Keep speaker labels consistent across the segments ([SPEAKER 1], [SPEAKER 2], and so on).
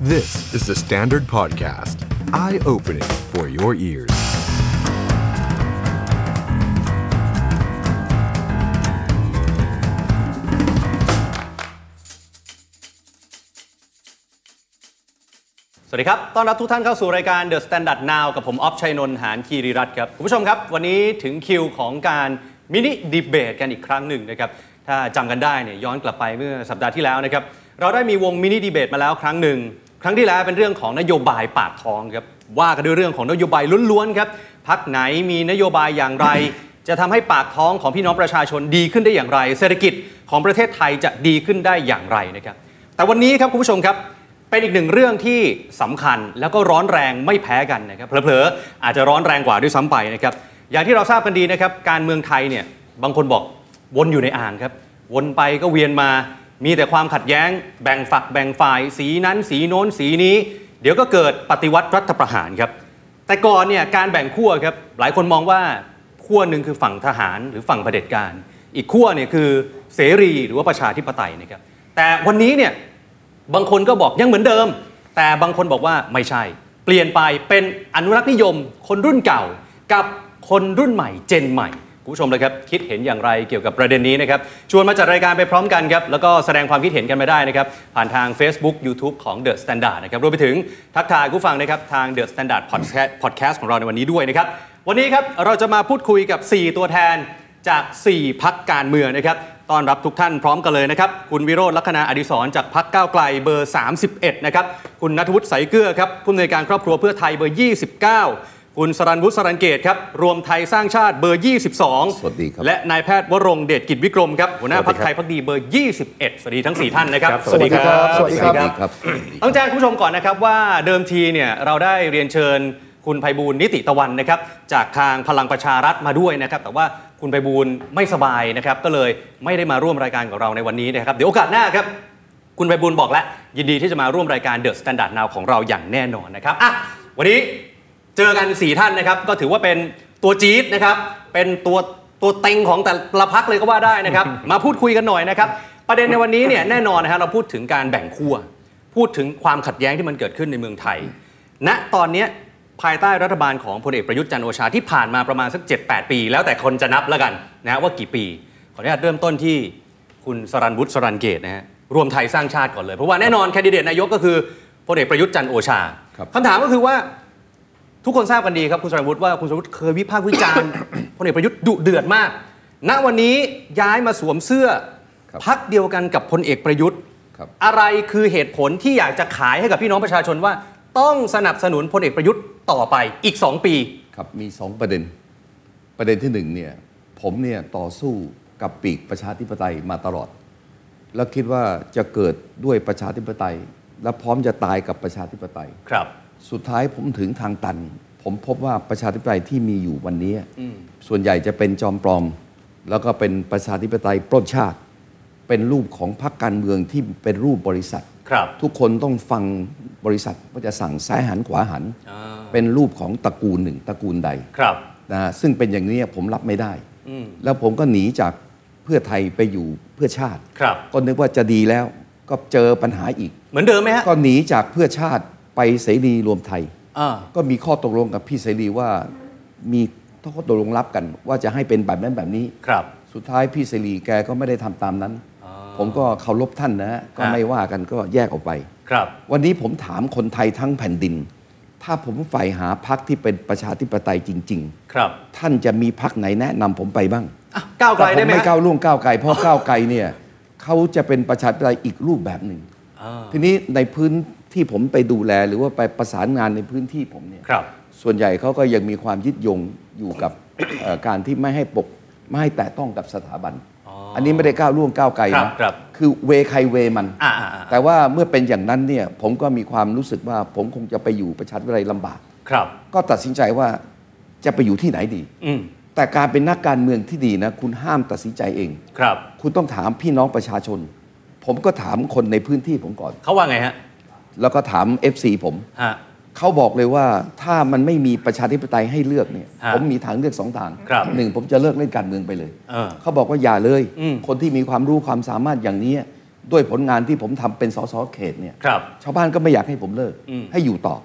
[SPEAKER 1] This is the Standard Podcast. Eye opening for your ears.
[SPEAKER 2] Standard สวัสดีครับ ต้อนรับทุกท่านเข้าสู่รายการ The Standard Now กับผมออฟชัยนนท์หานคีรีรัตน์ครับ คุณผู้ชมครับ วันนี้ถึงคิวของการมินิดีเบตกันอีกครั้งหนึ่งนะครับ ถ้าจำกันได้เนี่ยย้อนกลับไปเมื่อสัปดาห์ที่แล้วนะครับ เราได้มีวงมินิดีเบตมาแล้วครั้งหนึ่ง ครั้งที่แล้วเป็นเรื่องของนโยบายปากท้องครับ ว่ากันด้วยเรื่องของนโยบายล้วนๆครับ พักไหนมีนโยบายอย่างไร จะทำให้ปากท้องของพี่น้องประชาชนดีขึ้นได้อย่างไร เศรษฐกิจของประเทศไทยจะดีขึ้นได้อย่างไรนะครับ แต่วันนี้ครับคุณผู้ชมครับ เป็นอีกหนึ่งเรื่องที่สำคัญแล้วก็ร้อนแรงไม่แพ้กันนะครับเผลอๆอาจจะร้อนแรงกว่าด้วยซ้ำไปนะครับอย่างที่เราทราบกันดีนะครับการเมืองไทยเนี่ยบางคนบอกวนอยู่ในอ่างครับ วนไปก็เวียนมา มีแต่ความขัดแย้ง แบ่งฝักแบ่งฝ่าย สีนั้นสีโน้นสีนี้ เดี๋ยวก็เกิดปฏิวัติรัฐประหารครับ แต่ก่อนเนี่ยการแบ่งขั้วครับหลายคนมองว่าขั้วหนึ่งคือฝั่งทหารหรือฝั่งเผด็จการ อีกขั้วเนี่ยคือเสรีหรือว่าประชาธิปไตยนะครับแต่วันนี้เนี่ย บางคนก็บอกยังเหมือนเดิม แต่บางคนบอกว่าไม่ใช่ เปลี่ยนไปเป็นอนุรักษ์นิยม คนรุ่นเก่า กับคนรุ่นใหม่เจนใหม่คุณผู้ชมเลยครับคิดเห็นอย่างไรเกี่ยวกับประเด็นนี้นะครับชวนมาจัดรายการไปพร้อมกันครับแล้วก็แสดงความคิดเห็นกันมาได้นะครับผ่านทาง Facebook YouTube ของ The Standard นะครับรวมไปถึงทักทายผู้ฟังนะครับทาง The Standard Podcast- Podcast ของเราในวันนี้ด้วยนะครับวันนี้ครับเราจะมาพูดคุยกับ 4 ตัวแทน จาก 4 พักการเมืองนะครับ ต้อนรับทุกท่านพร้อมกันเลยนะครับ คุณวิโรธลัคนาอดิศรจากพักก้าวไกลเบอร์ 31 นะครับ คุณนัทวุฒิใสายเกลือครับ ผู้อำนวยการครอบครัวเพื่อไทยเบอร์ 29 คุณสรันวุฒิสรันเกตครับ รวมไทยสร้างชาติเบอร์ 22
[SPEAKER 3] สวัสดีครับ
[SPEAKER 2] และนายแพทย์วรงค์เดชกิจวิกรมครับ หัวหน้าพักไทยพักดีเบอร์ 21 สวัสดีทั้ง 4 ท่านนะครับ
[SPEAKER 3] สวัสดีครับ
[SPEAKER 4] สวัสดีครับ
[SPEAKER 3] ครับ
[SPEAKER 2] ต้องแจ้งคุณผู้ชมก่อนนะครับว่าเดิมทีเนี่ยเราได้เรียนเชิญคุณไพบูลย์นิติตะวันนะครับจากทางพลังประชารัฐมาด้วยนะครับ แต่ว่าคุณไพบูลย์ไม่สบายนะครับ ก็เลยไม่ได้มาร่วมรายการกับเราในวันนี้นะครับ เดี๋ยวโอกาสหน้าครับ คุณไพบูลย์บอกแล้ว ยินดีที่จะมาร่วมรายการเดอะสแตนดาร์ดนาวของเราอย่างแน่นอนนะครับอ่ะวันนี้ เจอกัน4ท่านนะครับ ก็ถือว่าเป็นตัวจี๊ดนะครับ เป็นตัวตัวเต็งของแต่ละพักเลยก็ว่าได้ นะครับ มาพูดคุยกันหน่อยนะครับ ประเด็นในวันนี้เนี่ยแน่นอนนะฮะเราพูดถึงการแบ่งขั้วพูดถึงความขัดแย้งที่มันเกิดขึ้นในเมืองไทย ณตอนเนี้ยภายใต้รัฐบาลของพลเอกประยุทธ์จันทร์โอชาที่ผ่านมาประมาณสัก 7-8 ปี แล้วแต่คนจะนับแล้วกันนะฮะว่ากี่ปีขออนุญาตเริ่มต้นที่ คุณสรันวุฒิสรันเกตนะฮะรวมไทยสร้างชาติก่อนเลย เพราะว่าแน่นอนแคนดิเดตนายกก็คือพลเอกประยุทธ์จันทร์โอชา
[SPEAKER 3] ครับ
[SPEAKER 2] คำถามก็คือว่า ทุกคนทราบกันดีครับ คุณสรวุฒิว่าคุณสรวุฒิเคยวิพากษ์วิจ ารณ์ พลเอกประยุทธ์ดุเดือดมาก ณวันนี้ย้ายมาสวมเสื้อ
[SPEAKER 3] ครับ
[SPEAKER 2] พักเดียวกันกับพลเอกประยุทธ์
[SPEAKER 3] ครับ
[SPEAKER 2] อะไรคือเหตุผลที่อยากจะขายให้กับพี่น้องประชาชนว่า ต้องสนับสนุนพลเอกประยุทธ์ต่อไปอีก 2 ปี
[SPEAKER 3] ครับ มีสองประเด็น ประเด็นที่หนึ่งเนี่ย ผมเนี่ยต่อสู้กับปีกประชาธิปไตยมาตลอด แล้วคิดว่าจะเกิดด้วยประชาธิปไตย และพร้อมจะตายกับประชาธิปไตย
[SPEAKER 2] ครับ
[SPEAKER 3] สุดท้ายผมถึงทางตัน ผมพบว่าประชาธิปไตยที่มีอยู่วันนี้ ส่วนใหญ่จะเป็นจอมปลอม แล้วก็เป็นประชาธิปไตยปล้นชาติ เป็นรูปของพรรคการเมืองที่เป็นรูปบริษัท
[SPEAKER 2] ครับ
[SPEAKER 3] ทุกคนต้องฟังบริษัทว่าจะสั่งซ้ายหันขวาหัน เป็นรูปของตระกูลหนึ่งตระกูลใด
[SPEAKER 2] ครับ
[SPEAKER 3] นะฮะซึ่งเป็นอย่างนี้ผมรับไม่ได้ แล้วผมก็หนีจากเพื่อไทยไปอยู่เพื่อชาติ
[SPEAKER 2] ครับ
[SPEAKER 3] ก็นึกว่าจะดีแล้วก็เจอปัญหาอีก
[SPEAKER 2] เหมือนเดิมไหมฮะ
[SPEAKER 3] ก็หนีจากเพื่อชาติไปเสรีรวมไทย
[SPEAKER 2] อ่า
[SPEAKER 3] ก็มีข้อตกลงกับพี่เสรีว่ามีข้อตกลงรับกัน ว่าจะให้เป็นแบบนั้นแบบนี้
[SPEAKER 2] ครับ
[SPEAKER 3] สุดท้ายพี่เสรีแกก็ไม่ได้ทำตามนั้น ผมก็เคารพท่านนะฮะก็
[SPEAKER 2] ครับ
[SPEAKER 3] ไม่ว่ากันก็แยกออกไป
[SPEAKER 2] ครับ
[SPEAKER 3] วันนี้ผมถามคนไทยทั้งแผ่นดิน ถ้าผมใฝ่หาพักที่เป็นประชาธิปไตยจริง
[SPEAKER 2] ครับ
[SPEAKER 3] ๆ ท่านจะมีพักไหนแนะนำผมไปบ้าง
[SPEAKER 2] อ่ะก้าวไกล
[SPEAKER 3] แต่
[SPEAKER 2] ได้
[SPEAKER 3] ผม
[SPEAKER 2] ไหม
[SPEAKER 3] ไม่
[SPEAKER 2] ฮะ
[SPEAKER 3] ก้าวล่วงก้าวไกลเพราะก้าวไกลเนี่ยเขาจะเป็นประชาธิปไตยอีกรูปแบบหนึ่ง
[SPEAKER 2] อ่า
[SPEAKER 3] ทีนี้ในพื้นที่ผมไปดูแลหรือว่าไปประสานงานในพื้นที่ผมเนี่ย
[SPEAKER 2] ครับ
[SPEAKER 3] ส่วนใหญ่เขาก็ยังมีความยึดโยงอยู่กับ เอ่อการที่ไม่ให้ปกไม่ให้แตะต้องกับสถาบัน อันนี้ไม่ได้ก้าวล่วงก้าวไกล
[SPEAKER 2] ครับ
[SPEAKER 3] นะครับ คือเวใครเวมัน
[SPEAKER 2] อ่าอ่าอ่า
[SPEAKER 3] แต่ว่าเมื่อเป็นอย่างนั้นเนี่ยผมก็มีความรู้สึกว่าผมคงจะไปอยู่ประชาธิปไตยลำบาก
[SPEAKER 2] ครับ
[SPEAKER 3] ก็ตัดสินใจว่าจะไปอยู่ที่ไหนดี
[SPEAKER 2] อืม
[SPEAKER 3] แต่การเป็นนักการเมืองที่ดีนะคุณห้ามตัดสินใจเอง
[SPEAKER 2] ครับ
[SPEAKER 3] คุณต้องถามพี่น้องประชาชน ผมก็ถามคนในพื้นที่ผมก่อน
[SPEAKER 2] เขาว่าไงฮะ
[SPEAKER 3] แล้วก็ถาม FC ผม
[SPEAKER 2] ฮะ
[SPEAKER 3] เขาบอกเลยว่าถ้ามันไม่มีประชาธิปไตยให้เลือกเนี่ย
[SPEAKER 2] ฮะ
[SPEAKER 3] ผมมีทางเลือกสองทาง
[SPEAKER 2] ครับ
[SPEAKER 3] หนึ่งผมจะเลิกเล่นการเมืองไปเลย
[SPEAKER 2] เออ
[SPEAKER 3] บอกว่าอย่าเลย
[SPEAKER 2] อืม
[SPEAKER 3] คนที่มีความรู้ความสามารถอย่างนี้ ด้วยผลงานที่ผมทำเป็นสสเขตเนี่ย
[SPEAKER 2] ครับ
[SPEAKER 3] ชาวบ้านก็ไม่อยากให้ผมเลิก
[SPEAKER 2] อืม
[SPEAKER 3] ให้อยู่ต่อ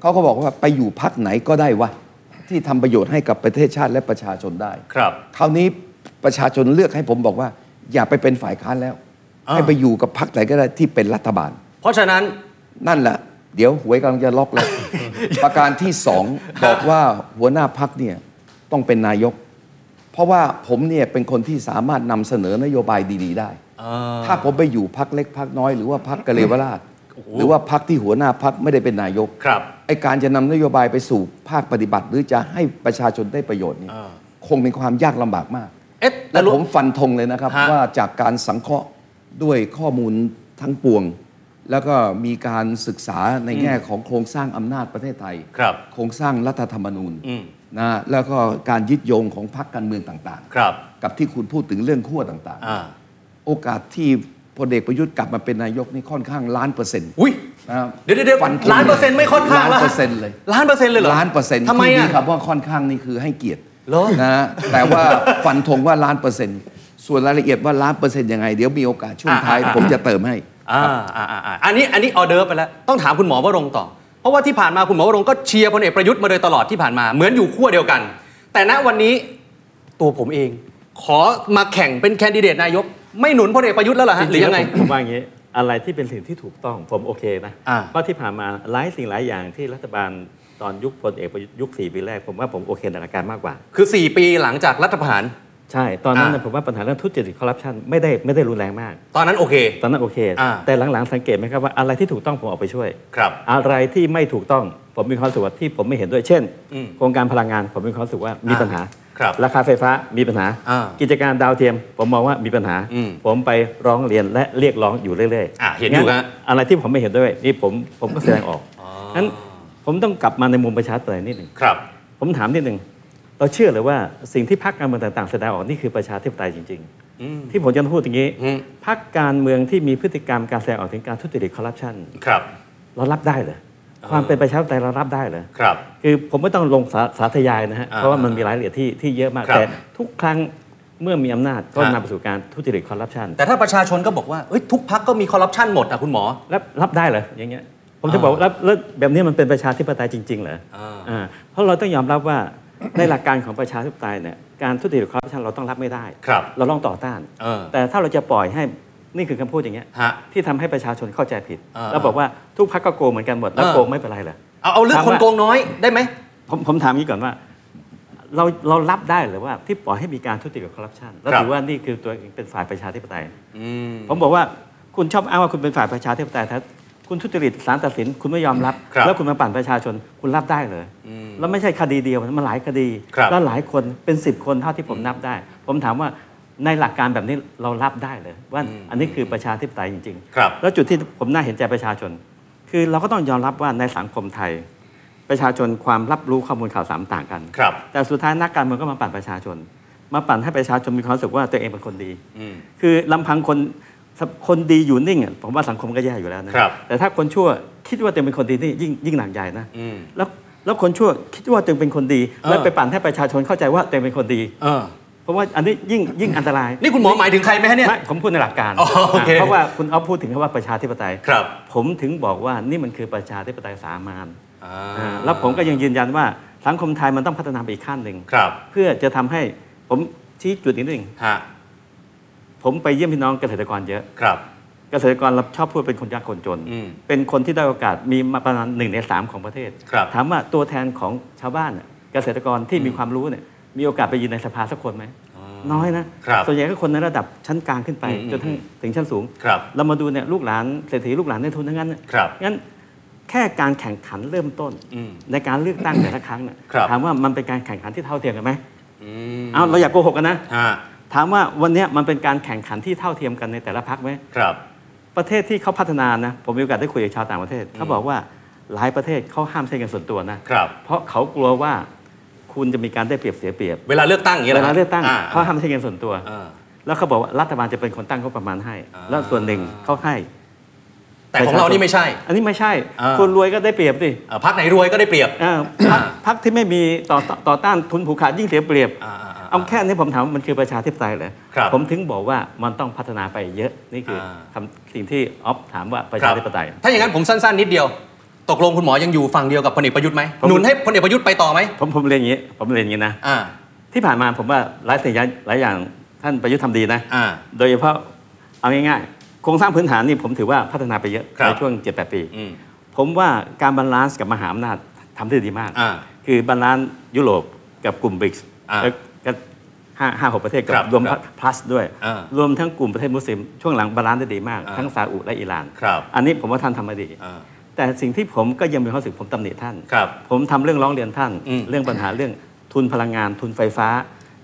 [SPEAKER 3] เขาก็บอกว่าไปอยู่พักไหนก็ได้วะ ที่ทำประโยชน์ให้กับประเทศชาติและประชาชนได้
[SPEAKER 2] ครับ
[SPEAKER 3] คราวนี้ประชาชนเลือกให้ผมบอกว่า อย่าไปเป็นฝ่ายค้านแล้ว
[SPEAKER 2] อ่า
[SPEAKER 3] ให้ไปอยู่กับพักไหนก็ได้ที่เป็นรัฐบาล
[SPEAKER 2] เพราะฉะนั้น
[SPEAKER 3] นั่นแหละ เดี๋ยวหวยกำลังจะล็อก แล้ว ประการที่สองบอกว่าหัวหน้าพักเนี่ยต้องเป็นนายก เพราะว่าผมเนี่ยเป็นคนที่สามารถนำเสนอนโยบายดี ๆ ได้ ถ้าผมไปอยู่พักเล็กพักน้อยหรือว่าพักกะเลวราช
[SPEAKER 2] โอ้โห
[SPEAKER 3] หรือว่าพักที่หัวหน้าพักไม่ได้เป็นนายก
[SPEAKER 2] ครับ
[SPEAKER 3] ไอการจะนำนโยบายไปสู่ภาคปฏิบัติ หรือจะให้ประชาชนได้ประโยชน์เนี่ย
[SPEAKER 2] อ่า
[SPEAKER 3] คงเป็นความยากลำบากมาก
[SPEAKER 2] เอ๊ะ
[SPEAKER 3] และ
[SPEAKER 2] แล้วรู้
[SPEAKER 3] ผมฟันธงเลยนะครับ
[SPEAKER 2] ฮะ
[SPEAKER 3] ว่าจากการสังเคราะห์ด้วยข้อมูลทั้งปวง แล้วก็มีการศึกษาในแง่ของโครงสร้างอำนาจประเทศไทย
[SPEAKER 2] ครับ
[SPEAKER 3] โครงสร้างรัฐธรรมนูญ
[SPEAKER 2] อืม
[SPEAKER 3] นะแล้วก็การยึดโยงของพรรคการเมืองต่าง
[SPEAKER 2] ครับ
[SPEAKER 3] ๆ กับที่คุณพูดถึงเรื่องขั้วต่าง
[SPEAKER 2] อ่า
[SPEAKER 3] ๆ โอกาสที่พลเอกประยุทธ์กลับมาเป็นนายกนี่ค่อนข้างล้านเปอร์เซ็นต์
[SPEAKER 2] อุ้ย
[SPEAKER 3] นะครับ
[SPEAKER 2] เดี๋ยวเดี๋ยวเดี๋ยว
[SPEAKER 3] ฟัธง
[SPEAKER 2] ล้านเปอร์เซ็นต์ไม่ค่อนข้าง
[SPEAKER 3] ล้าน
[SPEAKER 2] แล้ว
[SPEAKER 3] เปอร์เซ็นต์เลย
[SPEAKER 2] ล้านเปอร์เซ็นต์เลยเหรอ
[SPEAKER 3] ล้านเปอร์เซ็นต์
[SPEAKER 2] ทำไมอ่ะ
[SPEAKER 3] ที่นี่ครับว่าค่อนข้างนี่คือให้เกียรติ
[SPEAKER 2] เหรอ
[SPEAKER 3] นะฮะแต่ว่าฟันธงว่าล้านเปอร์เซ็นต์ส่วนรายละเอียดว่าล้านเปอร์เซ็นต์ยังไง เดี๋ยวมีโอกาสช่วงท้าย ผมจะเติมให้
[SPEAKER 2] อ่าอ่าอ่าอ่าอันนี้อันนี้ออเดอร์ฟไปแล้ว ต้องถามคุณหมอวรงค์ต่อ เพราะว่าที่ผ่านมาคุณหมอวรงค์ก็เชียร์พลเอกประยุทธ์มาโดยตลอดที่ผ่านมาเหมือนอยู่ขั้วเดียวกัน แต่ณวันนี้ตัวผมเอง ขอมาแข่งเป็นแคนดิเดตนายก ไม่หนุนพลเอกประยุทธ์แล้วเหรอฮะหรือยังไง
[SPEAKER 4] จๆแล้วผมผมว่าอย่างนี้ อะไรที่เป็นสิ่งที่ถูกต้องผมโอเคนะ
[SPEAKER 2] อ่า
[SPEAKER 4] เพราะที่ผ่านมาหลายสิ่งหลายอย่างที่รัฐบาลตอนยุคพลเอกประยุทธ์ยุคสี่ปีแรก ผมว่าผมโอเคในหลักการมากกว่า
[SPEAKER 2] คือ 4 ปีหลังจากรัฐประหาร
[SPEAKER 4] ใช่ ตอนนั้นน่ะ
[SPEAKER 2] อ่า
[SPEAKER 4] ผมว่าปัญหาเรื่องทุจริตคอร์รัปชันไม่ได้ไม่ได้รุนแรงมาก
[SPEAKER 2] ตอนนั้นโอเค
[SPEAKER 4] ตอนนั้นโอเค
[SPEAKER 2] อ่า
[SPEAKER 4] แต่หลังๆสังเกตไหมครับว่าอะไรที่ถูกต้องผมออกไปช่วย
[SPEAKER 2] ครับ
[SPEAKER 4] อะไรที่ไม่ถูกต้องผมมีความรู้สึกว่าที่ผมไม่เห็นด้วยเช่น
[SPEAKER 2] อืม
[SPEAKER 4] โครงการพลังงานผมมีความรู้สึกว่ามีปัญหา
[SPEAKER 2] ครับ
[SPEAKER 4] ราคาไฟฟ้ามีปัญหา
[SPEAKER 2] อ่า
[SPEAKER 4] กิจการดาวเทียม ผมมองว่ามีปัญหา
[SPEAKER 2] อืม
[SPEAKER 4] ผมไปร้องเรียนและเรียกร้องอยู่เรื่อย
[SPEAKER 2] อ่ะเห็นอยู่
[SPEAKER 4] งั้
[SPEAKER 2] ฮะ
[SPEAKER 4] อะไรที่ผมไม่เห็นด้วยนี่ผมผมก็แสดงออกนั้นผมต้องกลับมาในมุมประชาธิปไตยนิดหนึ่ง
[SPEAKER 2] ครับ
[SPEAKER 4] ผมถามนิดหนึ่งเราเชื่อเลยว่าสิ่งที่พรรคการเมืองต่างๆ แสดงออกนี่คือประชาธิปไตยจริง ๆ ที่ผมจะพูดอย่างนี้
[SPEAKER 2] อืม
[SPEAKER 4] พรรคการเมืองที่มีพฤติกรรมการแสดงออกถึงการทุจริตคอร์รัปชัน
[SPEAKER 2] ครับ
[SPEAKER 4] เรารับได้เหรอความเป็นประชาธิปไตยเรารับได้เหรอ
[SPEAKER 2] ครับ
[SPEAKER 4] คือผมไม่ต้องลงสาสาธยายนะฮะ
[SPEAKER 2] อ่า
[SPEAKER 4] เพราะว่ามันมีรายละเอียดที่ที่เยอะมาก
[SPEAKER 2] ครับ
[SPEAKER 4] แต่ทุกครั้งเมื่อมีอำนาจก็
[SPEAKER 2] ฮะ
[SPEAKER 4] นำไปสู่การทุจริตคอร์รัปชัน
[SPEAKER 2] แต่ถ้าประชาชนก็บอกว่าเอ้ยทุกพักก็มีคอร์รัปชันหมดอะคุณหมอ
[SPEAKER 4] แล้วรับได้เหรออย่างเงี้ยผมจะบอกว่าแล้วแล้วแบบนี้มันเป็นประชาธิปไตยจริง ๆ เหรอ
[SPEAKER 2] อ่า
[SPEAKER 4] อ่าเพราะเราต้องยอมรับว่าในหลักการของประชาธิปไตยเนี่ยการทุจริตคอร์รัปชันเราต้องรับไม่ได้
[SPEAKER 2] ครับ
[SPEAKER 4] เราต้องต่อต้าน
[SPEAKER 2] เออ
[SPEAKER 4] แต่ถ้าเราจะปล่อยให้นี่คือคำพูดอย่างเงี้ย
[SPEAKER 2] ฮะ
[SPEAKER 4] ที่ทำให้ประชาชนเข้าใจผิด
[SPEAKER 2] อ่า
[SPEAKER 4] แล้วบอกว่าทุกพรรคก็โกงเหมือนกันหมดแล้ว
[SPEAKER 2] อ่า
[SPEAKER 4] โกงไม่เป็นไรเหรอ
[SPEAKER 2] เอาเอาเรื่องคนโกงน้อยได้ไหม
[SPEAKER 4] ผมผมถามอย่างนี้ก่อนว่า เราเรารับได้หรือว่าที่ปล่อยให้มีการทุจริตกับคอร์รัปชันแล้ว
[SPEAKER 2] ครับ
[SPEAKER 4] ถือว่านี่คือตัวเองเป็นฝ่ายประชาธิปไตยผมบอกว่าคุณชอบอ้างว่าคุณเป็นฝ่ายประชาธิปไตยแต่คุณทุจริตสารตัดสิน คุณไม่ยอมรับ
[SPEAKER 2] ครับ
[SPEAKER 4] แล้วคุณมาปั่นประชาชน คุณรับได้เลย แล้วไม่ใช่คดีเดียวมันหลายคดี
[SPEAKER 2] ครับ
[SPEAKER 4] แล้วหลายคนเป็นสิบคนเท่าที่ผมนับได้ ผมถามว่าในหลักการแบบนี้เรารับได้เลย ว่าอันนี้คือประชาธิปไตยจริง ๆ
[SPEAKER 2] ครับ
[SPEAKER 4] แล้วจุดที่ผมน่าเห็นใจประชาชน คือเราก็ต้องยอมรับว่าในสังคมไทย ประชาชนความรับรู้ข้อมูลข่าวสารต่างกัน
[SPEAKER 2] ครับ
[SPEAKER 4] แต่สุดท้ายนักการเมืองก็มาปั่นประชาชน มาปั่นให้ประชาชนมีความรู้สึกว่าตัวเองเป็นคนดี คือลำพังคนคนดีอยู่นิ่งอะผมว่าสังคมก็แย่อยู่แล้วนะครับ แต่ถ้าคนชั่วคิดว่าตัวเองเป็นคนดีนี่ยิ่งยิ่งหนักใหญ่นะแล้วแล้วคนชั่วคิดว่าตัวเองเป็นคนดี แล้วไปปั่นให้ประชาชนเข้าใจว่าตัวเองเป็นคนดี
[SPEAKER 2] เออ
[SPEAKER 4] เพราะว่าอันนี้ยิ่งยิ่งอันตราย
[SPEAKER 2] นี่คุณหมอหมายถึงใครไหมฮะเนี่ย
[SPEAKER 4] ไม่ผมพูดในหลักการ
[SPEAKER 2] อ๋อโอเค
[SPEAKER 4] นะเพราะว่าคุณอ๊อฟพูดถึงคำว่าประชาธิปไตย
[SPEAKER 2] ครับ
[SPEAKER 4] ผมถึงบอกว่านี่มันคือประชาธิปไตยสามัญ
[SPEAKER 2] อ่า
[SPEAKER 4] อ่าแล้วผมก็ยังยืนยันว่าสังคมไทยมันต้องพัฒนาไปอีกขั้นหนึ่ง
[SPEAKER 2] ครับ
[SPEAKER 4] เพื่อจะทำให้ผมชี้จุดนิดหนึ่ง
[SPEAKER 2] ฮะ
[SPEAKER 4] ผมไปเยี่ยมพี่น้องเกษตรกรเยอะ
[SPEAKER 2] ครับ
[SPEAKER 4] เกษตรกรเราชอบพูดเป็นคนยากคนจน
[SPEAKER 2] อืม
[SPEAKER 4] เป็นคนที่ได้อยโอกาสมีมาประมาณหนึ่งในสามของประเทศ
[SPEAKER 2] ครับ
[SPEAKER 4] ถามว่าตัวแทนของชาวบ้านน่ะเกษตรกรที่มีความรู้เนี่ยมีโอกาสไปยืนในสภาสักคนไหมน้อยนะครับ ส่วนใหญ่ก็คนในระดับชั้นกลางขึ้นไป
[SPEAKER 2] อืม
[SPEAKER 4] จนถึงถึงชั้นสูง
[SPEAKER 2] ครับ
[SPEAKER 4] เรามาดูเนี่ยลูกหลานเศรษฐีลูกหลานในทุนทั้งนั้นน่ะ
[SPEAKER 2] ครับ
[SPEAKER 4] งั้นแค่การแข่งขันเริ่มต้น
[SPEAKER 2] อืม
[SPEAKER 4] ในการเลือกตั้งแต่ละครั้งเนี่ย
[SPEAKER 2] ครับ
[SPEAKER 4] ถามว่ามันเป็นการแข่งขันที่เท่าเทียมกันไหมเอาเราอย่าโกหกกันนะ
[SPEAKER 2] ฮะ
[SPEAKER 4] ถามว่าวันเนี้ยมันเป็นการแข่งขันที่เท่าเทียมกันในแต่ละพักไหม
[SPEAKER 2] ครับ
[SPEAKER 4] ประเทศที่เขาพัฒนานะ ผมมีโอกาสได้คุยกับชาวต่างประเทศ เขาบอกว่าหลายประเทศเขาห้ามใช้เงินส่วนตัวนะ
[SPEAKER 2] ครับ
[SPEAKER 4] เพราะเขากลัวว่าคุณจะมีการได้เปรียบเสียเปรียบ
[SPEAKER 2] เวลาเลือกตั้งอย่างเงี้ยหร
[SPEAKER 4] เวลาเลือกตั้ง
[SPEAKER 2] อ่า
[SPEAKER 4] เขาห้ามใช้เงินส่วนตัว
[SPEAKER 2] อ่า
[SPEAKER 4] แล้วเขาบอกว่ารัฐบาลจะเป็นคนตั้งงบประมาณให้
[SPEAKER 2] อ่า
[SPEAKER 4] แล้วส่วนหนึ่งเขาให้
[SPEAKER 2] แต่ของเรานี่ไม่ใช่
[SPEAKER 4] อันนี้ไม่ใช่
[SPEAKER 2] อ่า
[SPEAKER 4] คนรวยก็ได้เปรียบดิ
[SPEAKER 2] เอ่อพักไหนรวยก็ได้เปรียบ
[SPEAKER 4] อ่าพรรคพรรคที่ไม่มีต่อต่อต้านทุนผูกขาดยิ่งเสียเปรียบ
[SPEAKER 2] อ่าอ่าอ่า
[SPEAKER 4] เอาแค่นี้ผมถามว่ามันคือประชาธิปไตยเหรอ
[SPEAKER 2] ครับ
[SPEAKER 4] ผมถึงบอกว่ามันต้องพัฒนาไปเยอะนี่คืออา คำสิ่งที่ออฟถามว่าประชาธิปไตย
[SPEAKER 2] ถ้าอย่างนั้นผมสั้น ๆ นิดเดียว ตกลงคุณหมอยังอยู่ฝั่งเดียวกับพลเอกประยุทธ์ไหม
[SPEAKER 4] ผม
[SPEAKER 2] หนุนให้พลเอกประยุทธ์ไปต่อไหม
[SPEAKER 4] ผมผมเรียนอย่างนี้ ผมเรียนอย่างนี้นะ
[SPEAKER 2] อ่า
[SPEAKER 4] ที่ผ่านมาผมว่าหลายสิ่งหลายอย่างท่านประยุทธ์ทำดีนะ
[SPEAKER 2] อ่า
[SPEAKER 4] โดยเฉพาะเอาง่ายๆโครงสร้างพื้นฐานนี่ผมถือว่าพัฒนาไปเยอะ
[SPEAKER 2] ครับ
[SPEAKER 4] ในช่วง 7-8 ปี
[SPEAKER 2] อืม
[SPEAKER 4] ผมว่าการบาลานซ์กับมหาอำนาจทำได้ดีมาก
[SPEAKER 2] อ่า
[SPEAKER 4] คือบาลานซ์ยุโรปกับกลุ่มบริกส์
[SPEAKER 2] อ่า
[SPEAKER 4] แล้วก็ห้าห้าหกประเทศกับ
[SPEAKER 2] ครับ
[SPEAKER 4] รวม
[SPEAKER 2] ครับ
[SPEAKER 4] พลัสด้วย
[SPEAKER 2] อ่าร
[SPEAKER 4] วมทั้งกลุ่มประเทศมุสลิม ช่วงหลังบาลานซ์ได้ดีมาก
[SPEAKER 2] อ่า
[SPEAKER 4] ทั้งซาอุและอิหร่าน
[SPEAKER 2] ครับ
[SPEAKER 4] อันนี้ผมว่าท่านทำมาดี
[SPEAKER 2] อ่า
[SPEAKER 4] แต่สิ่งที่ผมก็ยังมีความรู้สึกผมตำหนิท่าน
[SPEAKER 2] ครับ
[SPEAKER 4] ผมทำเรื่องร้องเรียนท่าน
[SPEAKER 2] อืม
[SPEAKER 4] เรื่องปัญหาเรื่องทุนพลังงาน ทุนไฟฟ้า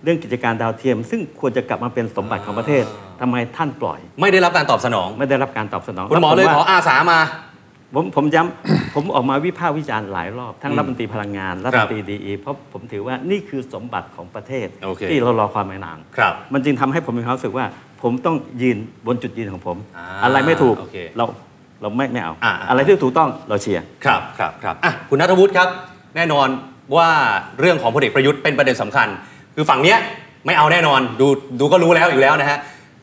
[SPEAKER 4] เรื่องกิจการดาวเทียม ซึ่งควรจะกลับมาเป็นสมบัติของประเทศ
[SPEAKER 2] อ่า
[SPEAKER 4] ทำไมท่านปล่อย
[SPEAKER 2] ไม่ได้รับการตอบสนอง
[SPEAKER 4] ไม่ได้รับการตอบสนอง
[SPEAKER 2] คุณหมอ
[SPEAKER 4] แวผ
[SPEAKER 2] เลย
[SPEAKER 4] ว่า
[SPEAKER 2] ขออาสามา
[SPEAKER 4] ผมผมย้ำ ผมออกมาวิพากษ์วิจารณ์หลายรอบ ทั้ง
[SPEAKER 2] อืม
[SPEAKER 4] รัฐมนตรีพลังงานรัฐมนตรีดีอีเพราะผมถือว่านี่คือสมบัติของประเทศ
[SPEAKER 2] โอเค
[SPEAKER 4] ที่เรารอความมานาน
[SPEAKER 2] ครับ
[SPEAKER 4] มันจึงทำให้ผมมีความรู้สึกว่า ผมต้องยืนบนจุดยืนของผม
[SPEAKER 2] อ่า
[SPEAKER 4] อะไรไม่ถูก
[SPEAKER 2] โอเค
[SPEAKER 4] เราเราไม่ไม่เอา
[SPEAKER 2] อ่าอ่า
[SPEAKER 4] อะไรที่ถูกต้องเราเชียร์
[SPEAKER 2] ครับครับครับอ่ะคุณนัทวุฒิครับ แน่นอนว่าเรื่องของพลเอกประยุทธ์เป็นประเด็นสำคัญ คือฝั่งเนี้ยไม่เอาแน่นอนดูดูก็รู้แล้วอยู่แล้วนะฮะ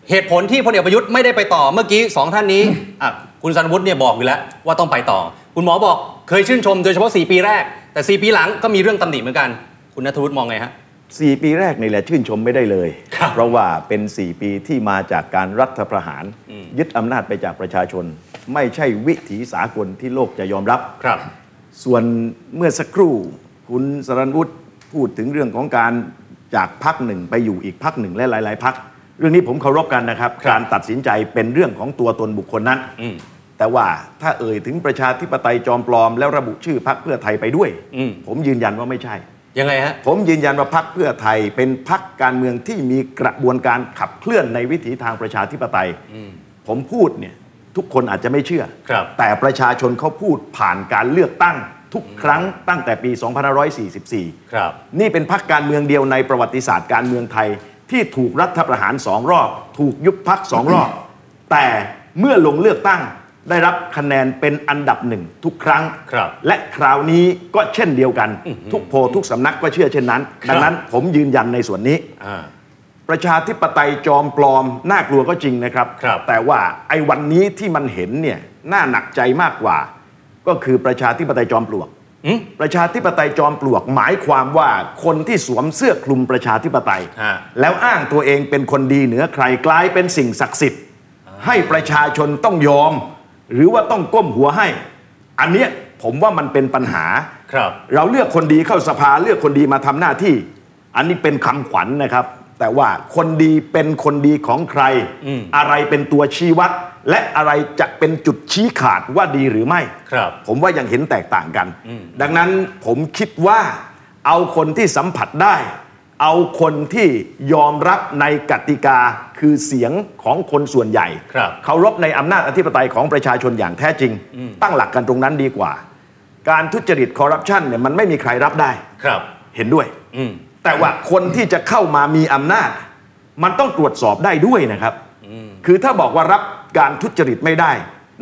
[SPEAKER 2] เหตุผลที่พลเอกประยุทธ์ไม่ได้ไปต่อเมื่อกี้สองท่านนี้ อ่ะคุณสันวุฒิเนี่ยบอกอยู่แล้วว่าต้องไปต่อ คุณหมอบอกเคยชื่นชมโดยเฉพาะ 4 ปีแรก แต่ 4 ปีหลังก็มีเรื่องตำหนิเหมือนกัน คุณนัทวุฒิมองไงฮะ
[SPEAKER 5] สี่ปีแรกนี่แหละชื่นชมไม่ได้เลย
[SPEAKER 2] ครับ
[SPEAKER 5] เพราะว่าเป็นสี่ปีที่มาจากการรัฐประหาร
[SPEAKER 2] อืม
[SPEAKER 5] ยึดอำนาจไปจากประชาชน ไม่ใช่วิถีสากลที่โลกจะยอมรับ
[SPEAKER 2] ครับ
[SPEAKER 5] ส่วนเมื่อสักครู่ คุณสรันวุฒิพูดถึงเรื่องของการจากพักหนึ่งไปอยู่อีกพักหนึ่งและหลาย ๆ พัก เรื่องนี้ผมเคารพกันนะครับ
[SPEAKER 2] ครับ
[SPEAKER 5] การตัดสินใจเป็นเรื่องของตัวตนบุคคลนั้น
[SPEAKER 2] อืม
[SPEAKER 5] แต่ว่าถ้าเอ่ยถึงประชาธิปไตยจอมปลอมแล้วระบุชื่อพักเพื่อไทยไปด้วย
[SPEAKER 2] อืม
[SPEAKER 5] ผมยืนยันว่าไม่ใช่
[SPEAKER 2] ยังไงฮะ
[SPEAKER 5] ผมยืนยันว่าพักเพื่อไทยเป็นพักการเมืองที่มีกระบวนการขับเคลื่อนในวิถีทางประชาธิปไตย ผมพูดเนี่ยทุกคนอาจจะไม่เชื่อ
[SPEAKER 2] ครับ
[SPEAKER 5] แต่ประชาชนเขาพูดผ่านการเลือกตั้ง ทุกครั้งตั้งแต่ปี 2544
[SPEAKER 2] ครับ
[SPEAKER 5] นี่เป็นพักการเมืองเดียวในประวัติศาสตร์การเมืองไทย ที่ถูกรัฐประหารสองรอบ ถูกยุบพักสองรอบ แต่เมื่อลงเลือกตั้งได้รับคะแนนเป็นอันดับหนึ่งทุกครั้ง
[SPEAKER 2] ครับ
[SPEAKER 5] และคราวนี้ก็เช่นเดียวกัน ทุกโพลทุกสำนักก็เชื่อเช่นนั้น
[SPEAKER 2] ครับ
[SPEAKER 5] ดังนั้นผมยืนยันในส่วนนี้
[SPEAKER 2] อ่า
[SPEAKER 5] ประชาธิปไตยจอมปลอม น่ากลัวก็จริงนะครับ
[SPEAKER 2] ครับ
[SPEAKER 5] แต่ว่าไอ้วันนี้ที่มันเห็นเนี่ยน่าหนักใจมากกว่า ก็คือประชาธิปไตยจอมปลวก
[SPEAKER 2] อืม
[SPEAKER 5] ประชาธิปไตยจอมปลวก หมายความว่าคนที่สวมเสื้อคลุมประชาธิปไตย
[SPEAKER 2] ฮะ
[SPEAKER 5] แล้วอ้างตัวเองเป็นคนดีเหนือใครกลายเป็นสิ่งศักดิ์สิทธิ์ ให้ประชาชนต้องยอม หรือว่าต้องก้มหัวให้ อันเนี้ยผมว่ามันเป็นปัญหา
[SPEAKER 2] ครับ
[SPEAKER 5] เราเลือกคนดีเข้าสภาเลือกคนดีมาทำหน้าที่ อันนี้เป็นคำขวัญนะครับ แต่ว่าคนดีเป็นคนดีของใคร
[SPEAKER 2] อืม
[SPEAKER 5] อะไรเป็นตัวชี้วัด และอะไรจะเป็นจุดชี้ขาดว่าดีหรือไม่
[SPEAKER 2] ครับ
[SPEAKER 5] ผมว่ายังเห็นแตกต่างกัน ดังนั้นผมคิดว่าเอาคนที่สัมผัสได้ เอาคนที่ยอมรับในกติกาคือเสียงของคนส่วนใหญ่
[SPEAKER 2] ครับ
[SPEAKER 5] เคารพในอำนาจอธิปไตยของประชาชนอย่างแท้จริง ตั้งหลักกันตรงนั้นดีกว่า การทุจริตคอร์รัปชันเนี่ยมันไม่มีใครรับได้
[SPEAKER 2] ครับ
[SPEAKER 5] เห็นด้วย
[SPEAKER 2] อืม
[SPEAKER 5] แต่ว่าคนที่จะเข้ามามีอำนาจ มันต้องตรวจสอบได้ด้วยนะครับ คือถ้าบอกว่ารับการทุจริตไม่ได้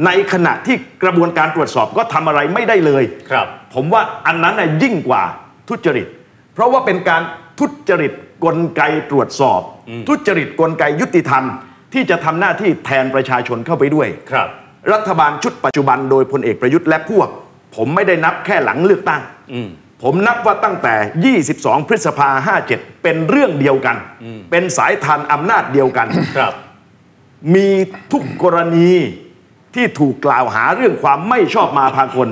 [SPEAKER 5] ในขณะที่กระบวนการตรวจสอบก็ทำอะไรไม่ได้เลย
[SPEAKER 2] ครับ
[SPEAKER 5] ผมว่าอันนั้นน่ะยิ่งกว่าทุจริต เพราะว่าเป็นการทุจริตกลไกตรวจสอบ ทุจริตกลไกยุติธรรม ที่จะทำหน้าที่แทนประชาชนเข้าไปด้วย
[SPEAKER 2] ครับ
[SPEAKER 5] รัฐบาลชุดปัจจุบันโดยพลเอกประยุทธ์และพวก ผมไม่ได้นับแค่หลังเลือกตั้ง
[SPEAKER 2] อืม
[SPEAKER 5] ผมนับว่าตั้งแต่ 22 พฤษภา 57 เป็นเรื่องเดียวกัน เป็นสายทานอำนาจเดียวกัน
[SPEAKER 2] ครับ
[SPEAKER 5] มีทุกกรณีที่ถูกกล่าวหาเรื่องความไม่ชอบมาพากล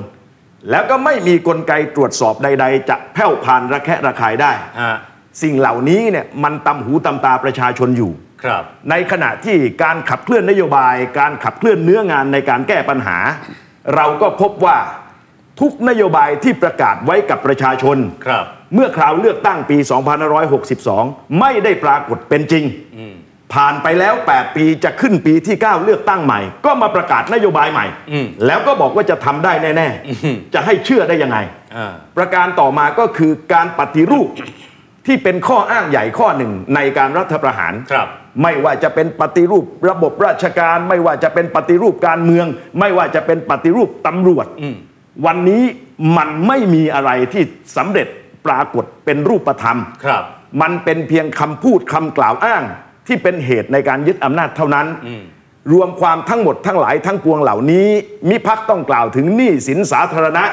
[SPEAKER 5] แล้วก็ไม่มีกลไกตรวจสอบใด ๆ จะแผ่วพานระแคะระคายได้
[SPEAKER 2] ฮะ
[SPEAKER 5] สิ่งเหล่านี้เนี่ยมันตำหูตำตาประชาชนอยู่
[SPEAKER 2] ครับ
[SPEAKER 5] ในขณะที่การขับเคลื่อนนโยบาย การขับเคลื่อนเนื้องานในการแก้ปัญหา เราก็พบว่าทุกนโยบายที่ประกาศไว้กับประชาชน
[SPEAKER 2] ครับ
[SPEAKER 5] เมื่อคราวเลือกตั้งปี 2562 ไม่ได้ปรากฏเป็นจริง ผ่านไปแล้ว 8 ปีจะขึ้นปีที่ 9 เลือกตั้งใหม่ ก็มาประกาศนโยบายใหม่
[SPEAKER 2] อืม
[SPEAKER 5] แล้วก็บอกว่าจะทำได้แน่
[SPEAKER 2] อืม
[SPEAKER 5] ๆ จะให้เชื่อได้ยังไง
[SPEAKER 2] อ่า
[SPEAKER 5] ประการต่อมาก็คือการปฏิรูป ที่เป็นข้ออ้างใหญ่ข้อหนึ่งในการรัฐประหาร
[SPEAKER 2] ครับ
[SPEAKER 5] ไม่ว่าจะเป็นปฏิรูประบบราชการ ไม่ว่าจะเป็นปฏิรูปการเมือง ไม่ว่าจะเป็นปฏิรูปตำรวจ
[SPEAKER 2] อืม
[SPEAKER 5] วันนี้มันไม่มีอะไรที่สำเร็จปรากฏเป็นรูปธรรม
[SPEAKER 2] ครับ
[SPEAKER 5] มันเป็นเพียงคำพูดคำกล่าวอ้าง ที่เป็นเหตุในการยึดอำนาจเท่านั้น รวมความทั้งหมดทั้งหลายทั้งปวงเหล่านี้ มิพักต้องกล่าวถึงหนี้สินสาธารณะ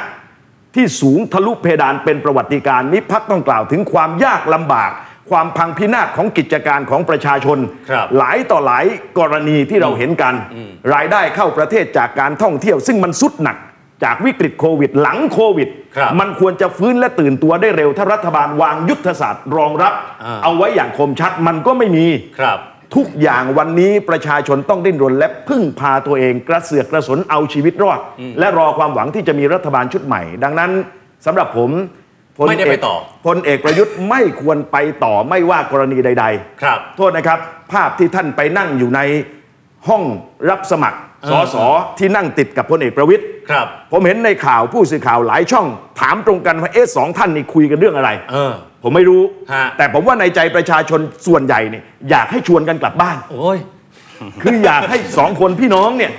[SPEAKER 5] ที่สูงทะลุเพดานเป็นประวัติการณ์มิพักต้องกล่าวถึงความยากลำบาก ความพังพินาศของกิจการของประชาชน
[SPEAKER 2] ครับ
[SPEAKER 5] หลายต่อหลายกรณีที่เราเห็นกัน รายได้เข้าประเทศจากการท่องเที่ยว ซึ่งมันสุดหนักจากวิกฤตโควิด หลังโควิด
[SPEAKER 2] ครับ
[SPEAKER 5] มันควรจะฟื้นและตื่นตัวได้เร็ว ถ้ารัฐบาลวางยุทธศาสตร์รองรับ เอาไว้อย่างคมชัดมันก็ไม่มี
[SPEAKER 2] ครับ
[SPEAKER 5] ทุกอย่างวันนี้ประชาชนต้องดิ้นรนและพึ่งพาตัวเองกระเสือกกระสนเอาชีวิตรอด และรอความหวังที่จะมีรัฐบาลชุดใหม่ ดังนั้นสำหรับผมพล
[SPEAKER 2] ไม่ได้ไป
[SPEAKER 5] เก
[SPEAKER 2] ต่อ
[SPEAKER 5] พลเอกประยุทธ์ไม่ควรไปต่อไม่ว่ากรณีใด ๆ
[SPEAKER 2] ครับ
[SPEAKER 5] โทษนะครับ ภาพที่ท่านไปนั่งอยู่ในห้องรับสมัครสอสอที่นั่งติดกับพลเอกประวิทย์
[SPEAKER 2] ครับ
[SPEAKER 5] ผมเห็นในข่าวผู้สื่อข่าวหลายช่อง ถามตรงกันว่าเอ๊ะสองท่านนี่คุยกันเรื่องอะไร
[SPEAKER 2] เออ
[SPEAKER 5] ผมไม่รู้
[SPEAKER 2] ฮะ
[SPEAKER 5] แต่ผมว่าในใจประชาชนส่วนใหญ่เนี่ยอยากให้ชวนกันกลับบ้าน
[SPEAKER 2] โอ้ย
[SPEAKER 5] คืออยากให้สองคนพี่น้องเนี่ย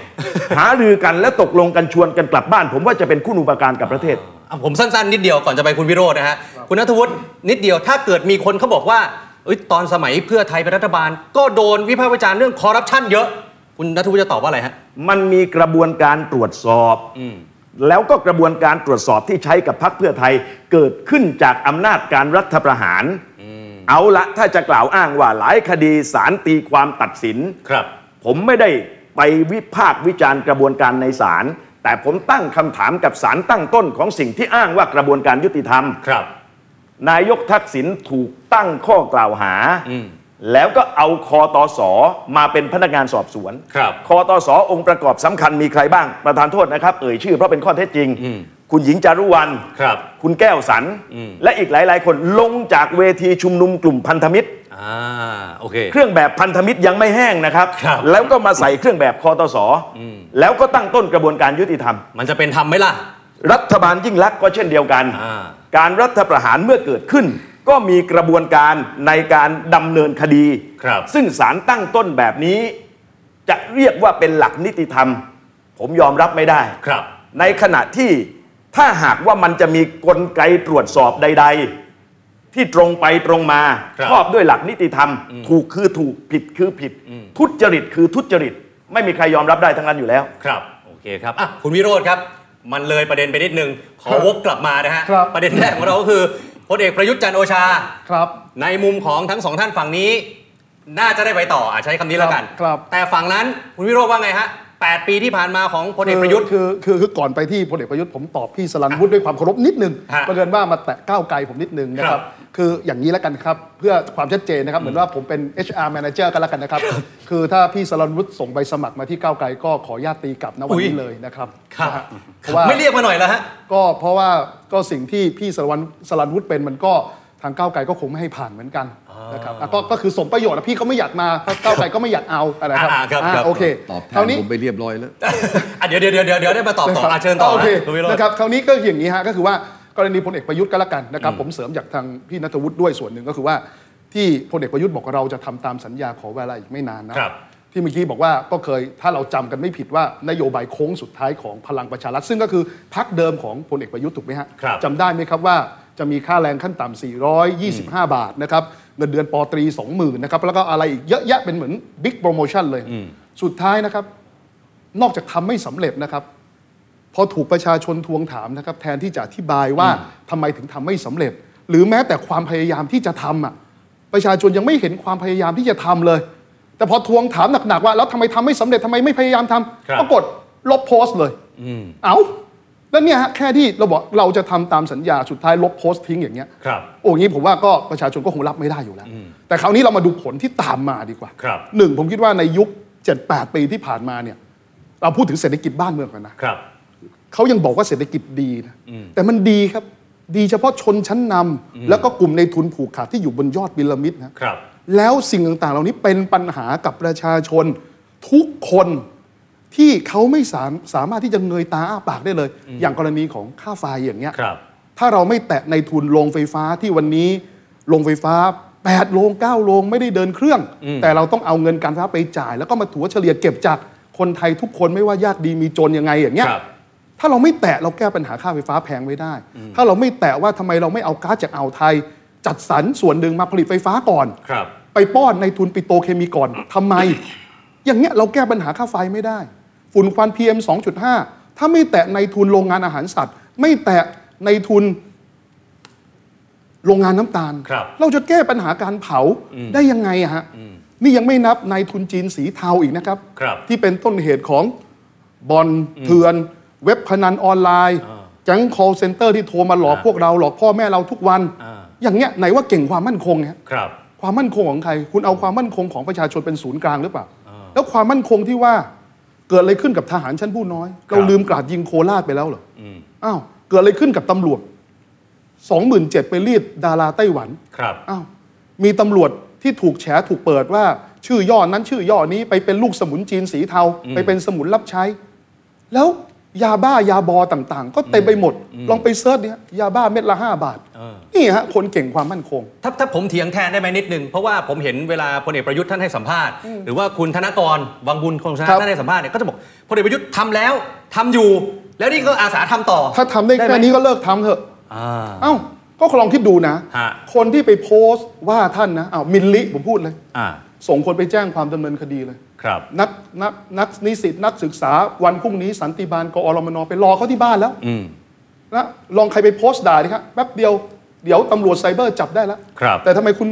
[SPEAKER 5] หารือกันและตกลงกันชวนกันกลับบ้าน ผมว่าจะเป็นคุณอุปการกับประเทศ
[SPEAKER 2] อ่ะผมสั้นๆ นิดเดียวก่อนจะไปคุณวิโรจน์นะฮะ คุณนัทวุฒินิดเดียวถ้าเกิดมีคนเขาบอกว่าเอ้ยตอนสมัยเพื่อไทยเป็นรัฐบาล ก็โดนวิพากษ์วิจารณ์เรื่องคอร์รัปชันเยอะ คุณนัทวุฒิจะตอบว่าอะไรฮะ
[SPEAKER 5] มันมีกระบวนการตรวจสอบ แล้วก็กระบวนการตรวจสอบที่ใช้กับพรรคเพื่อไทยเกิดขึ้นจากอำนาจการรัฐประหาร เอาละถ้าจะกล่าวอ้างว่าหลายคดีสารตีความตัดสิน
[SPEAKER 2] ครับ
[SPEAKER 5] ผมไม่ได้ไปวิพากษ์วิจารณ์กระบวนการในศาลแต่ผมตั้งคำถามกับศาลตั้งต้นของสิ่งที่อ้างว่ากระบวนการยุติธรรม
[SPEAKER 2] ครับ
[SPEAKER 5] นายกทักษิณถูกตั้งข้อกล่าวหา แล้วก็เอาคอตอสอมาเป็นพนักงานสอบสวน
[SPEAKER 2] ครับ
[SPEAKER 5] คอตอสอองค์ประกอบสำคัญมีใครบ้าง ประธานโทษนะครับ เอ่ยชื่อเพราะเป็นข้อเท็จจริง คุณหญิงจารุวรรณ
[SPEAKER 2] ครับ
[SPEAKER 5] คุณแก้วสัน
[SPEAKER 2] อืม
[SPEAKER 5] และอีกหลาย ๆ คนลงจากเวทีชุมนุมกลุ่มพันธมิตร
[SPEAKER 2] อ่า โอเค
[SPEAKER 5] เครื่องแบบพันธมิตรยังไม่แห้งนะครับ
[SPEAKER 2] ครับ
[SPEAKER 5] แล้วก็มาใส่เครื่องแบบคอตอสออแล้วก็ตั้งต้นกระบวนการยุติธรรม
[SPEAKER 2] มันจะเป็นทำไหมล่ะ
[SPEAKER 5] รัฐบาลยิ่งลักษณ์ก็เช่นเดียวกัน
[SPEAKER 2] อ่า
[SPEAKER 5] การรัฐประหารเมื่อเกิดขึ้น ก็มีกระบวนการในการดำเนินคดี
[SPEAKER 2] ครับ
[SPEAKER 5] ซึ่งศาลตั้งต้นแบบนี้ จะเรียกว่าเป็นหลักนิติธรรม ผมยอมรับไม่ได้
[SPEAKER 2] ครับ
[SPEAKER 5] ในขณะที่ถ้าหากว่ามันจะมีกลไกตรวจสอบใด ๆ ที่ตรงไปตรงมา
[SPEAKER 2] ครับ
[SPEAKER 5] ครอบด้วยหลักนิติธรรม ถูกคือถูกผิดคือผิด ทุจริตคือทุจริต ไม่มีใครยอมรับได้ทั้งนั้นอยู่แล้ว
[SPEAKER 2] ครับ โอเคครับ อ่ะ คุณวิโรธครับ มันเลยประเด็นไปนิดนึง ขอวกกลับมานะฮะ
[SPEAKER 6] ครับ
[SPEAKER 2] ประเด็นแรกของเราก็คือพลเอกประยุทธ์จันทร์โอชา
[SPEAKER 6] ครับ
[SPEAKER 2] ในมุมของทั้งสองท่านฝั่งนี้ น่าจะได้ไปต่ออาใช้คำนี้แล้วกัน
[SPEAKER 6] ครับครับ
[SPEAKER 2] แต่ฝั่งนั้นคุณวิโรจน์ว่าไงฮะ 8 ปีที่ผ่านมาของพลเอกประยุทธ์
[SPEAKER 6] คือคือคือก่อนไปที่พลเอกประยุทธ์ผมตอบพี่สลันวุฒิด้วยความเคารพนิดนึง
[SPEAKER 2] ฮะ
[SPEAKER 6] ประเด็นว่ามาแตะก้าวไกลผมนิดนึงนะ
[SPEAKER 2] ค
[SPEAKER 6] ค
[SPEAKER 2] รั
[SPEAKER 6] รับ บ คืออย่างนี้แล้วกันครับ เพื่อความชัดเจนนะครับ เหมือนว่าผมเป็น HR manager กันแล้วกันนะครับ คือถ้าพี่สลันวุฒิส่งใบสมัครมาที่ก้าวไกลก็ขออนุญาตตีกลับณวันนี้เลยนะครับ
[SPEAKER 2] ครับ
[SPEAKER 6] นะฮะเพราะว่า
[SPEAKER 2] ไม่เรียกมาหน่อยแล้วฮะ
[SPEAKER 6] ก็เพราะว่าก็สิ่งที่พี่สรวันสรันวุฒิเป็นมันก็ทางก้าวไกลก็คงไม่ให้ผ่านเหมือนกันนะครับอ่ะก็ก็คือสมประโยชน์นะพี่เขาไม่อยากมาถ้าก้าวไกลก็ไม่อยากเอาอะไรครับ
[SPEAKER 2] อ่าครับ
[SPEAKER 6] อ่า
[SPEAKER 2] ครับ
[SPEAKER 6] โอเค
[SPEAKER 3] ตอบแท
[SPEAKER 6] คราน วนี้
[SPEAKER 3] ผมไปเรียบร้อยแล้ว
[SPEAKER 2] อ่ะเดี๋ยวเดี๋ยวเดี๋ยวเดี๋ยวได้มาตอบต่อ
[SPEAKER 6] นะครับ
[SPEAKER 2] อาเชิญต่อ
[SPEAKER 6] โอ
[SPEAKER 2] นะ
[SPEAKER 6] เค
[SPEAKER 2] คุณวิโรจ
[SPEAKER 6] นะ
[SPEAKER 2] น์
[SPEAKER 6] ครับคราวนี้ก็อย่างนี้ฮะก็คือว่ากรณีพลเอกประยุทธ์ก็แล้วกันนะครับผมเสริมจากทางพี่นัทวุฒิด้วยส่วนหนึ่งก็คือว่า ที่พลเอกประยุทธ์บอกว่าเราจะทำตามสัญญาขอเวลาอีกไม่นานนะครับ ที่เมื่อกี้บอกว่าก็เคยถ้าเราจำกันไม่ผิดว่านโยบายโค้งสุดท้ายของพลังประชารัฐซึ่งก็คือพักเดิมของพลเอกประยุทธ์ถูกไหมฮะ
[SPEAKER 2] ครับ
[SPEAKER 6] จำได้ไหมครับว่าจะมีค่าแรงขั้นต่ำ 425 บาทนะครับ เงินเดือนปอตรี 20,000นะครับ แล้วก็อะไรอีกเยอะแยะเป็นเหมือนบิ๊กโปรโมชั่นเลย สุดท้ายนะครับ นอกจากทำไม่สำเร็จนะครับ พอถูกประชาชนทวงถามนะครับ แทนที่จะอธิบายว่าทำไมถึงทำไม่สำเร็จ หรือแม้แต่ความพยายามที่จะทำอ่ะประชาชนยังไม่เห็นความพยายามที่จะทำเลย แต่พอทวงถามหนักๆว่าแล้วทำไมทำไม่สำเร็จทำไมไม่พยายามทำ
[SPEAKER 2] ครับ
[SPEAKER 6] ปรากฏลบโพสต์เลยเอาแล้วเนี่ยฮะแค่ที่เราบอกเราจะทำตามสัญญาสุดท้ายลบโพสต์ทิ้งอย่างเงี้ย
[SPEAKER 2] ครับ
[SPEAKER 6] โอ้อยางงี้ผมว่าก็ประชาชนก็คงรับไม่ได้อยู่แล้ว แต่คราวนี้เรามาดูผลที่ตามมาดีกว่า
[SPEAKER 2] ครับ
[SPEAKER 6] หนึ่งผมคิดว่าในยุค 7-8 ปีที่ผ่านมาเนี่ยเราพูดถึงเศรษฐกิจบ้านเมืองกันนะ
[SPEAKER 2] ครับ
[SPEAKER 6] เขายังบอกว่าเศรษฐกิจดีนะ แต่มันดีครับ ดีเฉพาะชนชั้นนำแล้วก็กลุ่มในทุนผูกขาดที่อยู่บนยอดพีระมิดนะครับ แล้วสิ่งต่างๆ เหล่านี้เป็นปัญหากับประชาชนทุกคนที่เขาไม่สามสามารถที่จะเงยตาอ้าปากได้เลย อย่างกรณีของค่าไฟอย่างเงี้ย
[SPEAKER 2] ครับ
[SPEAKER 6] ถ้าเราไม่แตะในทุนโรงไฟฟ้าที่วันนี้โรงไฟฟ้า 8 โรง 9 โรงไม่ได้เดินเครื่อง แต่เราต้องเอาเงินการไฟฟ้าไปจ่าย แล้วก็มาถัวเฉลี่ยเก็บจากคนไทยทุกคนไม่ว่ายากดีมีจนยังไงอย่างเงี้ย
[SPEAKER 2] ครับ
[SPEAKER 6] ถ้าเราไม่แตะเราแก้ปัญหาค่าไฟฟ้าแพงไม่ได้ ถ้าเราไม่แตะว่าทำไมเราไม่เอาก๊าซจากอ่าวไทย จัดสรรส่วนหนึ่งมาผลิตไฟฟ้าก่อน
[SPEAKER 2] ครับ
[SPEAKER 6] ไปป้อนในทุนปิโตรเคมีก่อนทำไม อย่างเงี้ยเราแก้ปัญหาค่าไฟไม่ได้ ฝุ่นควัน PM 2.5 ถ้าไม่แตะในทุนโรงงานอาหารสัตว์ ไม่แตะในทุนโรงงานน้ำตาล
[SPEAKER 2] ครับ
[SPEAKER 6] เราจะแก้ปัญหาการเผาได้ยังไงอะฮะนี่ยังไม่นับในทุนจีนสีเทาอีกนะครับ
[SPEAKER 2] ครับ
[SPEAKER 6] ที่เป็นต้นเหตุของบอลเถือน เว็บพนันออนไลน์แก๊ง call center ที่โทรมาหลอกพวกเราหลอกพ่อแม่เราทุกวัน อย่างเงี้ยไหนว่าเก่งความมั่นคงเนี่ย
[SPEAKER 2] ครับ
[SPEAKER 6] ความมั่นคงของใคร คุณเอาความมั่นคงของประชาชนเป็นศูนย์กลางหรือเปล่า แล้วความมั่นคงที่ว่าเกิดอะไรขึ้นกับทหารชั้นผู้น้อย
[SPEAKER 2] ครับ
[SPEAKER 6] เราลืมกราดยิงโคราชไปแล้วเหรอออ้าว เกิดอะไรขึ้นกับตำรวจสองหมื่นเจ็ดไปรีดดาราไต้หวัน
[SPEAKER 2] ครับ
[SPEAKER 6] อ้าว มีตำรวจที่ถูกแฉถูกเปิดว่า ชื่อย่อนั้นชื่อย่อนี้ไปเป็นลูกสมุนจีนสีเทา ไปเป็นสมุนรับใช้ แล้วยาบ้ายาบอต่างๆ ก็เต็มไปหมด ลองไปเซิร์ชเนี่ยยาบ้าเม็ดละห้าบาท นี่ฮะคนเก่งความมั่นคง
[SPEAKER 2] ถ้าถ้าผมเถียงแทนได้ไหมนิดนึง เพราะว่าผมเห็นเวลาพลเอกประยุทธ์ท่านให้สัมภาษณ์ หรือว่าคุณธนกรวังบุญคงชนะครับ ท่านให้สัมภาษณ์เนี่ยก็จะบอกพลเอกประยุทธ์ทำแล้วทำอยู่ แล้วนี่ก็อาสาทำต่อ
[SPEAKER 6] ถ้าทำได้
[SPEAKER 2] หม
[SPEAKER 6] แค่นี้ก็เลิกทำเถอะ
[SPEAKER 2] อ่า
[SPEAKER 6] เอ้า ก็ลองคิดดูนะ
[SPEAKER 2] ฮะ
[SPEAKER 6] คนที่ไปโพสต์ว่าท่านนะอ้าวมิลลิผมพูดเลย
[SPEAKER 2] อ่า
[SPEAKER 6] ส่งคนไปแจ้งความดำเนินคดีเลย
[SPEAKER 2] ครับ
[SPEAKER 6] นักนักนักนิสิตนักศึกษาวันพรุ่งนี้สันติบาลกอรมนไปรอเขาที่บ้านแล้ว
[SPEAKER 2] อืม
[SPEAKER 6] นะลองใครไปโพสต์ด่าดิครับแป๊บเดียวเดี๋ยวตำรวจไซเบอร์จับได้แล้ว
[SPEAKER 2] ครับ
[SPEAKER 6] แต่ทำไมคุณ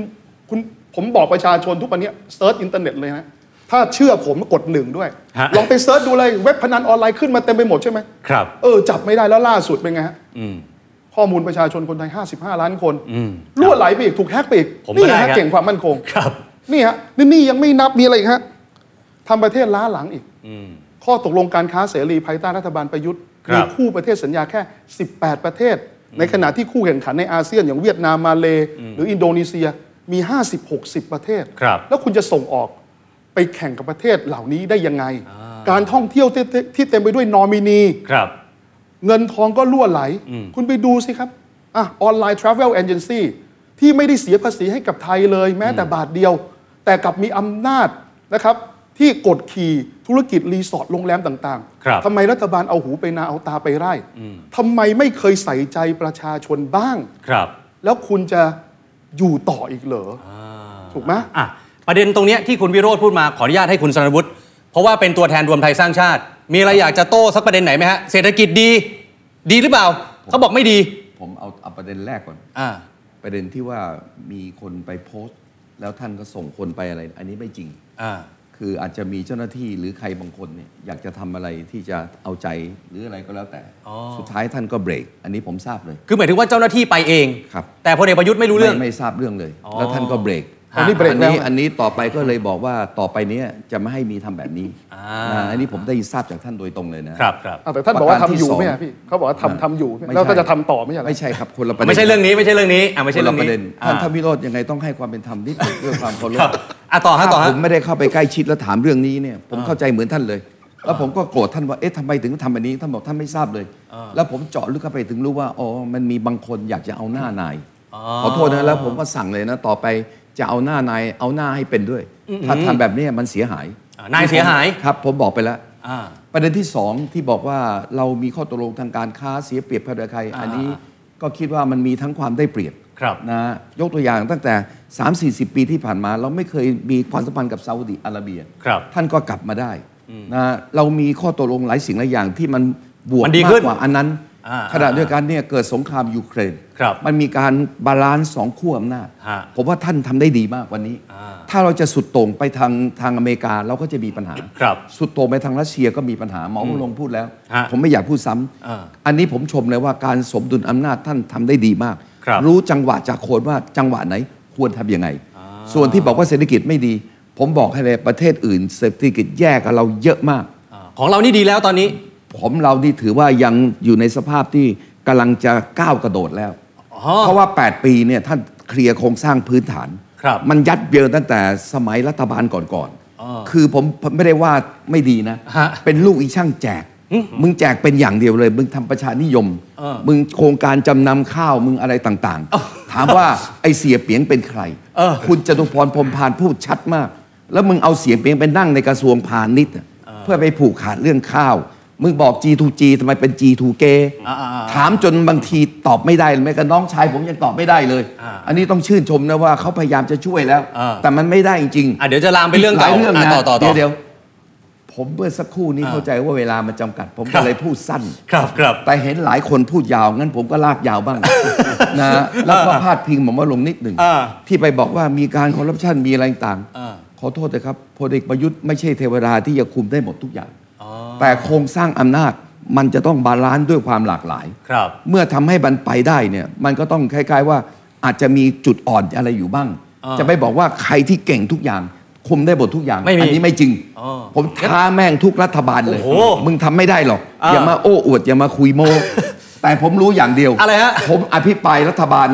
[SPEAKER 6] คุณผมบอกประชาชนทุกวันเนี้เซิร์ชอินเทอร์เน็ตเลยนะ ถ้าเชื่อผมกดหนึ่งด้วย
[SPEAKER 2] ฮะ
[SPEAKER 6] ลองไปเซิร์ชดูเลยเว็บพนันออนไลน์ขึ้นมาเต็มไปหมดใช่ไหม
[SPEAKER 2] ครับ
[SPEAKER 6] เออ จับไม่ได้แล้วล่าสุดเป็นไงฮะ
[SPEAKER 2] อืม
[SPEAKER 6] ข้อมูลประชาชนคนไทย 55 ล้านคน
[SPEAKER 2] อืม
[SPEAKER 6] รั่วไหลไปอีก ถูกแฮกไปอีก
[SPEAKER 2] ผมก็
[SPEAKER 6] นี่
[SPEAKER 2] ได้
[SPEAKER 6] ฮะ
[SPEAKER 2] ครับ
[SPEAKER 6] เก่งความมั่นคง
[SPEAKER 2] ครับ
[SPEAKER 6] นี่ฮะนี่นี่ยังไม่นับมีอะไรอีกฮะทำประเทศล้าหลังอีก
[SPEAKER 2] อืม
[SPEAKER 6] ข้อตกลงการค้าเสรีภายใต้รัฐบาลประยุทธ์
[SPEAKER 2] ครับ
[SPEAKER 6] มีคู่ประเทศสัญญาแค่ 18 ประเทศ ในขณะที่คู่แข่งขันในอาเซียนอย่างเวียดนามมาเลหรืออินโดนีเซียมี 50-60 ประเทศ
[SPEAKER 2] ครับ
[SPEAKER 6] แล้วคุณจะส่งออกไปแข่งกับประเทศเหล่านี้ได้ยังไง การท่องเที่ยวที่ที่เต็มไปด้วยนอมินี
[SPEAKER 2] ครับ
[SPEAKER 6] เงินทองก็ล่วไหล คุณไปดูสิครับอ่ะออนไลน์ทราเวลเอเจนซี่ที่ไม่ได้เสียภาษีให้กับไทยเลยแม้แต่บาทเดียว แต่กลับมีอำนาจนะครับ ที่กดขี่ธุรกิจรีสอร์ทโรงแรมต่าง
[SPEAKER 2] ครับ
[SPEAKER 6] ทำไมรัฐบาลเอาหูไปนาเอาตาไปไร่ทำไมไม่เคยใส่ใจประชาชนบ้าง
[SPEAKER 2] ครับ
[SPEAKER 6] แล้วคุณจะอยู่ต่ออีกเหรออถูกไหม
[SPEAKER 2] อ่ะประเด็นตรงเนี้ยที่คุณวิโรธพูดมาขออนุญาตให้คุณสรวุฒิเพราะว่าเป็นตัวแทนรวมไทยสร้างชาติ มีอะไรอยากจะโต้สักประเด็นไหนไหมฮะเศรษฐกิจดี ดีหรือเปล่าเขาบอกไม่ดี
[SPEAKER 3] ผมเอาเอาประเด็นแรกก่อน
[SPEAKER 2] อ่า
[SPEAKER 3] ประเด็นที่ว่ามีคนไปโพสต์ แล้วท่านก็ส่งคนไปอะไร อันนี้ไม่จริง
[SPEAKER 2] อ่า
[SPEAKER 3] คืออาจจะมีเจ้าหน้าที่หรือใครบางคนเนี่ยอยากจะทำอะไรที่จะเอาใจหรืออะไรก็แล้วแต่
[SPEAKER 2] อ๋อ
[SPEAKER 3] สุดท้ายท่านก็เบรก อันนี้ผมทราบเลย
[SPEAKER 2] คือหมายถึงว่าเจ้าหน้าที่ไปเอง
[SPEAKER 3] ครับ
[SPEAKER 2] แต่พลเอกประยุทธ์ไม่รู้เรื่อง
[SPEAKER 3] ไม่ไม่ทราบเรื่องเลย
[SPEAKER 2] อ๋อ
[SPEAKER 3] แล้วท่านก็เบรก
[SPEAKER 6] อันนี้เบรก
[SPEAKER 3] อั
[SPEAKER 6] แล้ว
[SPEAKER 3] นี้
[SPEAKER 6] นะ
[SPEAKER 3] อันนี้ต่อไปก็เลยบอกว่าต่อไปเนี้ยจะไม่ให้มีทำแบบนี้
[SPEAKER 2] อ่า
[SPEAKER 3] อ่าอันนี้ผมได้ทราบจากท่านโดยตรงเลยนะ
[SPEAKER 2] ครับครับ
[SPEAKER 6] อ่ะแต่ท่านบอกว่าทำอยู่ไหม
[SPEAKER 3] ประการที่ส
[SPEAKER 6] อ่ะ
[SPEAKER 3] อง
[SPEAKER 6] พี่เขาบอกว่าทำทำอยู่
[SPEAKER 3] ไม่
[SPEAKER 6] แล้ว
[SPEAKER 3] ใช่
[SPEAKER 6] ก็จะทำต่อไม่ใช่เหรอ
[SPEAKER 3] ไม่ใช่ครับคนละประเด็น
[SPEAKER 2] ไม่ใช่เรื่องนี้ไม่ใช่เรื่องนี้อ่าไม่
[SPEAKER 3] ค
[SPEAKER 2] ใช่
[SPEAKER 3] น
[SPEAKER 2] เรื่อ
[SPEAKER 3] ละ
[SPEAKER 2] ง
[SPEAKER 3] ประ
[SPEAKER 2] นี้
[SPEAKER 3] เด็น
[SPEAKER 2] อ่า
[SPEAKER 3] ท่านทวิโรจน์ยังไงต้องให้ความเป็นธรรมนิดหนึ่งด้วยความเคารพ
[SPEAKER 2] ครับอ่ะต่อฮะต่อ
[SPEAKER 3] ถ้า
[SPEAKER 2] ฮะ
[SPEAKER 3] ผมไม่ได้เข้าไปใกล้ชิดและถามเรื่องนี้เนี่ยผมเข้าใจเหมือนท่านเลย แล้วผมก็โกรธท่านว่าเอ๊ะทำไมถึงทำแบบนี้ท่านบอกท่านไม่ทราบเลย แล้วผมเจาะลึกเข้าไปถึงรู้ว่าอ๋อมันมีบางคนอยากจะเอาหน้านายขอโทษนะแล้วผมก็สั่งเลยนะต่อไปจะเอาหน้านายเอาหน้าให้เป็นด้วย ถ้าทำแบบนี้มันเสียหาย
[SPEAKER 2] อ่านายเสียหาย
[SPEAKER 3] ครับ ผมบอกไปแล้ว
[SPEAKER 2] อ่า
[SPEAKER 3] ประเด็นที่สองที่บอกว่าเรามีข้อตกลงทางการค้าเสียเปรียบภายใครอันนี้ก็คิดว่ามันมีทั้งความได้เปรียบ
[SPEAKER 2] ครับ
[SPEAKER 3] นะยกตัวอย่างตั้งแต่ 3 4 0 ปีที่ผ่านมา เราไม่เคยมีความสัมพันธ์กับซาอุดิอาระเบีย
[SPEAKER 2] ครับ
[SPEAKER 3] ท่านก็กลับมาได้นะเรามีข้อตกลงหลายสิ่งหลายอย่างที่มันบวก
[SPEAKER 2] มันดี
[SPEAKER 3] มา
[SPEAKER 2] ขึ้
[SPEAKER 3] ก
[SPEAKER 2] น
[SPEAKER 3] กว่าอันนั้น
[SPEAKER 2] อ่า
[SPEAKER 3] ขณะเด้วยวกันเนี่ยเกิดสงครามยูเครน
[SPEAKER 2] ครับ
[SPEAKER 3] มันมีการบาลานซ์สองขั้วอำนาจ
[SPEAKER 2] ฮะ
[SPEAKER 3] ผมว่าท่านทำได้ดีมากวันนี้ ถ้าเราจะสุดโต่งไปทางทางอเมริกาเราก็จะมีปัญหา
[SPEAKER 2] ครับ
[SPEAKER 3] สุดโต่งไปทางรัสเซียก็มีปัญหาหมอวรงค์พูดแล้ว
[SPEAKER 2] ฮะ
[SPEAKER 3] ผมไม่อยากพูดซ้ำ
[SPEAKER 2] เออ
[SPEAKER 3] อันนี้ผมชมเลยว่าการสมดุลอำนาจท่านทำได้ดีมาก
[SPEAKER 2] ครับ
[SPEAKER 3] รู้จังหวะจากโคนว่าจังหวะไหนควรทำยังไง ส่วนที่บอกว่าเศรษฐกิจไม่ดี ผมบอกให้เลยประเทศอื่น เศรษฐกิจแย่กับเราเยอะมาก
[SPEAKER 2] อ่าของเรานี่ดีแล้วตอนนี้
[SPEAKER 3] ผมเรานี่ถือว่ายังอยู่ในสภาพที่กำลังจะก้าวกระโดดแล้ว เพราะว่า 8 ปีเนี่ยท่านเคลียร์โครงสร้างพื้นฐาน
[SPEAKER 2] ครับ
[SPEAKER 3] มันยัดเยินตั้งแต่สมัยรัฐบาลก่อนๆคือผมไม่ได้ว่าไม่ดีนะ
[SPEAKER 2] ฮะ
[SPEAKER 3] เป็นลูกอีช่างแจก มึงแจกเป็นอย่างเดียวเลย มึงทำประชานิยม
[SPEAKER 2] เออ
[SPEAKER 3] มึงโครงการจำนำข้าวมึงอะไรต่างๆ ถามว่าไอเสียเปียงเป็นใคร
[SPEAKER 2] เออ
[SPEAKER 3] คุณจตุพรพรหมพานพูดชัดมาก แล้วมึงเอาเสียงเปียงไปนั่งในกระทรวงพาณิชย์อะเพื่อไปผูกขาดเรื่องข้าว มึงบอก G2G ทำไมเป็น G2G ถามจนบางทีตอบไม่ได้แม้กระทั่งน้องชายผมยังตอบไม่ได้เลย อันนี้ต้องชื่นชมนะว่าเขาพยายามจะช่วยแล้ว
[SPEAKER 2] อ่า
[SPEAKER 3] แต่มันไม่ได้จริงๆ
[SPEAKER 2] อ่ะเดี๋ยวจะลามไปเรื่อง
[SPEAKER 3] ห
[SPEAKER 2] เก่า
[SPEAKER 3] ลา
[SPEAKER 2] ย
[SPEAKER 3] เรื่อง
[SPEAKER 2] อ่ะ
[SPEAKER 3] นะ
[SPEAKER 2] ต่อต่อต่อ
[SPEAKER 3] เดี๋ยวๆผมเมื่อสักครู่นี้
[SPEAKER 2] อ่า
[SPEAKER 3] เข้าใจว่าเวลามันจำกัด ผม
[SPEAKER 2] ครั
[SPEAKER 3] ก็
[SPEAKER 2] บ
[SPEAKER 3] เลยพูดสั้น
[SPEAKER 2] ครับครับ
[SPEAKER 3] แต่เห็นหลายคนพูดยาว งั้นผมก็ลากยาวบ้าง นะแล้วก็พาดพิงผมว่าลงค์นิดหนึ่ง
[SPEAKER 2] อ่า
[SPEAKER 3] ที่ไปบอกว่ามีการคอร์รัปชันมีอะไรต่าง
[SPEAKER 2] อ่า
[SPEAKER 3] ขอโทษนะครับพลเอกประยุทธ์ไม่ใช่เทวดาที่จะคุมได้หมดทุกอย่าง แต่โครงสร้างอำนาจมันจะต้องบาลานซ์ด้วยความหลากหลาย
[SPEAKER 2] ครับ
[SPEAKER 3] เมื่อทำให้มันไปได้เนี่ยมันก็ต้องคล้าย ๆ ว่าอาจจะมีจุดอ่อนอะไรอยู่บ้าง
[SPEAKER 2] อ่า
[SPEAKER 3] จะไม่บอกว่าใครที่เก่งทุกอย่าง คุมได้หมดทุกอย่าง
[SPEAKER 2] ไม่มี
[SPEAKER 3] อันี้ไม่จริง
[SPEAKER 2] อ๋อ
[SPEAKER 3] ผมท้าแม่งทุกรัฐบาลเลย
[SPEAKER 2] โอ้โห
[SPEAKER 3] มึงทำไม่ได้หรอก
[SPEAKER 2] อ่า
[SPEAKER 3] อย่ามาโอ้อวด อย่ามาคุย โม้ แต่ผมรู้อย่างเดียว
[SPEAKER 2] อะไรฮะ
[SPEAKER 3] ผมอภิปรายรัฐบาล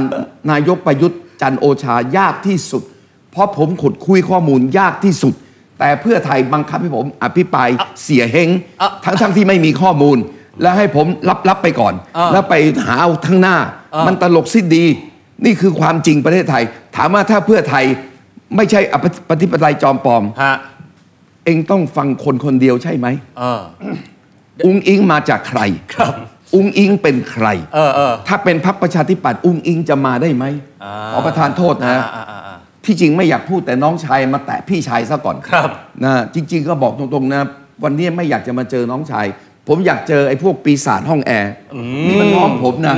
[SPEAKER 3] นายกประยุทธ์จันทร์โอชายากที่สุด เพราะผมขุดคุยข้อมูลยากที่สุด แต่เพื่อไทยบังคับให้ผมอภิปรายเสียเฮงทั้งทั้งๆที่ไม่มีข้อมูล แล้วให้ผมรับรับไปก่อน แล้วไปหาเอาข้างหน้า มันตลกสิ้นดี นี่คือความจริงประเทศไทย ถามว่าถ้าเพื่อไทยไม่ใช่อปฏิปไตยจอมปลอม
[SPEAKER 2] ฮะ
[SPEAKER 3] เองต้องฟังคนคนเดียวใช่ไหม
[SPEAKER 2] เออ
[SPEAKER 3] อุงอิงมาจากใคร
[SPEAKER 2] ครับ
[SPEAKER 3] อุงอิงเป็นใคร
[SPEAKER 2] เออเออ
[SPEAKER 3] ถ้าเป็นพรรคประชาธิปัตย์อุ้งอิงจะมาได้ไหมขอประทานโทษนะ
[SPEAKER 2] อ่าอ่าอ่า
[SPEAKER 3] ที่จริงไม่อยากพูดแต่น้องชายมาแตะพี่ชายซะก่อน
[SPEAKER 2] ครับ
[SPEAKER 3] นะจริง ๆ ก็บอกตรงๆนะ วันนี้ไม่อยากจะมาเจอน้องชาย ผมอยากเจอไอ้พวกปีศาจห้องแอร์นี่มันง้อมผมนะ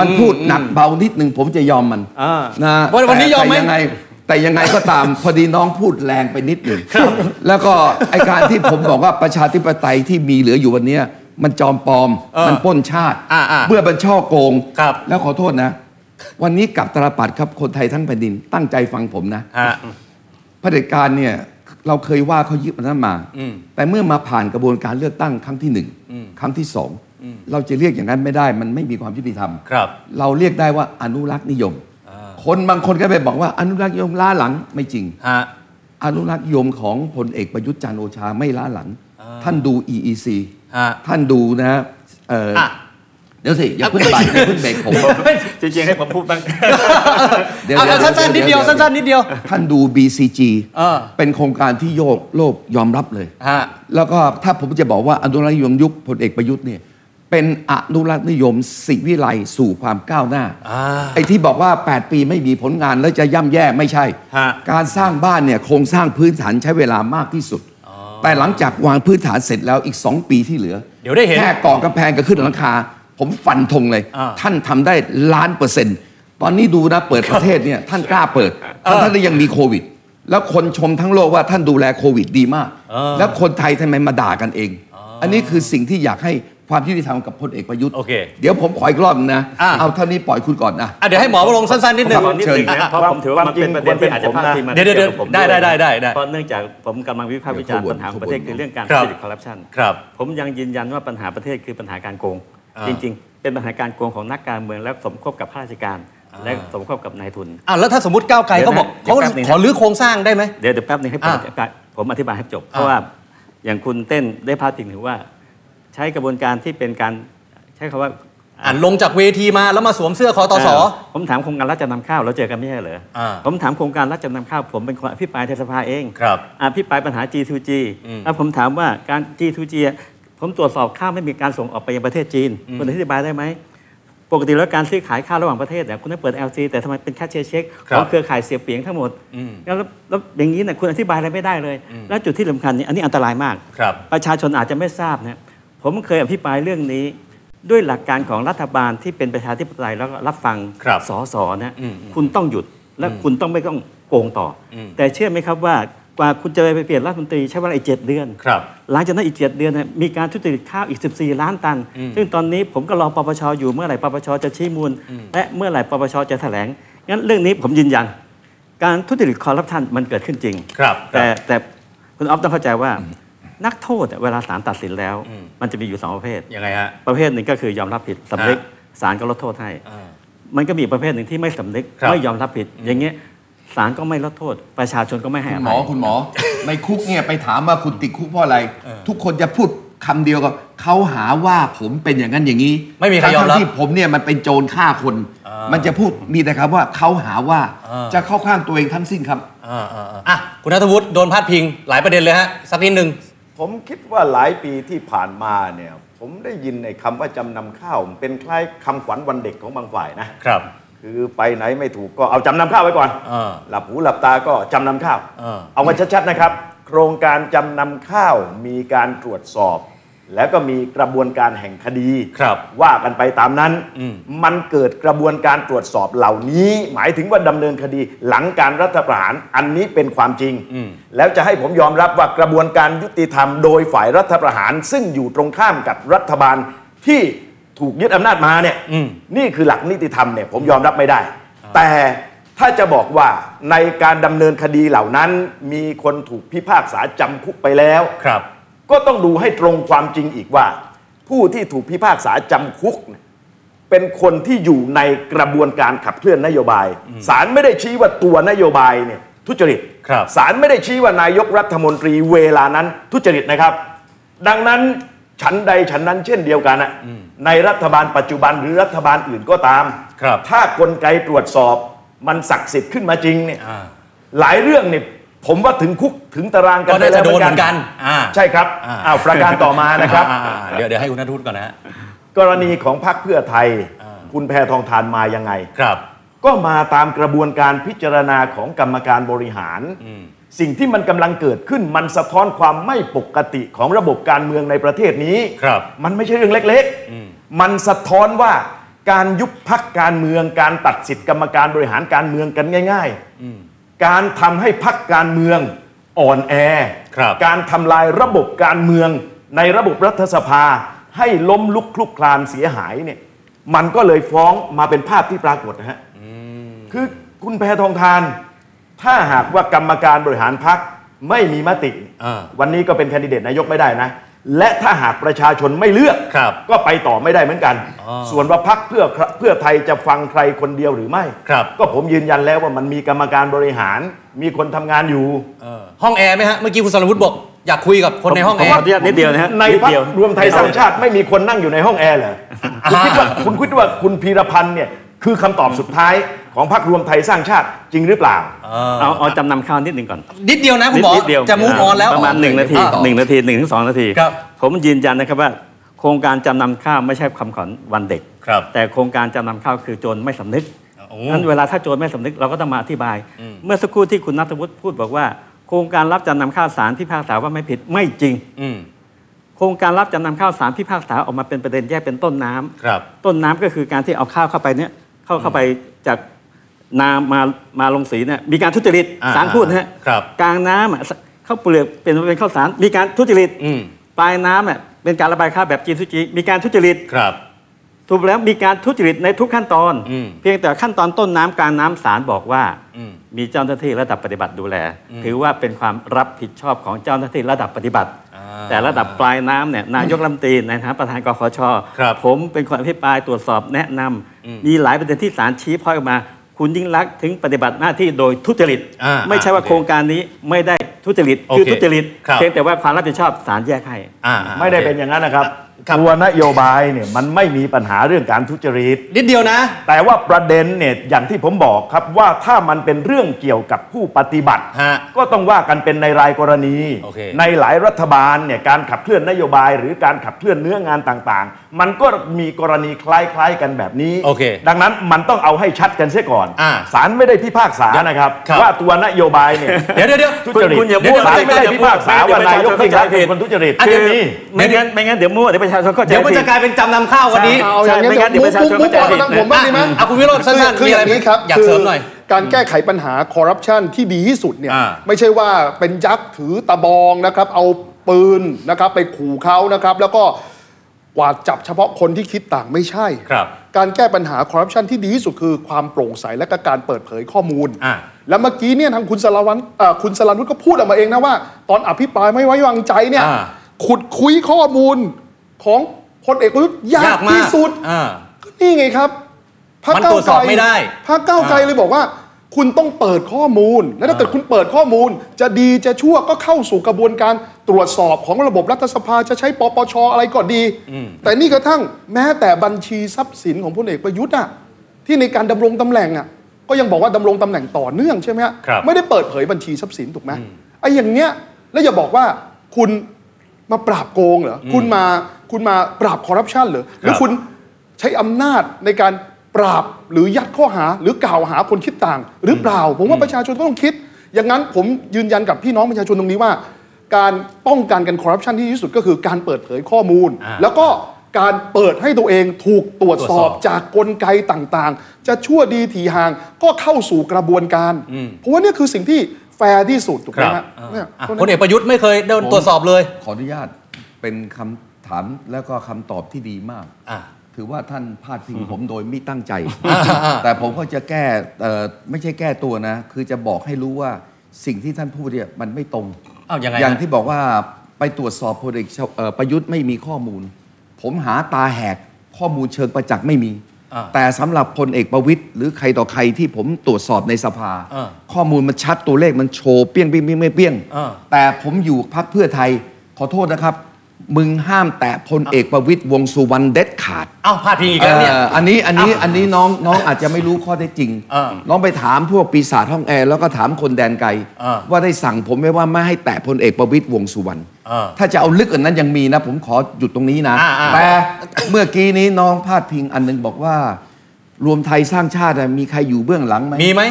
[SPEAKER 3] มันพูดหนักเบานิดนึงผมจะยอมมัน
[SPEAKER 2] อ่า
[SPEAKER 3] นะ
[SPEAKER 2] วันวันนี้ยอมไหม
[SPEAKER 3] แต่งไง แต่ยังไงก็ตาม พอดีน้องพูดแรงไปนิดหนึ่งแล้วก็ไอการที่ผมบอกว่าประชาธิปไตยที่มีเหลืออยู่วันเนี้ยมันจอมปลอม
[SPEAKER 2] เออ
[SPEAKER 3] มันปล้นชาติ
[SPEAKER 2] อ่าๆ
[SPEAKER 3] เพื่อบัญช่อโกง
[SPEAKER 2] ครับ
[SPEAKER 3] แล้วขอโทษนะ วันนี้กลับตาลปัดครับคนไทยทั้งแผ่นดินตั้งใจฟังผมนะ
[SPEAKER 2] ฮะ
[SPEAKER 3] เผด็จการเนี่ยเราเคยว่าเขายึดอำนาจมา แต่เมื่อมาผ่านกระบวนการเลือกตั้งครั้งที่หนึ่งครั้งที่สองเราจะเรียกอย่างนั้นไม่ได้ มันไม่มีความยุติธรรม
[SPEAKER 2] ครับ
[SPEAKER 3] เราเรียกได้ว่าอนุรักษ์นิยม คนบางคนก็ไปบอกว่าอนุรักษ์นิยมล้าหลังไม่จริง
[SPEAKER 2] ฮะ
[SPEAKER 3] อนุรักษ์นิยมของพลเอกประยุทธ์จันทร์โอชาไม่ล้าหลัง ท่านดู EEC
[SPEAKER 2] ฮะ
[SPEAKER 3] ท่านดูนะเอ่ออ
[SPEAKER 2] อ่ะ
[SPEAKER 3] เดี๋ยวสิอย่าเพิ่งไปอย่าเพิ่งเบรกผม
[SPEAKER 4] จริงๆให้ผมพูดบ้าง
[SPEAKER 3] เดี๋ยว
[SPEAKER 2] เอา
[SPEAKER 3] เดี๋ยว
[SPEAKER 2] เอาสั้นๆนิดเดียว
[SPEAKER 3] เดี๋ยว
[SPEAKER 2] สั้นๆนิดเดียว
[SPEAKER 3] ท่านดู BCG
[SPEAKER 2] เออ
[SPEAKER 3] เป็นโครงการที่โยกโลกยอมรับเลย
[SPEAKER 2] ฮะ
[SPEAKER 3] แล้วก็ถ้าผมจะบอกว่าอนุรักษ์นิยมยุคพลเอกประยุทธ์เนี่ยเป็นอนุรักษ์นิยมสิวิไลสู่ความก้าวหน้าไอ้ที่บอกว่า 8 ปีไม่มีผลงานแล้วจะย่ำแย่ไม่ใช่
[SPEAKER 2] ฮะ
[SPEAKER 3] การสร้างบ้านเนี่ยโครงสร้างพื้นฐานใช้เวลามากที่สุด แต่หลังจากวางพื้นฐานเสร็จแล้วอีก 2 ปีที่เหลือ
[SPEAKER 2] เดี๋ยวได้เห็น
[SPEAKER 3] แค่ก่อกำแพงกับขึ้นหลังคา ผมฟันธงเลย
[SPEAKER 2] อ่า
[SPEAKER 3] ท่านทำได้ล้านเปอร์เซ็นต์ ตอนนี้ดูนะเปิดประเทศเนี่ยท่านกล้าเปิดท่านท่านก็ยังมีโควิด แล้วคนชมทั้งโลกว่าท่านดูแลโควิดดีมาก แล้วคนไทยทำไมมาด่ากันเอง อันนี้คือสิ่งที่อยากให้ความยุติธรรมกับพลเอกประยุทธ์
[SPEAKER 2] โอเค
[SPEAKER 3] เดี๋ยวผมขออีกรอบนะ
[SPEAKER 2] อ่า
[SPEAKER 3] เอาเท่านี้ปล่อยคุณก่อนนะ
[SPEAKER 2] อ่ะเดี๋ยวให้หมอวรงค์สั้นๆนิดนึง
[SPEAKER 4] นิดหนึ่งนะเพราะผมถือว่ามันเป็นประเด็นที่อาจจะพลาดพิงมา
[SPEAKER 2] เดี๋ยวๆๆ
[SPEAKER 4] กี่กับผม
[SPEAKER 2] ได้ๆๆได้ได้
[SPEAKER 4] เพราะเนื่องจากผมกำลังวิพากษ์วิจารณ์
[SPEAKER 3] เดี๋ยวขบวน
[SPEAKER 4] ปัญหาของประเทศคือเรื่องการ
[SPEAKER 2] ครับ
[SPEAKER 4] ทุจริตคอร์รัปชัน
[SPEAKER 2] ครับ
[SPEAKER 4] ผมยังยืนยันว่าปัญหาประเทศคือปัญหาการโกง
[SPEAKER 2] อ่า
[SPEAKER 4] จริง ๆ เป็นปัญหาการโกงของนักการเมืองและสมคบกับข้าราชการ และสมคบกับนายทุน
[SPEAKER 2] อ่ะแล้วถ้าสมมติก้าวไกล
[SPEAKER 4] เดี๋
[SPEAKER 2] เขา
[SPEAKER 4] ยว
[SPEAKER 2] บอก
[SPEAKER 4] นะ
[SPEAKER 2] เขา
[SPEAKER 4] เดี๋ยว
[SPEAKER 2] ข
[SPEAKER 4] แป๊บนึงนะ
[SPEAKER 2] อรื้อโครงสร้างได้ไหม
[SPEAKER 4] เดี๋ยวเดี๋ยวแป๊บนึงให้ผม
[SPEAKER 2] อ่า
[SPEAKER 4] อธิบายผมอธิบายให้จบ เพราะว่าอย่างคุณเต้นได้พาดพิงถึงว่า ใช้กระบวนการที่เป็นการใช้คำว่า
[SPEAKER 2] ่ะลงจากเวทีมาแล้วมาสวมเสื้อคอตส
[SPEAKER 4] เผมถามโครงการรัฐจำนำข้าวเราเจอกันไม่ใช่เหรออา ผมถามโครงการรัฐจำนำข้าวผมเป็นคนอภิปรายในสภาเอง
[SPEAKER 2] ครับ
[SPEAKER 4] อภิปรายปัญหา G2G แล้วผมถามว่าการ G2G อะผมตรวจสอบข้าวไม่มีการส่งออกไปยังประเทศจีนคุณอธิบายได้ไหม ปกติแล้วการซื้อขายข้าวระหว่างประเทศเนี่ยคุณต้องเปิด LC แต่ทำไมเป็นแคชเชียร์เช็ค
[SPEAKER 2] ครั
[SPEAKER 4] ข
[SPEAKER 2] บ
[SPEAKER 4] องเครือข่ายเสียเปียงทั้งหมดแล้วแล้วแล้วอย่างนี้เนี่ยคุณอธิบายอะไรไม่ได้เลย แล้วจุดที่สำคัญเนี่ยอันนี้อันตรายมาก
[SPEAKER 2] ครับ
[SPEAKER 4] ประชาชนอาจจะไม่ทราบนะผมเคยอภิปรายเรื่องนี้ ด้วยหลักการของรัฐบาลที่เป็นประชาธิปไตยแล้วก็รับฟัง
[SPEAKER 2] ครับ
[SPEAKER 4] สอสอนะคุณต้องหยุดและคุณต้องไม่ต้องโกงต่ออแต่เชื่อไหมครับว่ากว่าคุณจะไปเปลี่ยนรัฐมนตรีใช้เวลาอีกเจ็ดเดือน
[SPEAKER 2] ครับ
[SPEAKER 4] หลังจากนั้นอีก 7 เดือนเนี่ยมีการทุจริตข้าวอีก 14 ล้านตัน ซึ่งตอนนี้ผมก็รอปปชอยู่เมื่อไหร่ปปชจะชี้มูล และเมื่อไหร่ปปชจะแถลง งั้นเรื่องนี้ผมยืนยัน การทุจริตคอร์รัปชันมันเกิดขึ้นจริง
[SPEAKER 2] ครับ
[SPEAKER 4] แต่แต่คุณออฟต้องเข้าใจว่า นักโทษอะเวลาศาลตัดสินแล้ว มันจะมีอยู่สองประเภท
[SPEAKER 2] ยังไงฮะ
[SPEAKER 4] ประเภทหนึ่งก็คือยอมรับผิดสำนึก
[SPEAKER 2] ฮะ
[SPEAKER 4] ศาลก็ลดโทษให้ มันก็มีประเภทหนึ่งที่ไม่สำนึก
[SPEAKER 2] ครับ
[SPEAKER 4] ไม่ยอมรับผิด อย่างเงี้ยศาลก็ไม่ลดโทษ ประชาชนก็ไม่ให้อ
[SPEAKER 3] คุณหม
[SPEAKER 4] ภั
[SPEAKER 3] อย คุณหมอ ในคุกเนี่ยไปถามว่าคุณติดคุกเพราะอะไร ทุกคนจะพูดคำเดียวกับเขาหาว่าผมเป็นอย่างนั้นอย่างนี้
[SPEAKER 2] ไม่มีใครยอมรับ
[SPEAKER 3] ทั้งๆที่ผมเนี่ยมันเป็นโจรฆ่าคน มันจะพูดมีแต่คำว่าเขาหาว่า
[SPEAKER 2] อ่า
[SPEAKER 3] จะเข้าข้างตัวเองทั้งสิ้นครับ
[SPEAKER 2] อ่าอ่าอ่าอ่ะคุณนัทวุฒิโดนพาดพิงหลายประเด็นเลยฮะ สักนิดนึง
[SPEAKER 5] ผมคิดว่าหลายปีที่ผ่านมาเนี่ย ผมได้ยินในคำว่าจำนำข้าวเป็นคล้ายคำขวัญวันเด็กของบางฝ่ายนะ
[SPEAKER 7] ครับ
[SPEAKER 5] คือไปไหนไม่ถูกก็เอาจำนำข้าวไว้ก่อน
[SPEAKER 7] เออ
[SPEAKER 5] หลับหูหลับตาก็จำนำข้าว
[SPEAKER 7] เออ
[SPEAKER 5] เอามาชัดๆนะครับ โครงการจำนำข้าวมีการตรวจสอบ แล้วก็มีกระบวนการแห่งคดี
[SPEAKER 7] ครับ
[SPEAKER 5] ว่ากันไปตามนั้น
[SPEAKER 7] อืม
[SPEAKER 5] มันเกิดกระบวนการตรวจสอบเหล่านี้ หมายถึงว่าดำเนินคดีหลังการรัฐประหารอันนี้เป็นความจริง แล้วจะให้ผมยอมรับว่ากระบวนการยุติธรรมโดยฝ่ายรัฐประหาร ซึ่งอยู่ตรงข้ามกับรัฐบาลที่ถูกยึดอำนาจมาเนี่ย
[SPEAKER 7] อืม
[SPEAKER 5] นี่คือหลักนิติธรรมเนี่ยผมยอมรับไม่ได้ แต่ถ้าจะบอกว่าในการดำเนินคดีเหล่านั้น มีคนถูกพิพากษาจำคุกไปแล้ว
[SPEAKER 7] ครับ
[SPEAKER 5] ก็ต้องดูให้ตรงความจริงอีกว่า ผู้ที่ถูกพิพากษาจำคุกเนี่ยเป็นคนที่อยู่ในกระบวนการขับเคลื่อนนโยบายศาลไม่ได้ชี้ว่าตัวนโยบายเนี่ยทุจริต
[SPEAKER 7] ครับ
[SPEAKER 5] ศาลไม่ได้ชี้ว่านายกรัฐมนตรีเวลานั้นทุจริตนะครับ ดังนั้นฉันใดฉันนั้นเช่นเดียวกันอะในรัฐบาลปัจจุบันหรือรัฐบาลอื่นก็ตาม
[SPEAKER 7] ครับ
[SPEAKER 5] ถ้ากลไกตรวจสอบมันศักดิ์สิทธิ์ขึ้นมาจริงเนี่ย
[SPEAKER 7] อ่า
[SPEAKER 5] หลายเรื่องเนี่ยผมว่าถึงคุกถึงตารางกัน
[SPEAKER 7] ก็น่าจะ
[SPEAKER 5] ป
[SPEAKER 7] โด
[SPEAKER 5] แล้ว
[SPEAKER 7] นเหมือนกันอ่า
[SPEAKER 5] ใช่ครับ
[SPEAKER 7] อ่า
[SPEAKER 5] อ้าวประการต่อมานะครับ
[SPEAKER 7] อ่าอ่าอ่าเดี๋ยวเดี๋ยวให้คุณนัททูตก่อนนะฮะ
[SPEAKER 5] กรณีของพรรคเพื่อไทย
[SPEAKER 7] อ่า
[SPEAKER 5] คุณแพทองทานมายังไง
[SPEAKER 7] ครับ
[SPEAKER 5] ก็มาตามกระบวนการพิจารณาของกรรมการบริหาร สิ่งที่มันกำลังเกิดขึ้นมันสะท้อนความไม่ปกติของระบบการเมืองในประเทศนี้
[SPEAKER 7] ครับ
[SPEAKER 5] มันไม่ใช่เรื่องเล็กๆ มันสะท้อนว่าการยุบพักการเมือง การตัดสิทธิกรรมการบริหารการเมืองกันง่าย ๆ การทำให้พักการเมืองอ่อนแอ
[SPEAKER 7] ครับ
[SPEAKER 5] การทำลายระบบการเมืองในระบบรัฐสภา ให้ล้มลุกคลุกคลานเสียหายเนี่ย มันก็เลยฟ้องมาเป็นภาพที่ปรากฏนะฮะ คือคุณแพทองทาน ถ้าหากว่ากรรมการบริหารพักไม่มีมติ
[SPEAKER 7] อ่า
[SPEAKER 5] วันนี้ก็เป็นแคนดิเดตนายกไม่ได้นะ และถ้าหากประชาชนไม่เลือก
[SPEAKER 7] ครับ
[SPEAKER 5] ก็ไปต่อไม่ได้เหมือนกัน
[SPEAKER 7] อ๋อ
[SPEAKER 5] ส่วนว่าพักเพื่อเพื่อไทยจะฟังใครคนเดียวหรือไม่
[SPEAKER 7] ครับ
[SPEAKER 5] ก็ผมยืนยันแล้วว่ามันมีกรรมการบริหาร มีคนทำงานอยู่
[SPEAKER 7] เออห้องแอร์ไหมฮะ เมื่อกี้คุณสรวุฒิบอก อยากคุยกับคนในห้องแอ
[SPEAKER 4] ผม
[SPEAKER 7] ร์
[SPEAKER 4] ขออนุญาตนิดเดียวนะฮะ
[SPEAKER 5] ใน
[SPEAKER 4] นิด
[SPEAKER 5] พัก
[SPEAKER 4] เดียว
[SPEAKER 5] รวมไทยสร้างชาติไม่มีคนนั่งอยู่ในห้องแอร์เหรอคุณคิดว่าคุณคิดว่าคุณพีรพันธ์เนี่ยคือคำตอบสุดท้ายของพักรวมไทยสร้างชาติจริงหรือเปล่า
[SPEAKER 4] เอาเอาจำนำข้าวนิดหนึ่งก่อน
[SPEAKER 7] นิดเดียวนะคุณหมอ
[SPEAKER 4] นิดเดียว
[SPEAKER 7] จะมูฟออนแล้ว
[SPEAKER 4] ประมาณหนึ่งนาที
[SPEAKER 7] อ่
[SPEAKER 4] หนึ่งนาทีหนึ่งถึงสองนาที
[SPEAKER 7] ครับ
[SPEAKER 4] ผมยืนยันนะครับว่า โครงการจำนำข้าวไม่ใช่คำขวัญวันเด็ก
[SPEAKER 7] ครับ
[SPEAKER 4] แต่โครงการจำนำข้าวคือโจรไม่สำนึก
[SPEAKER 7] โอ้
[SPEAKER 4] นั้นเวลาถ้าโจรไม่สำนึกเราก็ต้องมาอธิบาย เมื่อสักครู่ที่คุณนัทวุฒิพูดบอกว่า โครงการรับจำนำข้าวสารพิพากษาว่าไม่ผิดไม่จริง
[SPEAKER 7] อืม
[SPEAKER 4] โครงการรับจำนำข้าวสารพิพากษาออกมาเป็นประเด็นแยกเป็นต้นน้ำ
[SPEAKER 7] ครับ
[SPEAKER 4] ต้นน้ำก็คือการที่เอาข้าวเข้าไปเนี่ยเข้าเข้าไปจากนามามาลงสีเนี่ยมีการทุจริต
[SPEAKER 7] อ่า
[SPEAKER 4] สารพูดนะฮะ
[SPEAKER 7] ครับ
[SPEAKER 4] กลางน้ำอ่ะข้าวเปลือกเป็นเป็นข้าวสารมีการทุจริต
[SPEAKER 7] อืม
[SPEAKER 4] ปลายน้ำอ่ะเป็นการระบายข้าวแบบจีนซูจีมีการทุจริต
[SPEAKER 7] ครับ
[SPEAKER 4] ถูกแล้วมีการทุจริตในทุกขั้นตอน
[SPEAKER 7] อืม
[SPEAKER 4] เพียงแต่ขั้นตอนต้นน้ำกลางน้ำศาลบอกว่า
[SPEAKER 7] อืม
[SPEAKER 4] มีเจ้าหน้าที่ระดับปฏิบัติดูแล ถือว่าเป็นความรับผิดชอบของเจ้าหน้าที่ระดับปฏิบัติ
[SPEAKER 7] อ่า
[SPEAKER 4] แต่ระดับปลายน้ำเนี่ยนายกรัฐมนตรีในฐานะประธานกคช
[SPEAKER 7] ครับ
[SPEAKER 4] ผมเป็นคนอภิปรายตรวจสอบแนะนำมีหลายประเด็นที่ศาลชี้พ้อยออกมา คุณยิ่งรักษณ์ถึงปฏิบัติหน้าที่โดยทุจริต
[SPEAKER 7] อ่า
[SPEAKER 4] ไม่ใช่ว่า
[SPEAKER 7] โอเค
[SPEAKER 4] โครงการนี้ไม่ได้ทุจริต
[SPEAKER 7] โอเค
[SPEAKER 4] คือทุจริต
[SPEAKER 7] ครับ
[SPEAKER 4] เพียงแต่ว่าความรับผิดชอบศาลแยกให้
[SPEAKER 7] อ่า
[SPEAKER 5] ไม่ได้เป็นอย่างนั้นนะครับ
[SPEAKER 7] ครับ
[SPEAKER 5] ตัวนโยบายเนี่ยมันไม่มีปัญหาเรื่องการทุจริต
[SPEAKER 7] นิดเดียวนะ
[SPEAKER 5] แต่ว่าประเด็นเนี่ยอย่างที่ผมบอกครับว่าถ้ามันเป็นเรื่องเกี่ยวกับผู้ปฏิบัติ
[SPEAKER 7] ฮะ
[SPEAKER 5] ก็ต้องว่ากันเป็นในรายกรณี
[SPEAKER 7] โอเค
[SPEAKER 5] ในหลายรัฐบาลเนี่ยการขับเคลื่อนนโยบาย หรือการขับเคลื่อนเนื้องานต่างๆ มันก็มีกรณีคล้ายๆกันแบบนี้
[SPEAKER 7] โอเค
[SPEAKER 5] ดังนั้นมันต้องเอาให้ชัดกันเสียก่อน
[SPEAKER 7] อ่า
[SPEAKER 5] ศาลไม่ได้พิพากษานะครับ
[SPEAKER 7] ครับ
[SPEAKER 5] ว่าตัวนโยบายเนี่ย
[SPEAKER 7] เดี๋ยวเดี๋ยวเดี๋ยว
[SPEAKER 5] ทุจริต
[SPEAKER 4] คุณอย่าพูด
[SPEAKER 5] ศาลไม่ได้พิพากษาว่านายกยิ่งรักษณ์เป็นคนทุจริต
[SPEAKER 7] อันนี้
[SPEAKER 5] ไม่มี
[SPEAKER 4] ไม่งั้นไม่งั้นเดี๋ยวมั่วเดี๋ยวประชาชนเข้าใจ
[SPEAKER 7] เดี๋ยวมัน
[SPEAKER 4] ผิ
[SPEAKER 7] จะกลายเป็นจำนำข้าววันนี้
[SPEAKER 6] เอาอย่างนี้
[SPEAKER 4] ใช่ไม่งั้นเดี๋ยวประชาชน
[SPEAKER 6] มุก
[SPEAKER 4] เข้าใจผิด
[SPEAKER 6] มุกมุกมุกผมบ้างดีไหม
[SPEAKER 7] อ่ะอ่ะคุณวิโรจน์สั้นๆ
[SPEAKER 6] คือ
[SPEAKER 7] มี
[SPEAKER 6] อ
[SPEAKER 7] อะไร
[SPEAKER 6] ย่างนี้ครับ
[SPEAKER 7] อยากเสริมหน่อย
[SPEAKER 6] คืการแก้ไขปัญหาคอร์รัปชันที่ดีที่สุดเนี่ย
[SPEAKER 7] อ่า
[SPEAKER 6] ไม่ใช่ว่าเป็นยักษ์ถือตะบองนะครับเอาปืนนะครับไปขู่เขานะครับ แล้วก็กวาดจับเฉพาะคนที่คิดต่างไม่ใช่
[SPEAKER 7] ครับ
[SPEAKER 6] การแก้ปัญหาคอร์รัปชันที่ดีที่สุดคือความโปร่งใสและก็การเปิดเผยข้อมูล
[SPEAKER 7] อ่า
[SPEAKER 6] แล้วเมื่อกี้เนี่ยทางคุณสรวันเอ่อคุณสรวุฒิก็พูดออกมาเองนะว่า ตอนอภิปรายไม่ไว้วางใจเนี่ย
[SPEAKER 7] อ่า
[SPEAKER 6] ขุดคุยข้อมูลของพลเอกประยุทธ์ยาย
[SPEAKER 7] าก กมาก
[SPEAKER 6] ที่สุด
[SPEAKER 7] อ่า
[SPEAKER 6] ก็นี่ไงครับพรรค
[SPEAKER 7] มัน
[SPEAKER 6] ก้า
[SPEAKER 7] ตรวจสอบไม่ได้
[SPEAKER 6] พรรคก้าวไกล
[SPEAKER 7] อ่า
[SPEAKER 6] เลยบอกว่า คุณต้องเปิดข้อมูล และถ้าเกิดคุณเปิดข้อมูล จะดีจะชั่วก็เข้าสู่กระบวนการตรวจสอบของระบบรัฐสภาจะใช้ปปชอะไรก็ดี แต่นี่กระทั่งแม้แต่บัญชีทรัพย์สินของพลเอกประยุทธ์อะที่ในการดำรงตำแหน่งอะก็ยังบอกว่าดำรงตำแหน่งต่อเนื่องใช่ไหมฮะ
[SPEAKER 7] ครับ
[SPEAKER 6] ไม่ได้เปิดเผยบัญชีทรัพย์สินถูกไหมไอ้อย่างเนี้ยแล้วอย่าบอกว่าคุณมาปราบโกงเหรอคุณมา คุณมาปราบคอร์รัปชันเหรอหรือคุณใช้อำนาจในการปราบหรือยัดข้อหาหรือกล่าวหาคนคิดต่าง หรือเปล่า ผมว่าประชาชนก็ต้องคิด อย่างนั้นผมยืนยันกับพี่น้องประชาชนตรงนี้ว่า การป้องกันการคอร์รัปชันที่ดีที่สุดก็คือการเปิดเผยข้อมูล แล้วก็การเปิดให้ตัวเองถูกตรวจสอบจากกลไกต่างๆ จะชั่วดีทีห่างก็เข้าสู่กระบวนการเพราะว่าเนี่ยคือสิ่งที่แฟร์ที่สุดถูกไหม
[SPEAKER 2] ครั
[SPEAKER 6] ฮะ
[SPEAKER 2] บ
[SPEAKER 6] เนี่ย
[SPEAKER 7] อ่ะ
[SPEAKER 6] เพราะ
[SPEAKER 7] พล
[SPEAKER 6] ฉะ
[SPEAKER 7] เอ
[SPEAKER 6] นั้น
[SPEAKER 7] กประยุทธ์ไม่เคยโดนตรวจสอบเลย
[SPEAKER 3] ขออนุญาตเป็นคำถามแล้วก็คำตอบที่ดีมาก
[SPEAKER 7] อ่ะ
[SPEAKER 3] ถือว่าท่านพาดพิงผมโดยไม่ตั้งใจ แต่ผมก็จะแก้เอ่อไม่ใช่แก้ตัวนะ คือจะบอกให้รู้ว่าสิ่งที่ท่านพูดเนี่ยมันไม่ตรง
[SPEAKER 7] อ้าวยังไงฮะ
[SPEAKER 3] อย่างที่บอกว่าไปตรวจสอบพลเอกชวเอ่อประยุทธ์ไม่มีข้อมูล ผมหาตาแหกข้อมูลเชิงประจักษ์ไม่มี
[SPEAKER 7] อ่า
[SPEAKER 3] แต่สำหรับพลเอกประวิตยหรือใครต่อใครที่ผมตรวจสอบในสภา
[SPEAKER 7] อ่า
[SPEAKER 3] ข้อมูลมันชัดตัวเลขมันโชว์เปี้ยงเปี้ยงเปี้ยงเปี้ยง
[SPEAKER 7] อ่า
[SPEAKER 3] แต่ผมอยู่พักเพื่อไทยขอโทษนะครับ มึงห้ามแตะพลเอกประวิตยวงษ์สุวรรณเด็ดขาด
[SPEAKER 7] อ้าวพลาดพิงอีกแล้วเนี่ย
[SPEAKER 3] เอ่ออันนี้อันนี้อันนี้น้องน้องอาจจะไม่รู้ข้อเท็จจริง
[SPEAKER 7] เออ
[SPEAKER 3] น้องไปถามพวกปีศาจห้องแอร์แล้วก็ถามคนแดนไกล
[SPEAKER 7] เออ
[SPEAKER 3] ว่าได้สั่งผมไว้ว่าไม่ให้แตะพลเอกประวิตยวงษ์สุวรรณ
[SPEAKER 7] เออ
[SPEAKER 3] ถ้าจะเอาลึกอันนั้นยังมีนะ ผมขอหยุดตรงนี้นะ
[SPEAKER 7] อ่าอ่า
[SPEAKER 3] แต่ เมื่อกี้นี้น้องพาดพิงอันหนึงบอกว่า รวมไทยสร้างชาติอะมีใครอยู่เบื้องหลังไหม
[SPEAKER 7] มีไหม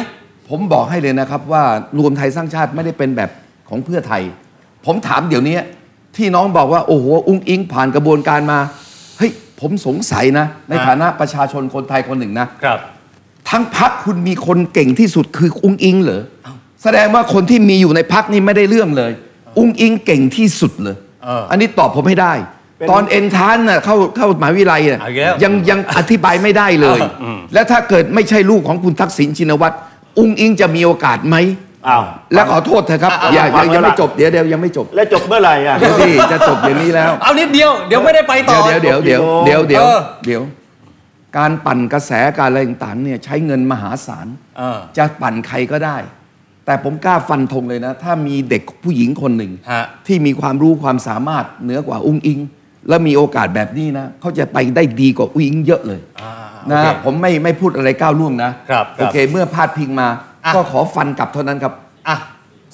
[SPEAKER 3] ผมบอกให้เลยนะครับว่ารวมไทยสร้างชาติไม่ได้เป็นแบบของเพื่อไทย ผมถามเดี๋ยวนี้ที่น้องบอกว่า โอ้โห อุ้งอิงผ่านกระบวนการมา เฮ้ย ผมสงสัยนะ ในฐานะประชาชนคนไทยคนหนึ่งนะ
[SPEAKER 2] ครับ
[SPEAKER 3] ทั้งพักคุณมีคนเก่งที่สุดคืออุ้งอิงเหรอแสดงว่าคนที่มีอยู่ในพักนี่ไม่ได้เรื่องเลย อุ้งอิงเก่งที่สุดเลย
[SPEAKER 7] เอออั
[SPEAKER 3] นนี้ตอบผมให้ได้ ตอนเอ็นทานน่ะเข้าเข้ามหาวิทยาลัยน่ะ
[SPEAKER 2] เอาอีกแล้ว
[SPEAKER 3] ยังยังอธิบายไม่ได้เลย และถ้าเกิดไม่ใช่ลูกของคุณทักษิณชินวัตรอุ้งอิงจะมีโอกาสไหม
[SPEAKER 5] อ้าว
[SPEAKER 3] และขอโทษเถอะครับอย่า
[SPEAKER 5] ฟั
[SPEAKER 3] ยัง ง
[SPEAKER 5] แล้ว
[SPEAKER 3] ยังไม่
[SPEAKER 5] ล่ะ
[SPEAKER 3] จบเดี๋ยวเดี๋ยวยังไม่จบ
[SPEAKER 5] แล้วจบเมื่อไหร่อ่ะ
[SPEAKER 3] เดี๋ยวดิจะจบเดี๋ยวนี้แล้ว
[SPEAKER 7] เอานิดเดียว เดี๋ยวไม่ได้ไปต่อ
[SPEAKER 3] เดี๋ยวเดี๋ยวเดี๋ยวเดี๋ยวเดี๋ยว
[SPEAKER 7] เออ
[SPEAKER 3] เดี๋ยว การปั่นกระแสการอะไรต่างๆเนี่ยใช้เงินมหาศาล
[SPEAKER 7] เออ
[SPEAKER 3] จะปั่นใครก็ได้ แต่ผมกล้าฟันธงเลยนะ ถ้ามีเด็กผู้หญิงคนหนึ่ง
[SPEAKER 7] ฮะ
[SPEAKER 3] ที่มีความรู้ความสามารถเหนือกว่าอุ้งอิง และมีโอกาสแบบนี้นะเขาจะไปได้ดีกว่าอุ้งอิงเยอะเลยนะผมไม่ไม่พูดอะไรก้าวล่วงนะครับ
[SPEAKER 2] ครับ
[SPEAKER 3] โอเคเมื่อพาดพิงมา
[SPEAKER 7] อ่ะ
[SPEAKER 3] ก็ขอฟันกลับเท่านั้นครับ
[SPEAKER 7] อ่ะ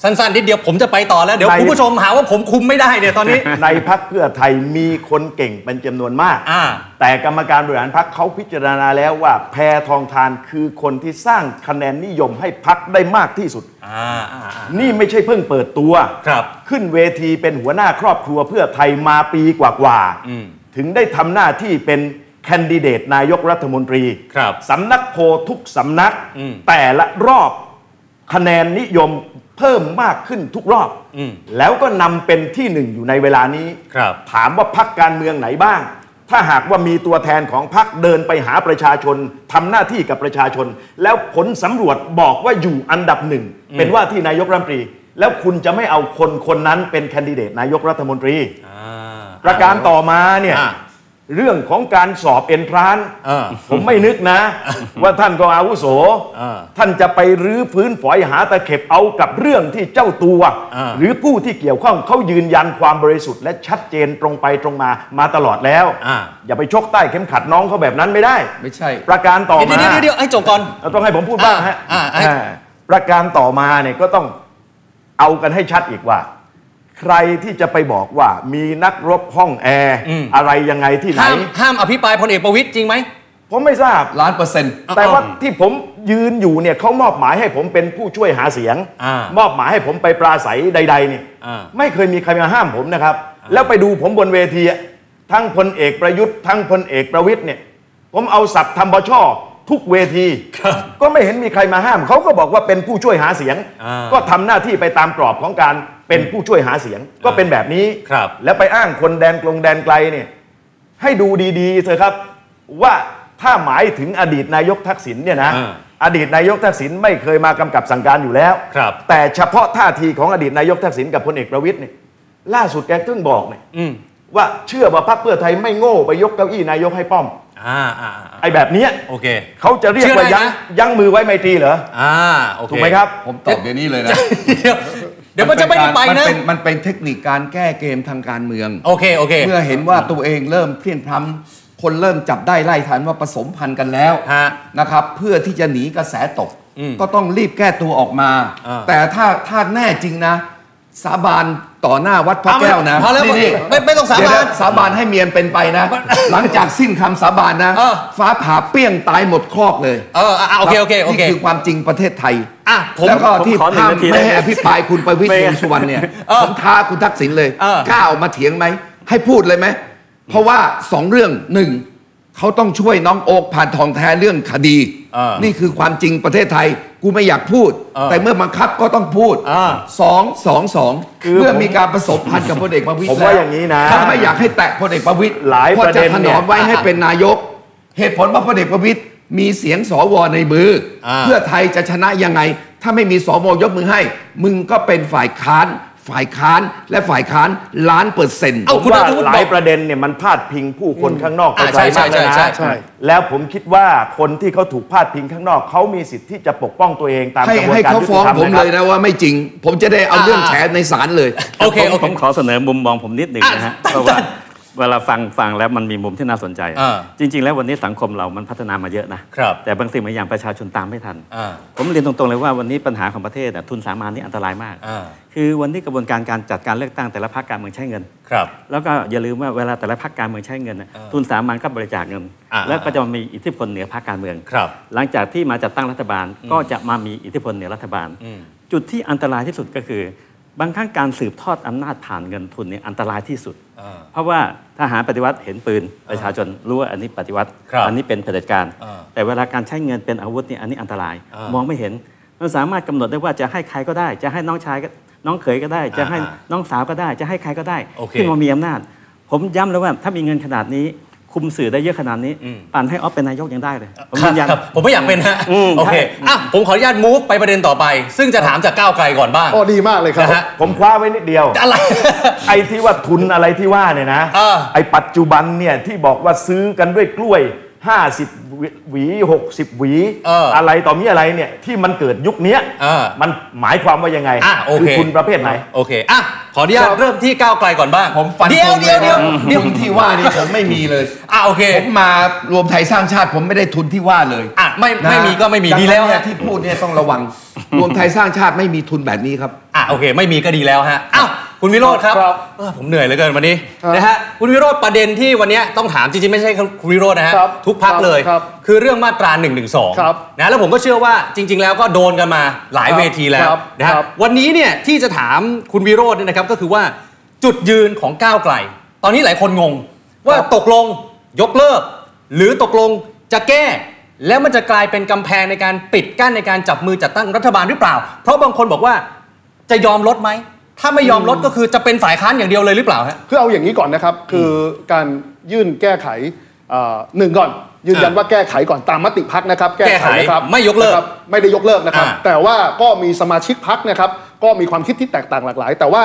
[SPEAKER 7] สั้นๆนิดเดียวผมจะไปต่อแล้ว เดี๋ยว
[SPEAKER 5] ไป
[SPEAKER 7] คุณผู้ชมหาว่าผมคุมไม่ได้เนี่ยตอนนี้
[SPEAKER 5] ในพักเพื่อไทยมีคนเก่งเป็นจำนวนมาก
[SPEAKER 7] อ่า
[SPEAKER 5] แต่กรรมการบริหารพักเขาพิจารณาแล้วว่าแพทองทานคือคนที่สร้างคะแนนนิยมให้พักได้มากที่สุด
[SPEAKER 7] อ่าอ่าอ่า
[SPEAKER 5] นี่ไม่ใช่เพิ่งเปิดตัว
[SPEAKER 7] ครับ
[SPEAKER 5] ขึ้นเวทีเป็นหัวหน้าครอบครัวเพื่อไทยมาปีกว่าๆถึงได้ทำหน้าที่เป็นแคนดิเดตนายกรัฐมนตรี
[SPEAKER 2] ครับ
[SPEAKER 5] สำนักโพลทุกสำนัก แต่ละรอบคะแนนนิยมเพิ่มมากขึ้นทุกรอบ
[SPEAKER 2] อืม
[SPEAKER 5] แล้วก็นำเป็นที่หนึ่งอยู่ในเวลานี้
[SPEAKER 2] ครับ
[SPEAKER 5] ถามว่าพักการเมืองไหนบ้าง ถ้าหากว่ามีตัวแทนของพักเดินไปหาประชาชนทำหน้าที่กับประชาชน แล้วผลสำรวจบอกว่าอยู่อันดับหนึ่ง เป็นว่าที่นายกรัฐมนตรี แล้วคุณจะไม่เอาคนคนนั้นเป็นแคนดิเดตนายกรัฐมนตรี
[SPEAKER 2] อ่า
[SPEAKER 5] ประการต่อมาเนี่ย
[SPEAKER 2] อ่ะ
[SPEAKER 5] เรื่องของการสอบเอนทราน
[SPEAKER 2] เออ
[SPEAKER 5] ผมไม่นึก นะ ว่าท่านก็อาวุโส
[SPEAKER 2] เออ
[SPEAKER 5] ท่านจะไปรื้อพื้นฝอยหาตะเข็บเอากับเรื่องที่เจ้าตัว
[SPEAKER 2] เออ
[SPEAKER 5] หรือผู้ที่เกี่ยวข้องเขายืนยันความบริสุทธิ์และชัดเจนตรงไปตรงมามาตลอดแล้ว
[SPEAKER 2] อ่า
[SPEAKER 5] อย่าไปชกใต้เข็มขัดน้องเขาแบบนั้นไม่ได้
[SPEAKER 3] ไม่ใช่
[SPEAKER 5] ประการต่อมา
[SPEAKER 7] เดี๋ยวเดี๋ยวเดี๋ยวให้จบก่อน
[SPEAKER 5] เราต้องให้ผมพูดบ้างฮะ
[SPEAKER 7] อ่าอ่า
[SPEAKER 5] อ่าประการต่อมาเนี่ยก็ต้องเอากันให้ชัดอีกว่า ใครที่จะไปบอกว่ามีนักรบห้องแอร์อะไรยังไงที่ไหน
[SPEAKER 7] ห้ามห้ามอภิปรายพลเอกประวิตยจริงไหม
[SPEAKER 5] ผมไม่ทราบ
[SPEAKER 3] ล้านเปอร์เซ็นต์
[SPEAKER 5] แต่ว่าที่ผมยืนอยู่เนี่ยเขามอบหมายให้ผมเป็นผู้ช่วยหาเสียง
[SPEAKER 2] อ่าม
[SPEAKER 5] อบหมายให้ผมไปปราศัยใด ๆ เนี่ย
[SPEAKER 2] อ่า
[SPEAKER 5] ไม่เคยมีใครมาห้ามผมนะครับ แล้วไปดูผมบนเวทีอะทั้งพลเอกประยุทธ์ทั้งพลเอกประวิทย์เนี่ย ผมเอาสับทำบชอทุกเวที ก็ไม่เห็นมีใครมาห้าม เขาก็บอกว่าเป็นผู้ช่วยหาเสียง ก็ทำหน้าที่ไปตามกรอบของการเป็นผู้ช่วยหาเสียง ก็เป็นแบบนี้
[SPEAKER 2] ครับ
[SPEAKER 5] แล้วไปอ้างคนแดนกลงแดนไกลเนี่ย ให้ดูดีๆเถอะครับว่าถ้าหมายถึงอดีตนายกทักษิณเนี่ยนะ
[SPEAKER 2] อ่า
[SPEAKER 5] อดีตนายกทักษิณไม่เคยมากำกับสั่งการอยู่แล้ว
[SPEAKER 2] ครับ
[SPEAKER 5] แต่เฉพาะท่าทีของอดีตนายกทักษิณกับพลเอกประวิตยเนี่ยล่าสุดแกเพิ่งบอกเนี่ย
[SPEAKER 2] อืม
[SPEAKER 5] ว่าเชื่อว่าพรรคเพื่อไทยไม่โง่ไปยกเก้าอี้นายกให้ป้อม
[SPEAKER 2] อ่าอ่าอ่า
[SPEAKER 5] ไอ้แบบเนี้ย
[SPEAKER 2] โอเค
[SPEAKER 5] เขาจะเรียกว่า
[SPEAKER 7] เชื่อได้
[SPEAKER 5] ยั้ง
[SPEAKER 7] นะ
[SPEAKER 5] ยั้งมือไว้ไมตรีเหรอ
[SPEAKER 2] อ่าโอเค
[SPEAKER 5] ถูกไหมครับ
[SPEAKER 3] ผมตอบเดี๋ยวนี้เลยนะ
[SPEAKER 7] เดี๋ยวเดี๋ยวมันจะไม่ได้ไปนะ
[SPEAKER 3] มัเป็มันเป็นเทคนิคการแก้เกมทางการเมือง
[SPEAKER 7] โอเค โอ เค
[SPEAKER 3] เมื่อเห็นว่าตัวเองเริ่มเพลียนพล้ำคนเริ่มจับได้ไล่ทันว่าผสมพันธุ์กันแล้ว
[SPEAKER 2] ฮะ
[SPEAKER 3] นะครับ เพื่อที่จะหนีกระแสตก ก็ต้องรีบแก้ตัวออกมา
[SPEAKER 2] อ่า
[SPEAKER 3] แต่ถ้าถ้าแน่จริงนะ สาบานต่อหน้าวัดพระแก้วนะ
[SPEAKER 2] พอแล้ว
[SPEAKER 3] นี่
[SPEAKER 2] ไม่ไม่ต้องสาบาน
[SPEAKER 3] เดี๋ยวะสาบานให้เมียนเป็นไปนะ หลังจากสิ้นคำสาบานนะ
[SPEAKER 2] เออ
[SPEAKER 3] ฟ้าผ่าเปรี้ยงตายหมดครอกเลย
[SPEAKER 2] เอออ่ะอ่ะโอเคโอเคโอเค
[SPEAKER 3] นี่คือความจริงประเทศไทย
[SPEAKER 2] อ่ะผม
[SPEAKER 3] แล้วก็
[SPEAKER 4] ผม
[SPEAKER 3] ที่
[SPEAKER 4] ขอหนึ่ง
[SPEAKER 3] ห้าม
[SPEAKER 4] นาที
[SPEAKER 3] ไม่ให้
[SPEAKER 4] ได้ไหม
[SPEAKER 3] อภิปรายคุณประวิตร
[SPEAKER 4] ไม่
[SPEAKER 3] วงษ์สุวรรณเนี่ย
[SPEAKER 2] เออ
[SPEAKER 3] ผมท้าคุณทักษิณเลย
[SPEAKER 2] เออ
[SPEAKER 3] กล้าออกมาเถียงไหม ให้พูดเลยไหม เพราะว่าสองเรื่องหนึ่งเขาต้องช่วยน้องโอกผ่านทองแท้เรื่องคดี
[SPEAKER 2] เออ
[SPEAKER 3] นี่คือความจริงประเทศไทย กูไม่อยากพูด
[SPEAKER 2] เออ
[SPEAKER 3] แต่เมื่อบังคับก็ต้องพูด
[SPEAKER 2] เออ
[SPEAKER 3] สองสองสองเมื่อมีการผสมพันธ์กับพลเอกประวิตร
[SPEAKER 5] ผมว่า
[SPEAKER 3] แล้
[SPEAKER 5] อย่างนี้นะ
[SPEAKER 3] ถ้าไม่อยากให้แตะพลเอกประวิตร
[SPEAKER 5] หลายประเด็
[SPEAKER 3] พ
[SPEAKER 5] น
[SPEAKER 3] อจถน
[SPEAKER 5] เนี่
[SPEAKER 3] อย มไว้ให้เป็นนายก เหตุผลว่าพลเอกประวิตรมีเสียงสวในมืออา เพื่อไทยจะชนะยังไง ถ้าไม่มีสวยกมือให้ มึงก็เป็นฝ่ายค้าน ฝ่ายค้านและฝ่ายค้านล้านเปอร์เซ็นต์
[SPEAKER 2] เอ้า
[SPEAKER 5] ผ
[SPEAKER 2] คุณนั
[SPEAKER 5] มว่า
[SPEAKER 2] ทวุฒิบ
[SPEAKER 5] หลา
[SPEAKER 2] อย ก
[SPEAKER 5] ประเด็นเนี่ยมันพาดพิงผู้คนข้างนอกเข้า
[SPEAKER 2] อ่า
[SPEAKER 5] ใจ
[SPEAKER 2] ใช่ใช่
[SPEAKER 5] มากเลย
[SPEAKER 2] ใช่
[SPEAKER 5] นะ
[SPEAKER 2] ใช่
[SPEAKER 5] แล้วผมคิดว่าคนที่เขาถูกพาดพิงข้างนอกเขามีสิทธิ์ที่จะปกป้องตัวเองตาม
[SPEAKER 3] ให้
[SPEAKER 5] กระบวน
[SPEAKER 3] ให้
[SPEAKER 5] การ
[SPEAKER 3] เขา
[SPEAKER 5] ยุ
[SPEAKER 3] ฟ้อ
[SPEAKER 5] ติ
[SPEAKER 3] ง
[SPEAKER 5] ธรรม
[SPEAKER 3] ผม
[SPEAKER 5] นะ
[SPEAKER 3] เล
[SPEAKER 5] ครับ
[SPEAKER 3] ยนะว่าไม่จริง ผมจะได้เอาเรื่อง
[SPEAKER 2] อ่า
[SPEAKER 3] แฉในศาลเลย
[SPEAKER 2] โอเค
[SPEAKER 4] ผม
[SPEAKER 2] โอเค
[SPEAKER 4] ผมขอเสนอมุมมองผมนิดหนึ่งนะฮะ
[SPEAKER 2] อ่ะ
[SPEAKER 4] เพราะว่าเวลาฟังฟังแล้วมันมีมุมที่น่าสนใจ
[SPEAKER 2] อ่า
[SPEAKER 4] จริง ๆ แล้ววันนี้สังคมเรามันพัฒนามาเยอะนะครับ แต่บางสิ่งบางอย่างประชาชนตามไม่ทัน
[SPEAKER 2] อ่า
[SPEAKER 4] ผมเรียนตรงๆเลยว่าวันนี้ปัญหาของประเทศน่ะทุนสามัญนี่อันตรายมาก
[SPEAKER 2] อ่า
[SPEAKER 4] คือวันนี้กระบวนการการจัดการเลือกตั้งแต่ละพรรคการเมืองใช้เงิน
[SPEAKER 2] ครับ
[SPEAKER 4] แล้วก็อย่าลืมว่าเวลาแต่ละพรรคการเมืองใช้เงินน่ะทุนสามัญก็บริจาคเงิน
[SPEAKER 2] อ่า
[SPEAKER 4] แล้วก็จะมามีอิทธิพลเหนือพรรคการเมือง
[SPEAKER 2] ครับ
[SPEAKER 4] หลังจากที่มาจัดตั้งรัฐบาลก็จะมามีอิทธิพลเหนือรัฐบาล จุดที่อันตรายที่สุดก็คือ บางครั้งการสืบทอดอำนาจผ่านเงินทุนเนี่ยอันตรายที่สุด
[SPEAKER 2] อ่า
[SPEAKER 4] เพราะว่าทหารปฏิวัติเห็นปืนประชาชนรู้ว่าอันนี้ปฏิวัติ
[SPEAKER 2] ครับ
[SPEAKER 4] อันี้เป็นเผด็จการ
[SPEAKER 2] อ่า
[SPEAKER 4] แต่เวลาการใช้เงินเป็นอาวุธเนี่ยอันนี้อันตราย
[SPEAKER 2] อ่าม
[SPEAKER 4] องไม่เห็นมันสามารถกำหนดได้ว่าจะให้ใครก็ได้ จะให้น้องชายก็น้องเขยก็ได้ จะให้
[SPEAKER 2] อ่า
[SPEAKER 4] น้องสาวก็ได้ จะให้ใครก็ได้
[SPEAKER 2] โอเค
[SPEAKER 4] ที่มามีอำนาจ ผมย้ำแล้วว่าถ้ามีเงินขนาดนี้ คุมสื่อได้เยอะขนาดนี้
[SPEAKER 2] อืม
[SPEAKER 4] ปั่นให้ออฟเป็นนายกยังได้เลยผม
[SPEAKER 2] ค
[SPEAKER 4] ยืนยัน
[SPEAKER 2] รับผมไม่อยากเป็นฮะ
[SPEAKER 4] อืม
[SPEAKER 2] โอเค
[SPEAKER 4] ใช่
[SPEAKER 2] อ่ะผมขออนุญาตมูฟไปประเด็นต่อไป ซึ่งจะถามจากก้าวไกลก่อนบ้าง
[SPEAKER 6] โอ้ดีมากเลยครับ
[SPEAKER 2] นะฮะ
[SPEAKER 5] ผมคว้าไว้นิดเดียว
[SPEAKER 2] อะไร
[SPEAKER 5] ไอ้ที่ว่าทุนอะไรที่ว่าเนี่ยนะ
[SPEAKER 2] เออ
[SPEAKER 5] ไอ้ปัจจุบันเนี่ยที่บอกว่าซื้อกันด้วยกล้วย 50 หวี 60 หวี
[SPEAKER 2] เอออ
[SPEAKER 5] อะไรต่อมีอะไรเนี่ยที่มันเกิดยุคเนี้ย
[SPEAKER 2] เออ
[SPEAKER 5] มันหมายความว่ายังไง
[SPEAKER 2] อ่ะโอเค
[SPEAKER 5] คือทุนประเภทไหน
[SPEAKER 2] โอเคอ่ะขออนุญาตเริ่มที่ก้าวไกลก่อนบ้าง
[SPEAKER 3] ผมฟัน
[SPEAKER 2] เดียว
[SPEAKER 3] ธงล
[SPEAKER 2] เดียวเดียว
[SPEAKER 3] นะ
[SPEAKER 2] เดียว
[SPEAKER 3] ทุนที่ว่านี่ผมไม่มีเลย
[SPEAKER 2] อ่ะโอเค
[SPEAKER 3] ผมมารวมไทยสร้างชาติ ผมไม่ได้ทุนที่ว่าเลย
[SPEAKER 2] อ่ะไม่
[SPEAKER 3] นะ
[SPEAKER 2] ไม่มีก็ไม่มี
[SPEAKER 3] ดัง
[SPEAKER 2] ดี
[SPEAKER 3] นั้น
[SPEAKER 2] แล้ว
[SPEAKER 3] เนี่ย
[SPEAKER 2] ฮะ
[SPEAKER 3] ที่พูดเนี่ยต้องระวัง รวมไทยสร้างชาติไม่มีทุนแบบนี้ครับ
[SPEAKER 2] อ่ะโอเคไม่มีก็ดีแล้วฮะอ้าวคุณวิโรธครับ
[SPEAKER 6] ครับ
[SPEAKER 2] เออผมเหนื่อยเหลือเกินวันนี้
[SPEAKER 6] ครับ
[SPEAKER 2] นะฮะคุณวิโรธประเด็นที่วันเนี้ยต้องถามจริงๆไม่ใช่คุณวิโรธนะฮะ
[SPEAKER 6] ครับ
[SPEAKER 2] ทุกพักเลย
[SPEAKER 6] ครับ
[SPEAKER 2] อเรื่องมาตรา1นึ
[SPEAKER 6] ครับ
[SPEAKER 2] นะแล้วผมก็เชื่อว่าจริง ๆ แล้วก็โดนกันมาหลาย
[SPEAKER 6] ครับ
[SPEAKER 2] เวทีแล้ว
[SPEAKER 6] ครับ
[SPEAKER 2] นะฮะ
[SPEAKER 6] ครับ
[SPEAKER 2] วันนี้เนี่ยที่จะถามคุณวิโรธเนี่ยนะครับก็คือว่าจุดยืนของก้าวไกล ตอนนี้หลายคนงง ว่าตกลงยกเลิก หรือตกลงจะแก้ แล้วมันจะกลายเป็นกำแพงในการปิดกั้นในการจับมือจัดตั้งรัฐบาลหรือเปล่า เพราะบางคนบอกว่า จะยอมลดไหม ถ้าไม่ยอมลดก็คือจะเป็นฝ่ายค้านอย่างเดียวเลยหรือเปล่าฮะ
[SPEAKER 6] คือเอาอย่างนี้ก่อนนะครับ คือการยื่นแก้ไขเอ่อหนึ่งก่อน ยืนยัน
[SPEAKER 2] อ่า
[SPEAKER 6] ว่าแก้ไขก่อนตามมติพักนะครับ แก้ไขนะครับ
[SPEAKER 2] แก้ไขไม่ยกเลิก
[SPEAKER 6] นะครับไม่ได้ยกเลิกนะครับ
[SPEAKER 2] อ่า
[SPEAKER 6] แต่ว่าก็มีสมาชิกพักนะครับ ก็มีความคิดที่แตกต่างหลากหลาย แต่ว่า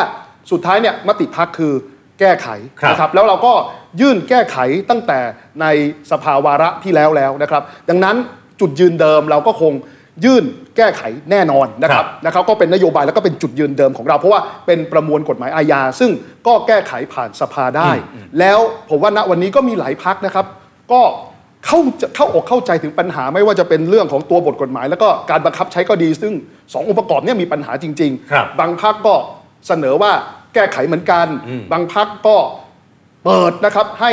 [SPEAKER 6] สุดท้ายเนี่ยมติพักคือแก้ไข
[SPEAKER 2] ครับ
[SPEAKER 6] นะครับ แล้วเราก็ยื่นแก้ไขตั้งแต่ในสภาวาระที่แล้วแล้วนะครับ ดังนั้นจุดยืนเดิมเราก็คงยื่นแก้ไขแน่นอนนะครั
[SPEAKER 2] ครับ บ
[SPEAKER 6] นะครับก็เป็นนโยบายแล้วก็เป็นจุดยืนเดิมของเรา เพราะว่าเป็นประมวลกฎหมายอาญา ซึ่งก็แก้ไขผ่านสภาได้ แล้วผมว่าณวันนี้ก็มีหลายพักนะครับ ก็เข้าเข้าอกเข้าใจถึงปัญหาไม่ว่าจะเป็นเรื่องของตัวบทกฎหมาย แล้วก็การบังคับใช้ก็ดี ซึ่งสององค์ประกอบเนี่ยมีปัญหาจริง
[SPEAKER 2] ครับ
[SPEAKER 6] บางพักก็เสนอว่าแก้ไขเหมือนกัน บางพักก็เปิดนะครับให้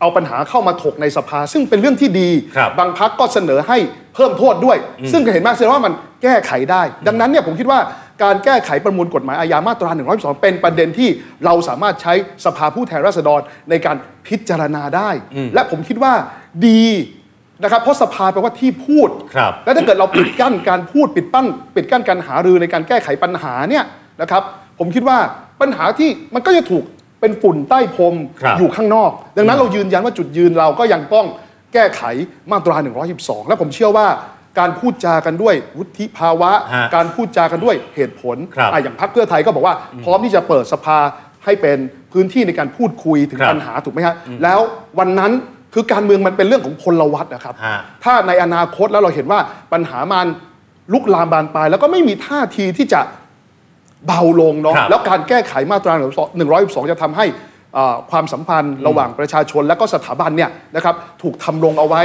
[SPEAKER 6] เอาปัญหาเข้ามาถกในสภา ซึ่งเป็นเรื่องที่ดี
[SPEAKER 2] ครับ
[SPEAKER 6] บางพักก็เสนอให้เพิ่มโทษด้วย ซึ่งเห็นมากเสียว่ามันแก้ไขได้ ดังนั้นเนี่ยผมคิดว่าการแก้ไขประมวลกฎหมายอาญามาตรา1 1 2 เป็นประเด็นที่เราสามารถใช้สภาผู้แทนราษฎรในการพิจารณาได้ และผมคิดว่าดีนะครับเพราะสภาแปลว่าที่พูด
[SPEAKER 2] ครับ
[SPEAKER 6] และถ้าเกิดเราปิดกั้นการพูดปิดปั้นปิดกั้นการหารือในการแก้ไขปัญหาเนี่ยนะครับ ผมคิดว่าปัญหาที่มันก็จะถูกเป็นฝุ่นใต้พรม
[SPEAKER 2] ครับ
[SPEAKER 6] อยู่ข้างนอก ดังนั้นเรายืนยันว่าจุดยืนเราก็ยังต้องแก้ไขมาตรา 112 และผมเชื่อว่าการพูดจากันด้วยวุฒิภาวะ
[SPEAKER 2] ฮะ
[SPEAKER 6] การพูดจากันด้วยเหตุผล
[SPEAKER 2] ครับ
[SPEAKER 6] อ่ะอย่างพรรคเพื่อไทยก็บอกว่า พร้อมที่จะเปิดสภาให้เป็นพื้นที่ในการพูดคุยถึง
[SPEAKER 2] ครับ
[SPEAKER 6] ปัญหาถูกไหมฮะแล้ววันนั้นคือการเมืองมันเป็นเรื่องของพลวัตนะครับ
[SPEAKER 2] ฮะ
[SPEAKER 6] ถ้าในอนาคตแล้วเราเห็นว่าปัญหามันลุกลามบานปลาย แล้วก็ไม่มีท่าทีที่จะเบาลงเนาะ
[SPEAKER 2] ครับ
[SPEAKER 6] แล้วการแก้ไขมาตรา112 จะทำให้เอ่อความสัมพันธ์ระหว่างประชาชนและก็สถาบันเนี่ยนะครับถูกทำลงเอาไว้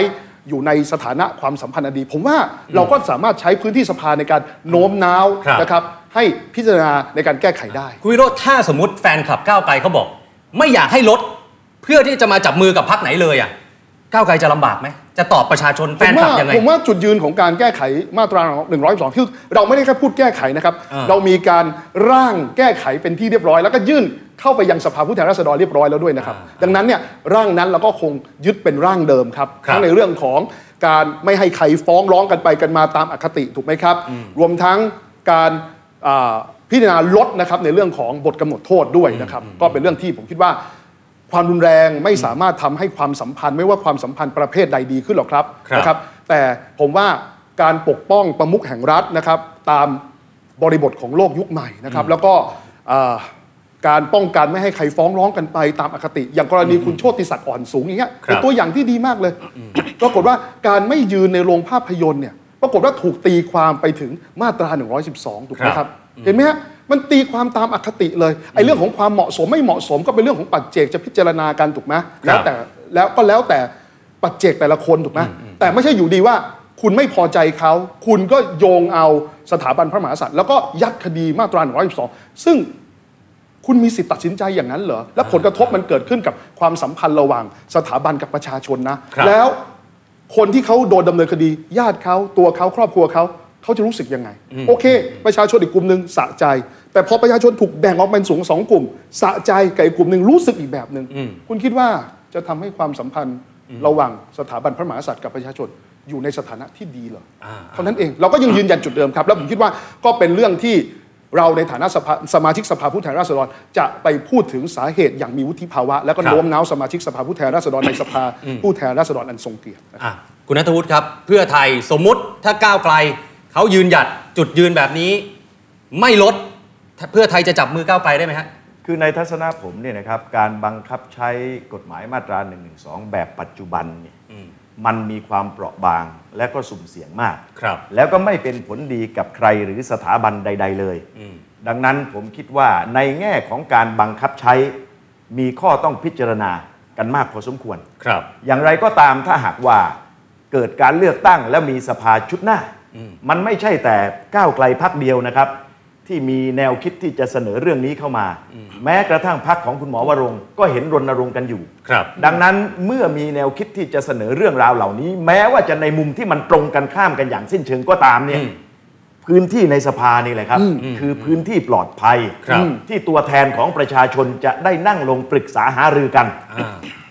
[SPEAKER 6] อยู่ในสถานะความสัมพันธ์อันดี ผมว่าเราก็สามารถใช้พื้นที่สภาในการโน้มน้าว
[SPEAKER 2] ครับ
[SPEAKER 6] นะครับ ให้พิจารณาในการแก้ไขได้
[SPEAKER 7] คุณวิโรธถ้าสมมติแฟนคลับก้าวไกลเขาบอก ไม่อยากให้ลดเพื่อที่จะมาจับมือกับพักไหนเลยอ่ะก้าวไกลจะลำบากไหมจะตอบประชาชนแฟนคลับยังไง
[SPEAKER 6] ผมว่าผมว่าจุดยืนของการแก้ไขมาตรา 102 คือเราไม่ได้แค่พูดแก้ไขนะครับ
[SPEAKER 7] อ่า
[SPEAKER 6] เรามีการร่างแก้ไขเป็นที่เรียบร้อย แล้วก็ยื่นเข้าไปยังสภาผู้แทนราษฎรเรียบร้อยแล้วด้วยนะครับ ดังนั้นเนี่ยร่างนั้นเราก็คงยึดเป็นร่างเดิมครับ
[SPEAKER 7] ครับ
[SPEAKER 6] ทั้งในเรื่องของการไม่ให้ใครฟ้องร้องกันไปกันมาตามอคติถูกไหมครับ รวมทั้งการอ่าพิจารณาลดนะครับในเรื่องของบทกำหนดโทษด้วยนะครับ ก็เป็นเรื่องที่ผมคิดว่า ความรุนแรงไม่สามารถทำให้ความสัมพันธ์ไม่ว่าความสัมพันธ์ประเภทใดดีขึ้นหรอกครับ
[SPEAKER 7] ครับ
[SPEAKER 6] นะครับ แต่ผมว่าการปกป้องประมุขแห่งรัฐนะครับ ตามบริบทของโลกยุคใหม่นะครับ แล้วก็เอ่อการป้องกันไม่ให้ใครฟ้องร้องกันไปตามอคติ อย่างกรณีคุณโชติศักดิ์อ่อนสูงอย่างเงี้ยเป็นตัวอย่างที่ดีมากเลย ปรากฏว่าการไม่ยืนในโรงภาพยนตร์เนี่ยปรากฏว่าถูกตีความไปถึงมาตรา 112 ถูกไหมครับ เห็นไหมฮะมันตีความตามอคติเลยไอ้เรื่องของความเหมาะสมไม่เหมาะสมก็เป็นเรื่องของปัจเจกจะพิจารณากันถูกไหมแล้วแต่แล้วก็แล้วแต่ปัจเจกแต่ละคนถูกไหมแต่ไม่ใช่อยู่ดีว่า คุณไม่พอใจเขาคุณก็โยงเอาสถาบันพระมหากษัตริย์แล้วก็ยัดคดีมาตรา112 ซึ่ง คุณมีสิทธิ์ตัดสินใจอย่างนั้นเหรอ และผลกระทบมันเกิดขึ้นกับความสัมพันธ์ระหว่างสถาบันกับประชาชนนะ แล้วคนที่เขาโดนดำเนินคดี ญาติเขาตัวเขาครอบครัวเขาเขาจะรู้สึกยังไง โอเค ประชาชนอีกกลุ่มหนึ่งสะใจ แต่พอประชาชนถูกแบ่งออกเป็นสูงสองกลุ่ม สะใจกับอีกกลุ่มหนึ่งรู้สึกอีกแบบหนึ่งคุณคิดว่าจะทำให้ความสัมพันธ์ระหว่างสถาบันพระมหากษัตริย์กับประชาชนอยู่ในสถานะที่ดีเหรออเท่านั้นเองเราก็ยังยืนยันจุดเดิมครับ แล้วผมคิดว่าก็เป็นเรื่องที่ เราในฐานะสภาสมาชิกสภาผู้แทนราษฎรจะไปพูดถึงสาเหตุอย่างมีวุฒิภาวะ แล้วก็โน้มน้าวสมาชิกสภาผู้แทนราษฎรในสภาผู้แทนราษฎรอันทรงเกียรติ
[SPEAKER 7] อ่ะคุณนัทวุฒิครับ เพื่อไทยสมมุติถ้าก้าวไกลเขายืนหยัดจุดยืนแบบนี้ ไม่ลดถ้าเพื่อไทยจะจับมือก้าวไกลได้ไหมฮะ
[SPEAKER 5] คือในทัศนะผมเนี่ยนะครับการบังคับใช้กฎหมายมาตรา1นึแบบปัจจุบันเนี่ยมันมีความเปราะบางและก็สุ่มเสี่ยงมาก
[SPEAKER 7] ครับ
[SPEAKER 5] แล้วก็ไม่เป็นผลดีกับใครหรือสถาบันใด ๆ เลย ดังนั้นผมคิดว่าในแง่ของการบังคับใช้มีข้อต้องพิจารณากันมากพอสมควร
[SPEAKER 7] ครับ
[SPEAKER 5] อย่างไรก็ตามถ้าหากว่าเกิดการเลือกตั้งและมีสภาชุดหน้า มันไม่ใช่แต่ก้าวไกลพักเดียวนะครับ ที่มีแนวคิดที่จะเสนอเรื่องนี้เข้ามา แม้กระทั่งพักของคุณหมอวรงค์ก็เห็นรณรงค์กันอยู่
[SPEAKER 7] ครับ
[SPEAKER 5] ดังนั้นเมื่อมีแนวคิดที่จะเสนอเรื่องราวเหล่านี้ แม้ว่าจะในมุมที่มันตรงกันข้ามกันอย่างสิ้นเชิงก็ตามเนี่ยพื้นที่ในสภานี่แหละครับ คือพื้นที่ปลอดภัย
[SPEAKER 7] ครับ
[SPEAKER 5] ที่ตัวแทนของประชาชนจะได้นั่งลงปรึกษาหารือกัน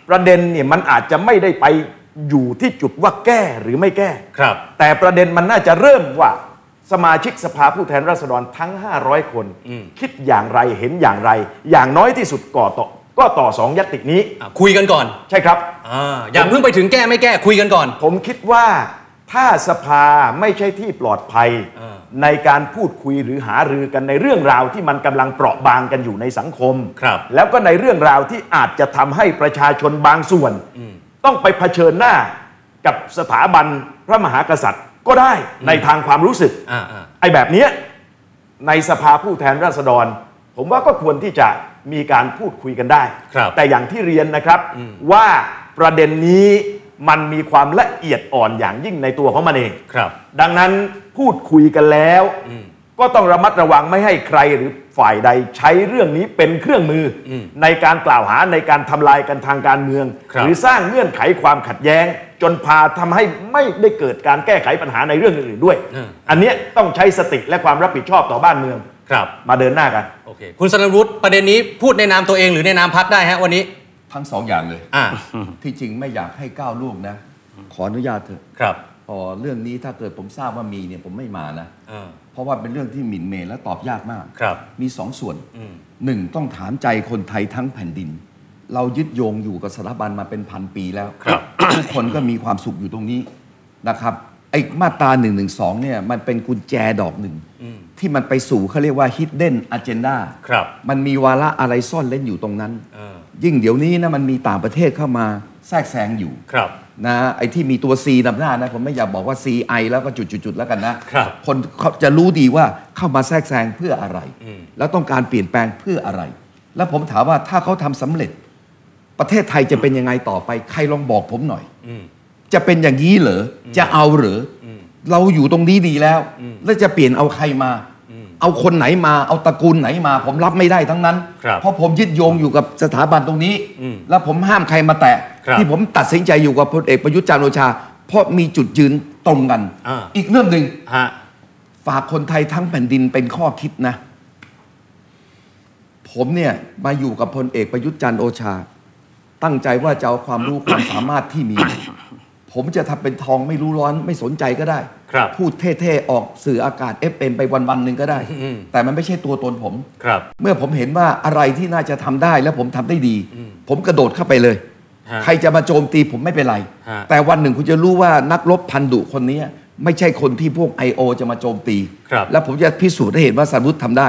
[SPEAKER 5] ประเด็นเนี่ยมันอาจจะไม่ได้ไปอยู่ที่จุดว่าแก้หรือไม่แก้
[SPEAKER 7] ครับ
[SPEAKER 5] แต่ประเด็นมันน่าจะเริ่มว่าสมาชิกสภาผู้แทนราษฎรทั้ง 500 คน คิดอย่างไรเห็นอย่างไร อย่างน้อยที่สุดก่อต่อก็ต่อสองยตตินี้
[SPEAKER 7] อ่ะคุยกันก่อน
[SPEAKER 5] ใช่ครับ
[SPEAKER 7] อ่าอย่าเพิ่งไปถึงแก้ไม่แก้คุยกันก่อน
[SPEAKER 5] ผมคิดว่าถ้าสภาไม่ใช่ที่ปลอดภัย
[SPEAKER 7] เออ
[SPEAKER 5] ในการพูดคุยหรือหารือกันในเรื่องราวที่มันกำลังเปราะบางกันอยู่ในสังคม
[SPEAKER 7] ครับ
[SPEAKER 5] แล้วก็ในเรื่องราวที่อาจจะทำให้ประชาชนบางส่วน ต้องไปเผชิญหน้ากับสถาบันพระมหากษัตริย์ก็ได้ในทางความรู้สึก
[SPEAKER 7] อ่าอ่า
[SPEAKER 5] ไอ้แบบเนี้ยในสภาผู้แทนราษฎร ผมว่าก็ควรที่จะมีการพูดคุยกันได้
[SPEAKER 7] ครับ
[SPEAKER 5] แต่อย่างที่เรียนนะครับว่าประเด็นนี้มันมีความละเอียดอ่อนอย่างยิ่งในตัวของมันเอง
[SPEAKER 7] ครับ
[SPEAKER 5] ดังนั้นพูดคุยกันแล้ว ก็ต้องระมัดระวังไม่ให้ใครหรือฝ่ายใดใช้เรื่องนี้เป็นเครื่องมืออในการกล่าวหาในการทำลายกันทางการเมือง
[SPEAKER 7] ครับ
[SPEAKER 5] หรือสร้างเงื่อนไขความขัดแย้ง จนพาทำให้ไม่ได้เกิดการแก้ไขปัญหาในเรื่องอื่นๆด้วย อันเนี้ยต้องใช้สติและความรับผิดชอบต่อบ้านเมือง
[SPEAKER 7] ครับ
[SPEAKER 5] มาเดินหน้ากัน
[SPEAKER 7] โอเคคุณสรวุฒิประเด็นนี้พูดในนามตัวเองหรือในนามพักได้ฮะวันนี้
[SPEAKER 3] ทั้งสองอย่างเลย
[SPEAKER 7] อ่า
[SPEAKER 3] ที่จริงไม่อยากให้ก้าวล่วงนะ ขออนุญาตเถอะ
[SPEAKER 7] ครับ
[SPEAKER 3] พอเรื่องนี้ถ้าเกิดผมทราบว่ามีเนี่ยผมไม่มานะ
[SPEAKER 7] อ่า
[SPEAKER 3] เพราะว่าเป็นเรื่องที่หมิ่นเหมและตอบยากมาก
[SPEAKER 7] ครับ
[SPEAKER 3] มีสองส่วนหนึ่งต้องถามใจคนไทยทั้งแผ่นดิน เรายึดโยงอยู่กับสถาบันมาเป็นพันปีแล้ว
[SPEAKER 7] ครับ
[SPEAKER 3] ทุกคนก็มีความสุขอยู่ตรงนี้นะครับ ไอ้มาตรา1นึเนี่ยมันเป็นกุญแจดอกหนึ่ง ที่มันไปสู่เขาเรียกว่า hidden agenda
[SPEAKER 7] ครับ
[SPEAKER 3] มันมีวาระอะไรซ่อนเล่นอยู่ตรงนั้น
[SPEAKER 7] อ่า
[SPEAKER 3] ยิ่งเดี๋ยวนี้นะมันมีต่างประเทศเข้ามาแทรกแซงอยู่
[SPEAKER 7] ครับ
[SPEAKER 3] นะไอ้ที่มีตัว C นำหน้านะ ผมไม่อยากบอกว่า CI แล้วก็จุด ๆ ๆ แล้วกันนะครับ คนเขาจะรู้ดีว่าเข้ามาแทรกแซงเพื่ออะไร แล้วต้องการเปลี่ยนแปลงเพื่ออะไร แล้วผมถามว่าถ้าเขาทำสำเร็จ ประเทศไทยจะเป็นยังไงต่อไป ใครลองบอกผมหน่อย จะเป็นอย่างนี้เหรอ จะเอาเหรออเราอยู่ตรงนี้ดีแล้ว แล้วจะเปลี่ยนเอาใครมา เอาคนไหนมาเอาตระกูลไหนมา ผมรับไม่ได้ทั้งนั้น
[SPEAKER 2] ครับ
[SPEAKER 3] เพราะผมยึดโยงอยู่กับสถาบันตรงนี้ แล้วผมห้ามใครมาแตะ
[SPEAKER 2] ครับ
[SPEAKER 3] ที่ผมตัดสินใจอยู่กับพลเอกประยุทธ์จันทร์โอชา เพราะมีจุดยืนตรงกัน
[SPEAKER 2] อ่า
[SPEAKER 3] อีกเรื่องหนึ่ง
[SPEAKER 2] ฮะ
[SPEAKER 3] ฝากคนไทยทั้งแผ่นดินเป็นข้อคิดนะ ผมเนี่ยมาอยู่กับพลเอกประยุทธ์จันทร์โอชา ตั้งใจว่าจะเอาความรู้ ความสามารถที่มี ผมจะทำเป็นทองไม่รู้ร้อนไม่สนใจก็ได้
[SPEAKER 2] ครับ
[SPEAKER 3] พูดเท่ๆ ออกสื่ออากาศ FM ไปวันๆหนึ่งก็ได้ แต่มันไม่ใช่ตัวตนผม
[SPEAKER 2] ครับ
[SPEAKER 3] เมื่อผมเห็นว่าอะไรที่น่าจะทำได้แล้วผมทำได้ดี ผมกระโดดเข้าไปเลย
[SPEAKER 2] ฮะ
[SPEAKER 3] ใครจะมาโจมตีผมไม่เป็นไร
[SPEAKER 2] ฮะ
[SPEAKER 3] แต่วันหนึ่งคุณจะรู้ว่านักรบพันดุคนนี้ไม่ใช่คนที่พวก I.O. จะมาโจมตี
[SPEAKER 2] ครับ
[SPEAKER 3] แล้วผมจะพิสูจน์ให้เห็นว่าสารวุฒิทำได้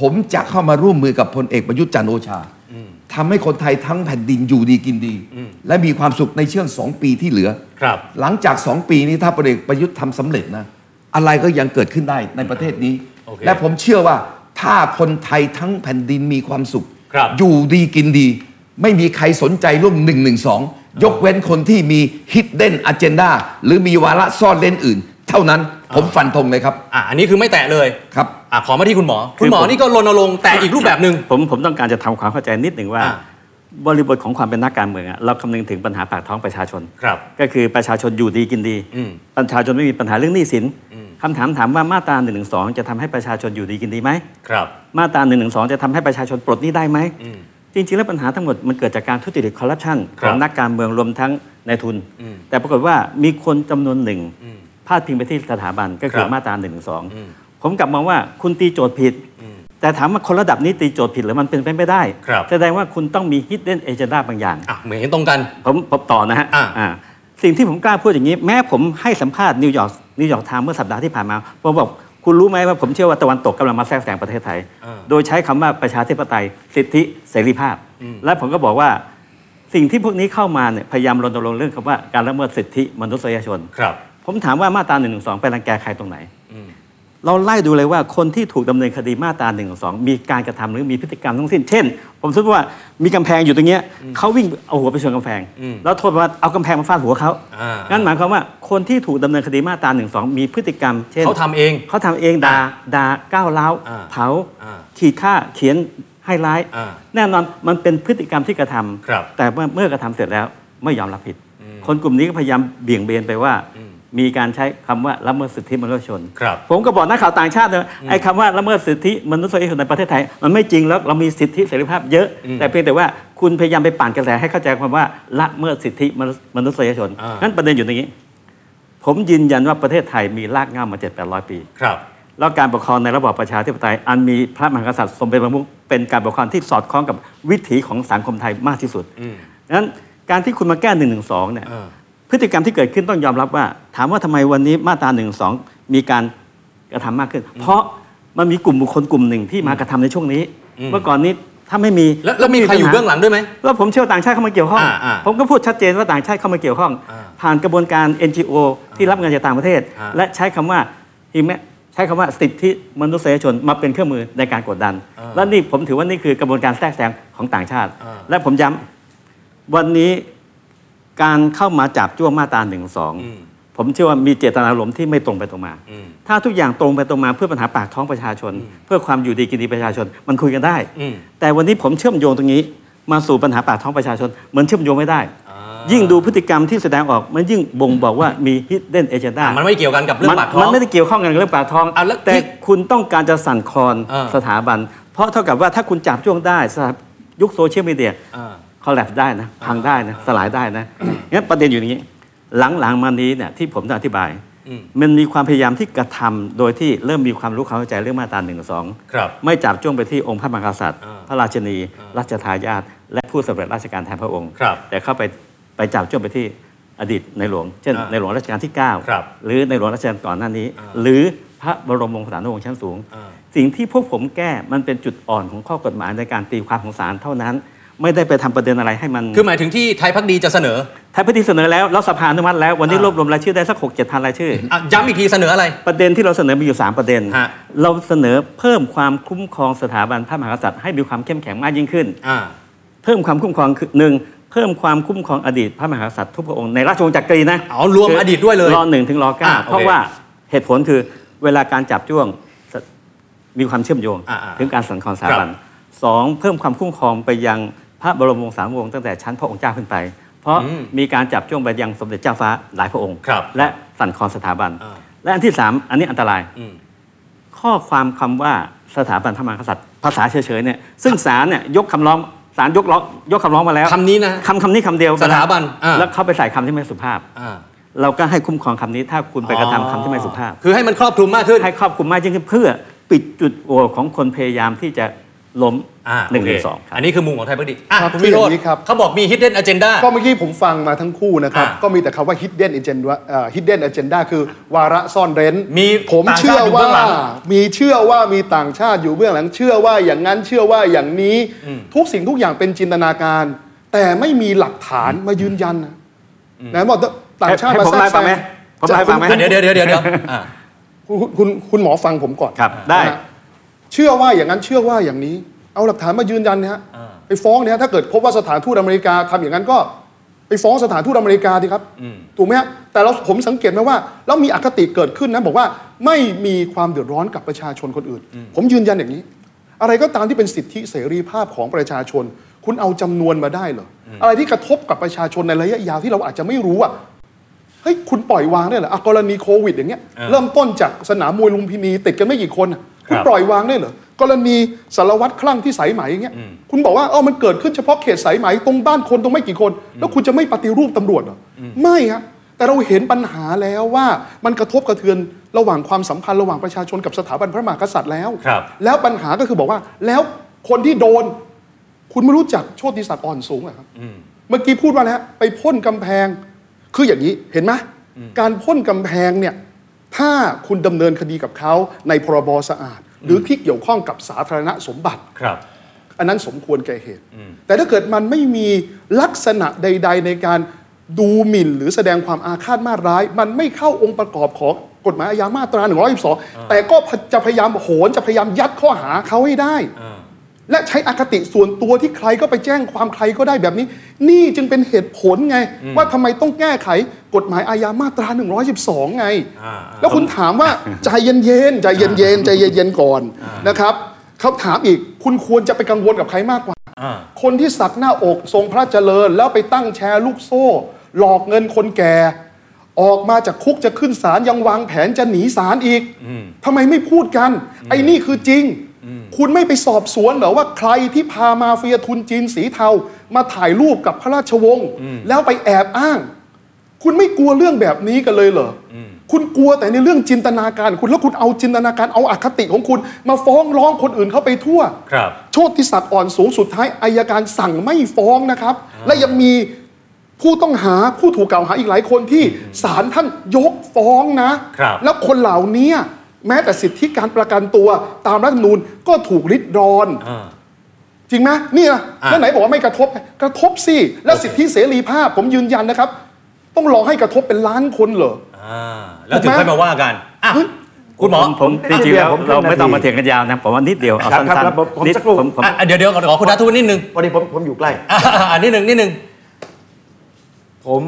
[SPEAKER 3] ผมจะเข้ามาร่วมมือกับพลเอกประยุทธ์จันทร์โอชาทำให้คนไทยทั้งแผ่นดินอยู่ดีกินดี และมีความสุขในเชื่องสองปีที่เหลือ
[SPEAKER 2] ครับ
[SPEAKER 3] หลังจาก 2 ปีนี้ถ้าพลเอกประยุทธ์ทำสำเร็จนะ อะไรก็ยังเกิดขึ้นได้ในประเทศนี้
[SPEAKER 2] โอเค
[SPEAKER 3] และผมเชื่อว่าถ้าคนไทยทั้งแผ่นดินมีความสุข
[SPEAKER 2] ครับ
[SPEAKER 3] อยู่ดีกินดี ไม่มีใครสนใจเร่วม1นึยกเว้นคนที่มี hidden agenda หรือมีวาระซ่อนเล่นอื่น เท่านั้นผมฟันธงเลยครับ
[SPEAKER 2] อ่ะอันนี้คือไม่แตะเลย
[SPEAKER 3] ครับ
[SPEAKER 2] อ่ะขอมาที่คุณหมอ
[SPEAKER 4] คือ
[SPEAKER 2] คุณหมอ
[SPEAKER 4] ผม
[SPEAKER 2] นี่ก็รณรงค์แต่อีกรูปแบบหนึ่ง
[SPEAKER 4] ผมผมต้องการจะทำความเข้าใจนิดหนึ่งว่า
[SPEAKER 2] อ่า
[SPEAKER 4] บริบทของความเป็นนักการเมืองอะเราคำนึงถึงปัญหาปากท้องประชาชน
[SPEAKER 2] ครับ
[SPEAKER 4] ก็คือประชาชนอยู่ดีกินดี
[SPEAKER 2] อืม
[SPEAKER 4] ประชาชนไม่มีปัญหาเรื่องหนี้สินคำถามถามว่ามาตรา1นึจะทำให้ประชาชนอยู่ดีกินดีไหม
[SPEAKER 2] ครับ
[SPEAKER 4] มาตรา1นึจะทำให้ประชาชนปลดหนี้ได้ไหมจริงๆ แล้วปัญหาทั้งหมดมันเกิดจากการทุจริตคอร์รัปชัน
[SPEAKER 2] ค
[SPEAKER 4] ข
[SPEAKER 2] รับ
[SPEAKER 4] องนักการเมืองรวมทั้งนายทุน
[SPEAKER 2] อืม
[SPEAKER 4] แต่ปรากฏว่ามีคนจำนวนหนึ่งพาดพิงไปที่สถาบันก็
[SPEAKER 2] ค
[SPEAKER 4] คือ
[SPEAKER 2] รับ
[SPEAKER 4] มาตรา1นึผมกลับมองว่าคุณตีโจทย์ผิด แต่ถามว่าคนระดับนี้ตีโจทย์ผิดหรือมันเป็นไปไม่ได้
[SPEAKER 2] ครับ
[SPEAKER 4] แสดงว่าคุณต้องมี hidden agenda บางอย่าง
[SPEAKER 2] อ่ะเหมือนเห็นตรงกัน
[SPEAKER 4] ผมผมต่อนะฮะ
[SPEAKER 2] อ่า
[SPEAKER 4] อ่าสิ่งที่ผมกล้าพูดอย่างนี้ แม้ผมให้สัมภาษณ์นิวยอร์กนิวยอร์กไทม์เมื่อสัปดาห์ที่ผ่านมาผมบอกคุณรู้ไหมว่าผมเชื่อว่าตะวันตกกำลังมาแทรกแซงประเทศไทย โดยใช้คำว่าประชาธิปไตยสิทธิเสรีภาพ และผมก็บอกว่าสิ่งที่พวกนี้เข้ามาเนี่ยพยายามรณรงค์เรื่องคำว่าการละเมิดสิทธิมนุษยชน
[SPEAKER 2] ครับ
[SPEAKER 4] ผมถามว่ามาตรา1นึไปรังแกใครตรงไหน เราไล่ดูเลยว่าคนที่ถูกดำเนินคดีมาตรา1นึมีการกระทำหรือมีพฤติกรรมทั้งสิ้น เช่น ผมสมมติว่ามีกำแพงอยู่ตรงเนี้ยเขาวิ่งเอาหัวไปชนกำแพง แล้วโทษว่าเอากำแพงมาฟาดหัวเขา
[SPEAKER 2] อ่างั้
[SPEAKER 4] งั้นหมายความว่าคนที่ถูกดำเนินคดีมาตรา1นึมีพฤติกรรม เช่น
[SPEAKER 2] เขาทำเอง
[SPEAKER 4] เขาทำเองด่าด่าก้าวร้าว
[SPEAKER 2] อ่า
[SPEAKER 4] เผา
[SPEAKER 2] อ่า
[SPEAKER 4] ขีดฆ่าเขียนให้ร้าย
[SPEAKER 2] อ่า
[SPEAKER 4] แน่นอนมันเป็นพฤติกรรมที่กระทำ
[SPEAKER 2] ครับ
[SPEAKER 4] แต่เมื่อเมื่อกระทำเสร็จแล้วไม่ยอมรับผิด คนกลุ่มนี้ก็พยายามเบี่ยงเบนไปว่า มีการใช้คำว่าละเมิดสิทธิมนุษยชน
[SPEAKER 2] ครับ
[SPEAKER 4] ผมก็บอกนักข่าวต่างชาตินะไอ้คำว่าละเมิดสิทธิมนุษยชนในประเทศไทย มันไม่จริงแล้วเรามีสิทธิเสรีภาพเยอะ แต่เพียงแต่ว่าคุณพยายามไปปั่นกระแสให้เข้าใจความว่าละเมิดสิทธิมนุษยชน
[SPEAKER 2] อ่างั้
[SPEAKER 4] นั้นประเด็นอยู่ตรงนี้ ผมยืนยันว่าประเทศไทยมีรากเหง้ามา 7 8 0 0 ปี
[SPEAKER 2] ครับ
[SPEAKER 4] แล้วการปกครองในระบอบประชาธิปไตย อันมีพระมหากษัตริย์ทรงเป็นประมุขเป็นการปกครองที่สอดคล้องกับวิถีของสังคมไทยมากที่สุดนั้นการที่คุณมาแก้1นึเนี่ย
[SPEAKER 2] เออ
[SPEAKER 4] พฤติกรรมที่เกิดขึ้นต้องยอมรับว่า ถามว่าทำไมวันนี้มาตรา1นึมีการกระทำมากขึ้น เพราะมันมีกลุ่มบุคคลกลุ่มหนึ่งที่มากระทำในช่วงนี้ เมื่อก่อนนี้ถ้าไม่มี
[SPEAKER 2] แล้วแล้วมีใครอยู่
[SPEAKER 4] ปัญหา
[SPEAKER 2] เบื้องหลังด้วยไหม
[SPEAKER 4] ว่าผมเชื่อว่าต่างชาติเข้ามาเกี่ยวข้อง
[SPEAKER 2] อ่าอ่า
[SPEAKER 4] ผมก็พูดชัดเจนว่าต่างชาติเข้ามาเกี่ยวข้อง
[SPEAKER 2] อ่า
[SPEAKER 4] ผ่านกระบวนการ NGO ที่รับเงินจากต่างประเทศ
[SPEAKER 2] อ่า
[SPEAKER 4] และใช้คำว่า human- ใช้คำว่าสิทธิมนุษยชนมาเป็นเครื่องมือในการกดดัน
[SPEAKER 2] อ่า
[SPEAKER 4] และนี่ผมถือว่านี่คือกระบวนการแทรกแซงของต่างชาติ
[SPEAKER 2] อ่า
[SPEAKER 4] และผมย้ำวันนี้การเข้ามาจับจ้วงมาตราหนึ่งสองผมเชื่อว่ามีเจตนารมณ์ที่ไม่ตรงไปตรงมา ถ้าทุกอย่างตรงไปตรงมาเพื่อปัญหาปากท้องประชาชน เพื่อความอยู่ดีกินดีประชาชน มันคุยกันได้ แต่วันนี้ผมเชื่อมโยงตรงนี้ มาสู่ปัญหาปากท้องประชาชนมันเชื่อมโยงไม่ได้ ยิ่งดูพฤติกรรมที่แสดงออกมันยิ่งบ่งบอกว่ามี hidden agenda
[SPEAKER 2] อ่ะมันไม่เกี่ยวกันกับเรื่องปากท้อง
[SPEAKER 4] มันไม่ได้เกี่ยวข้องกันกับเรื่องปากท้อง
[SPEAKER 2] อ่ะแล้ว
[SPEAKER 4] แต่
[SPEAKER 2] ที่
[SPEAKER 4] คุณต้องการจะสั่นคลอน
[SPEAKER 2] เออ
[SPEAKER 4] สถาบัน เพราะเท่ากับว่าถ้าคุณจับจ้วงได้สถายุคโซเชียลมีเดีย
[SPEAKER 2] อ่า
[SPEAKER 4] คอลแลบได้นะ พังได้นะ สลายได้นะงั้นประเด็นอยู่อย่างนี้ หลังๆมานี้เนี่ยที่ผมจะอธิบาย
[SPEAKER 2] อืม
[SPEAKER 4] มันมีความพยายามที่กระทำโดยที่เริ่มมีความรู้ความเข้าใจเรื่องมาตราหนึ่งสอง
[SPEAKER 2] ครับ
[SPEAKER 4] ไม่จับจ้วงไปที่องค์พระมหากษัตริย์
[SPEAKER 2] อ่า
[SPEAKER 4] พระราชินี รัชทายาทและผู้สำเร็จราชการแทนพระองค์
[SPEAKER 2] ครับ
[SPEAKER 4] แต่เข้าไปไปจับจ้วงไปที่อดีตในหลวง เช่น
[SPEAKER 2] อ่า
[SPEAKER 4] ในหลวงรัชกาลที่เก้า
[SPEAKER 2] ครับ
[SPEAKER 4] หรือในหลวงรัชกาลก่อนหน้านี้ หรือพระบรมวงศานุวงศ์ชั้นสูง
[SPEAKER 2] อ่า
[SPEAKER 4] สิ่งที่พวกผมแก้มันเป็นจุดอ่อนของข้อกฎหมายในการตีความของศาลเท่านั้น ไม่ได้ไปทำประเด็นอะไรให้มัน
[SPEAKER 2] คือหมายถึงที่ไทยพักดีจะเสนอ
[SPEAKER 4] ไทยพิธีเสนอแล้วแล้วสภาอนุมัติแล้ววันนี้
[SPEAKER 2] อ่าร ร
[SPEAKER 4] วบรวมรายชื่อได้สักหกเจ็ดพันรายชื่ออ
[SPEAKER 2] อ่ะย้ำอีกทีเสนออะไร
[SPEAKER 4] ประเด็นที่เราเสนอมีอยู่ 3 ประเด็น
[SPEAKER 2] ฮะ
[SPEAKER 4] เราเสนอเพิ่มความคุ้มครองสถาบันพระมหากษัตริย์ให้มีความเข้มแข็งมากยิ่งขึ้น
[SPEAKER 2] อ่า
[SPEAKER 4] เพิ่มความคุ้มครองคือหนึ่งเพิ่มความคุ้มครองอดีตพระมหากษัตริย์ทุกพระองค์ในราชวงศ์จักรีนะ
[SPEAKER 2] เอารวมอดีตด้วยเลย
[SPEAKER 4] รอหนึ่งถึงรอเก้า
[SPEAKER 2] อ่ะโอเค
[SPEAKER 4] เพราะว่าเหตุผลคือเวลาการจับจ้วงส มีความเชื่อมโยง
[SPEAKER 2] อ่าอ่า
[SPEAKER 4] ถึงการสังครสถาบันสองเพิ่มความคุ้มครองไปยังพระบรมวงศานุวงศ์ตั้งแต่ชั้นพระองค์เจ้าขึ้นไป เพราะมีการจับจ้วงไปยังสมเด็จเจ้าฟ้าหลายพระองค์
[SPEAKER 2] ครับ
[SPEAKER 4] และสั่นคลอนสถาบัน
[SPEAKER 2] อ่า
[SPEAKER 4] และอันที่สามอันนี้อันตราย
[SPEAKER 2] อืม
[SPEAKER 4] ข้อความคำว่าสถาบันพระมหากษัตริย์ ภาษาเฉยๆเนี่ยซึ่งศาลเนี่ยยกคำร้องศาลยกร้องยกคำร้องมาแล้ว
[SPEAKER 2] คำนี้นะ
[SPEAKER 4] คำคำนี้คำเดียว
[SPEAKER 2] สถาบันอ่า
[SPEAKER 4] แล้วเข้าไปใส่คำที่ไม่สุภาพ
[SPEAKER 2] อ่า
[SPEAKER 4] เราก็ให้คุ้มครองคำนี้ถ้าคุณไปกระทำคำที่ไม่สุภาพ
[SPEAKER 2] คือให้มันครอบคลุมมากขึ้น
[SPEAKER 4] ให้ครอบคลุมมากยิ่งขึ้นเพื่อปิดจุดโหว่ของคนพยายามที่จะล้ม
[SPEAKER 2] อ่า
[SPEAKER 4] หนึ่ง
[SPEAKER 2] โเค
[SPEAKER 4] หนึ่งสองครับ
[SPEAKER 2] อันนี้คือมุมของไทยพักดีอ่ะ
[SPEAKER 6] ครับ
[SPEAKER 2] คุณวิโรจ
[SPEAKER 6] คืออย่างนี้
[SPEAKER 2] น์
[SPEAKER 6] ครับ
[SPEAKER 2] เขาบอกมี hidden agenda
[SPEAKER 6] ก็เมื่อกี้ผมฟังมาทั้งคู่นะครับ
[SPEAKER 2] อ่า
[SPEAKER 6] ก็มีแต่คำว่า hidden agenda เอ่อ hidden agenda คือวาระซ่อนเร้น
[SPEAKER 2] มี
[SPEAKER 6] ผม
[SPEAKER 2] ต่างชาติ
[SPEAKER 6] เชื่อ
[SPEAKER 2] อยู่เบื้
[SPEAKER 6] ว่า
[SPEAKER 2] องหลัง
[SPEAKER 6] มีเชื่อว่ามีต่างชาติอยู่เบื้องหลังเชื่อว่าอย่างนั้นเชื่อว่าอย่างนี้ ทุกสิ่งทุกอย่างเป็นจินตนาการ แต่ไม่มีหลักฐานมายืนยันนะนะบอกต่างชาติ
[SPEAKER 4] ให้
[SPEAKER 6] มา
[SPEAKER 4] ผม
[SPEAKER 6] แทรก
[SPEAKER 4] ไล่
[SPEAKER 6] แซ
[SPEAKER 4] ฟังไหม
[SPEAKER 6] ง
[SPEAKER 4] ผมไล่ฟังไหม
[SPEAKER 2] อ่ะเดี๋ยวเดี๋ยวเดี๋ยวเดี๋ยวเดี๋ยวอ่ะ
[SPEAKER 6] คุณคุณคุณหมอฟังผมก่อน
[SPEAKER 4] ครับได้
[SPEAKER 6] นะฮะเชื่อว่าอย่างนั้นเชื่อว่าอย่างนี้ เอาหลักฐานมายืนยันนะฮะไปฟ้องเนี่ยฮะถ้าเกิดพบว่าสถานทูตอเมริกาทำอย่างนั้นก็ไปฟ้องสถานทูตอเมริกาดีครับ ถูกไหมฮะแต่เราผมสังเกตไหมว่าแล้วมีอคติเกิดขึ้นนะบอกว่าไม่มีความเดือดร้อนกับประชาชนคนอื่น ผมยืนยันอย่างนี้ อะไรก็ตามที่เป็นสิทธิเสรีภาพของประชาชน คุณเอาจำนวนมาได้เหรออะไรที่กระทบกับประชาชนในระยะยาวที่เราอาจจะไม่รู้อ่ะ เฮ้ยคุณปล่อยวางได้เหรออ่ะกรณีโควิดอย่างเงี้ยเริ่มต้นจากสนามมวยลุมพินีติดกันไม่กี่คนอ่ะคุณปล่อยวางได้เหรอกรณีสารวัตรคลั่งที่สายไหมอย่างเงี้ยคุณบอกว่าเออมันเกิดขึ้นเฉพาะเขตสายไหมตรงบ้านคนตรงไม่กี่คน แล้วคุณจะไม่ปฏิรูปตำรวจเหรออไม่ฮะแต่เราเห็นปัญหาแล้วว่ามันกระทบกระเทือนระหว่างความสัมพันธ์ระหว่างประชาชนกับสถาบันพระมหากษัตริย์แล้ว
[SPEAKER 2] ครับ
[SPEAKER 6] แล้วปัญหาก็คือบอกว่าแล้วคนที่โดน คุณไม่รู้จักโชติศักดิ์อ่อนสูงเหรอครับ เมื่อกี้พูดว่าแล้วไปพ่นกำแพง คืออย่างนี้เห็นไหมการพ่นกำแพงเนี่ย ถ้าคุณดำเนินคดีกับเขาในพรบสะอาด หรือที่เกี่ยวข้องกับสาธารณสมบัติ
[SPEAKER 2] ครับ
[SPEAKER 6] อันนั้นสมควรแก่เหตุ แต่ถ้าเกิดมันไม่มีลักษณะใด ๆ ในการดูหมิ่น หรือแสดงความอาฆาตมาตร้าย มันไม่เข้าองค์ประกอบของกฎหมายอาญามาตรา 112 แต่ก็จะพยายามโหนจะพยายามยัดข้อหาเขาให้ได้ และใช้อคติส่วนตัวที่ใครก็ไปแจ้งความใครก็ได้แบบนี้ นี่จึงเป็นเหตุผลไง ว่าทำไมต้องแก้ไขกฎหมายอาญามาตรา 112 ไง แล้วคุณถามว่า ใจเย็นๆใจเย็นๆใจเย็นๆก่อนนะครับเขาถามอีกคุณควรจะไปกังวลกับใครมากกว่า คนที่สักหน้าอกทรงพระเจริญ แล้วไปตั้งแชร์ลูกโซ่ หลอกเงินคนแก่ ออกมาจากคุกจะขึ้นศาลยังวางแผนจะหนีศาลอีกทำไมไม่พูดกัน ไอ้นี่คือจริง คุณไม่ไปสอบสวนเหรอว่าใครที่พามาเฟียทุนจีนสีเทา มาถ่ายรูปกับพระราชวงศ์แล้วไปแอบอ้าง คุณไม่กลัวเรื่องแบบนี้กันเลยเหรออคุณกลัวแต่ในเรื่องจินตนาการของคุณแล้วคุณเอาจินตนาการเอาอคติของคุณ มาฟ้องร้องคนอื่นเข้าไปทั่ว
[SPEAKER 2] ครับ
[SPEAKER 6] โชติศักดิ์อ่อนสูงสุดท้ายอายการสั่งไม่ฟ้องนะครับ และยังมีผู้ต้องหาผู้ถูกกล่าวหาอีกหลายคนที่ศาลท่านยกฟ้องนะ
[SPEAKER 2] ครับ
[SPEAKER 6] แล้วคนเหล่านี้แม้แต่สิทธิการประกันตัวตามรัฐธรรมนูญก็ถูกริดรอน
[SPEAKER 2] อ่า
[SPEAKER 6] จริงไหมนี่นะ
[SPEAKER 2] อ่ะ
[SPEAKER 6] แล้วไหนบอกว่าไม่กระทบ กระทบสิ และสิทธิเสรีภาพผมยืนยันนะครับ ต้องรอให้กระทบเป็นล้านคนเหรอ
[SPEAKER 2] ่าแล้วถึง
[SPEAKER 6] ถูกไหม
[SPEAKER 2] ค่อยมาว่ากันอ่ะคุณหมอ
[SPEAKER 4] ผมผม
[SPEAKER 5] ผม
[SPEAKER 4] จริงๆแล้ว
[SPEAKER 5] ผม
[SPEAKER 4] เราไม่ต้อง
[SPEAKER 5] ผม
[SPEAKER 4] มาเถียงกันยาวนะผมว่านิดเดียวเอา
[SPEAKER 5] ครับ
[SPEAKER 4] สั้
[SPEAKER 5] ครับ
[SPEAKER 4] น
[SPEAKER 5] ครับผมผม
[SPEAKER 4] ๆนิด
[SPEAKER 5] สักครู่
[SPEAKER 4] ผมผม
[SPEAKER 2] อ่ะเดี๋ยวเดี๋ยวขอคุณนัทวุฒินิดนึง
[SPEAKER 5] วันนี้ผมผมอยู่ใกล้
[SPEAKER 2] อ่ะ อ่ะนิดนึงนิดนึง
[SPEAKER 5] ผม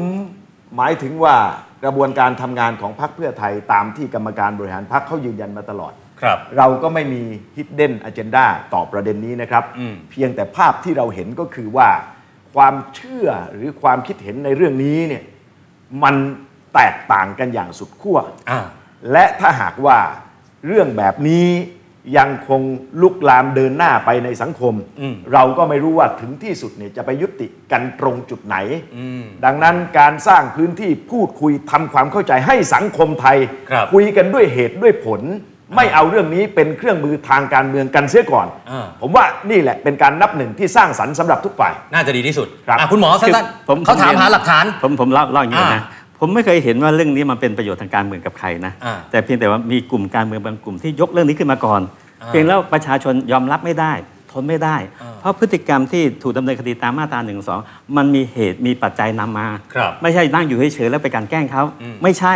[SPEAKER 5] หมายถึงว่ากระบวนการทำงานของพรรคเพื่อไทยตามที่กรรมการบริหารพรรคเขายืนยันมาตลอด
[SPEAKER 2] ครับ
[SPEAKER 5] เราก็ไม่มี hidden agenda ต่อประเด็นนี้นะครับ เพียงแต่ภาพที่เราเห็นก็คือว่า ความเชื่อหรือความคิดเห็นในเรื่องนี้เนี่ยมันแตกต่างกันอย่างสุดขั้ว
[SPEAKER 2] อ่า
[SPEAKER 5] และถ้าหากว่าเรื่องแบบนี้ยังคงลุกลามเดินหน้าไปในสังคม
[SPEAKER 2] อืม
[SPEAKER 5] เราก็ไม่รู้ว่าถึงที่สุดเนี่ยจะไปยุติกันตรงจุดไหน ดังนั้นการสร้างพื้นที่พูดคุยทำความเข้าใจให้สังคมไทย
[SPEAKER 2] ครับ
[SPEAKER 5] ยกันด้วยเหตุด้วยผล ไม่เอาเรื่องนี้เป็นเครื่องมือทางการเมืองกันเสียก่อน
[SPEAKER 2] อ่า
[SPEAKER 5] ผมว่านี่แหละเป็นการนับหนึ่งที่สร้างสรรค์สำหรับทุกฝ่าย
[SPEAKER 2] น่าจะดีที่สุด
[SPEAKER 5] ครับ
[SPEAKER 2] อ่ะคุณหมอสั้น
[SPEAKER 4] ผม
[SPEAKER 2] ๆเขาถาม
[SPEAKER 4] ผรียน
[SPEAKER 2] หาหลักฐาน
[SPEAKER 4] ผมผมเล่าเล่าอย่างนี้เลยนะ
[SPEAKER 2] อ่
[SPEAKER 4] ผมไม่เคยเห็นว่าเรื่องนี้มันเป็นประโยชน์ทางการเมืองกับใครนะ
[SPEAKER 2] อ่า
[SPEAKER 4] แต่เพียงแต่ว่ามีกลุ่มการเมืองบางกลุ่มที่ยกเรื่องนี้ขึ้นมาก่อน
[SPEAKER 2] อ่า
[SPEAKER 4] เพียงแล้วประชาชนยอมรับไม่ได้ ทนไม่ได้ เพราะพฤติกรรมที่ถูกดำเนินคดีตามมาตราหนึ่งสองมันมีเหตุมีปัจจัยนำมา
[SPEAKER 2] ครับ
[SPEAKER 4] ไม่ใช่นั่งอยู่เฉยๆแล้วไปกลันแกล้งเขาไม่ใช่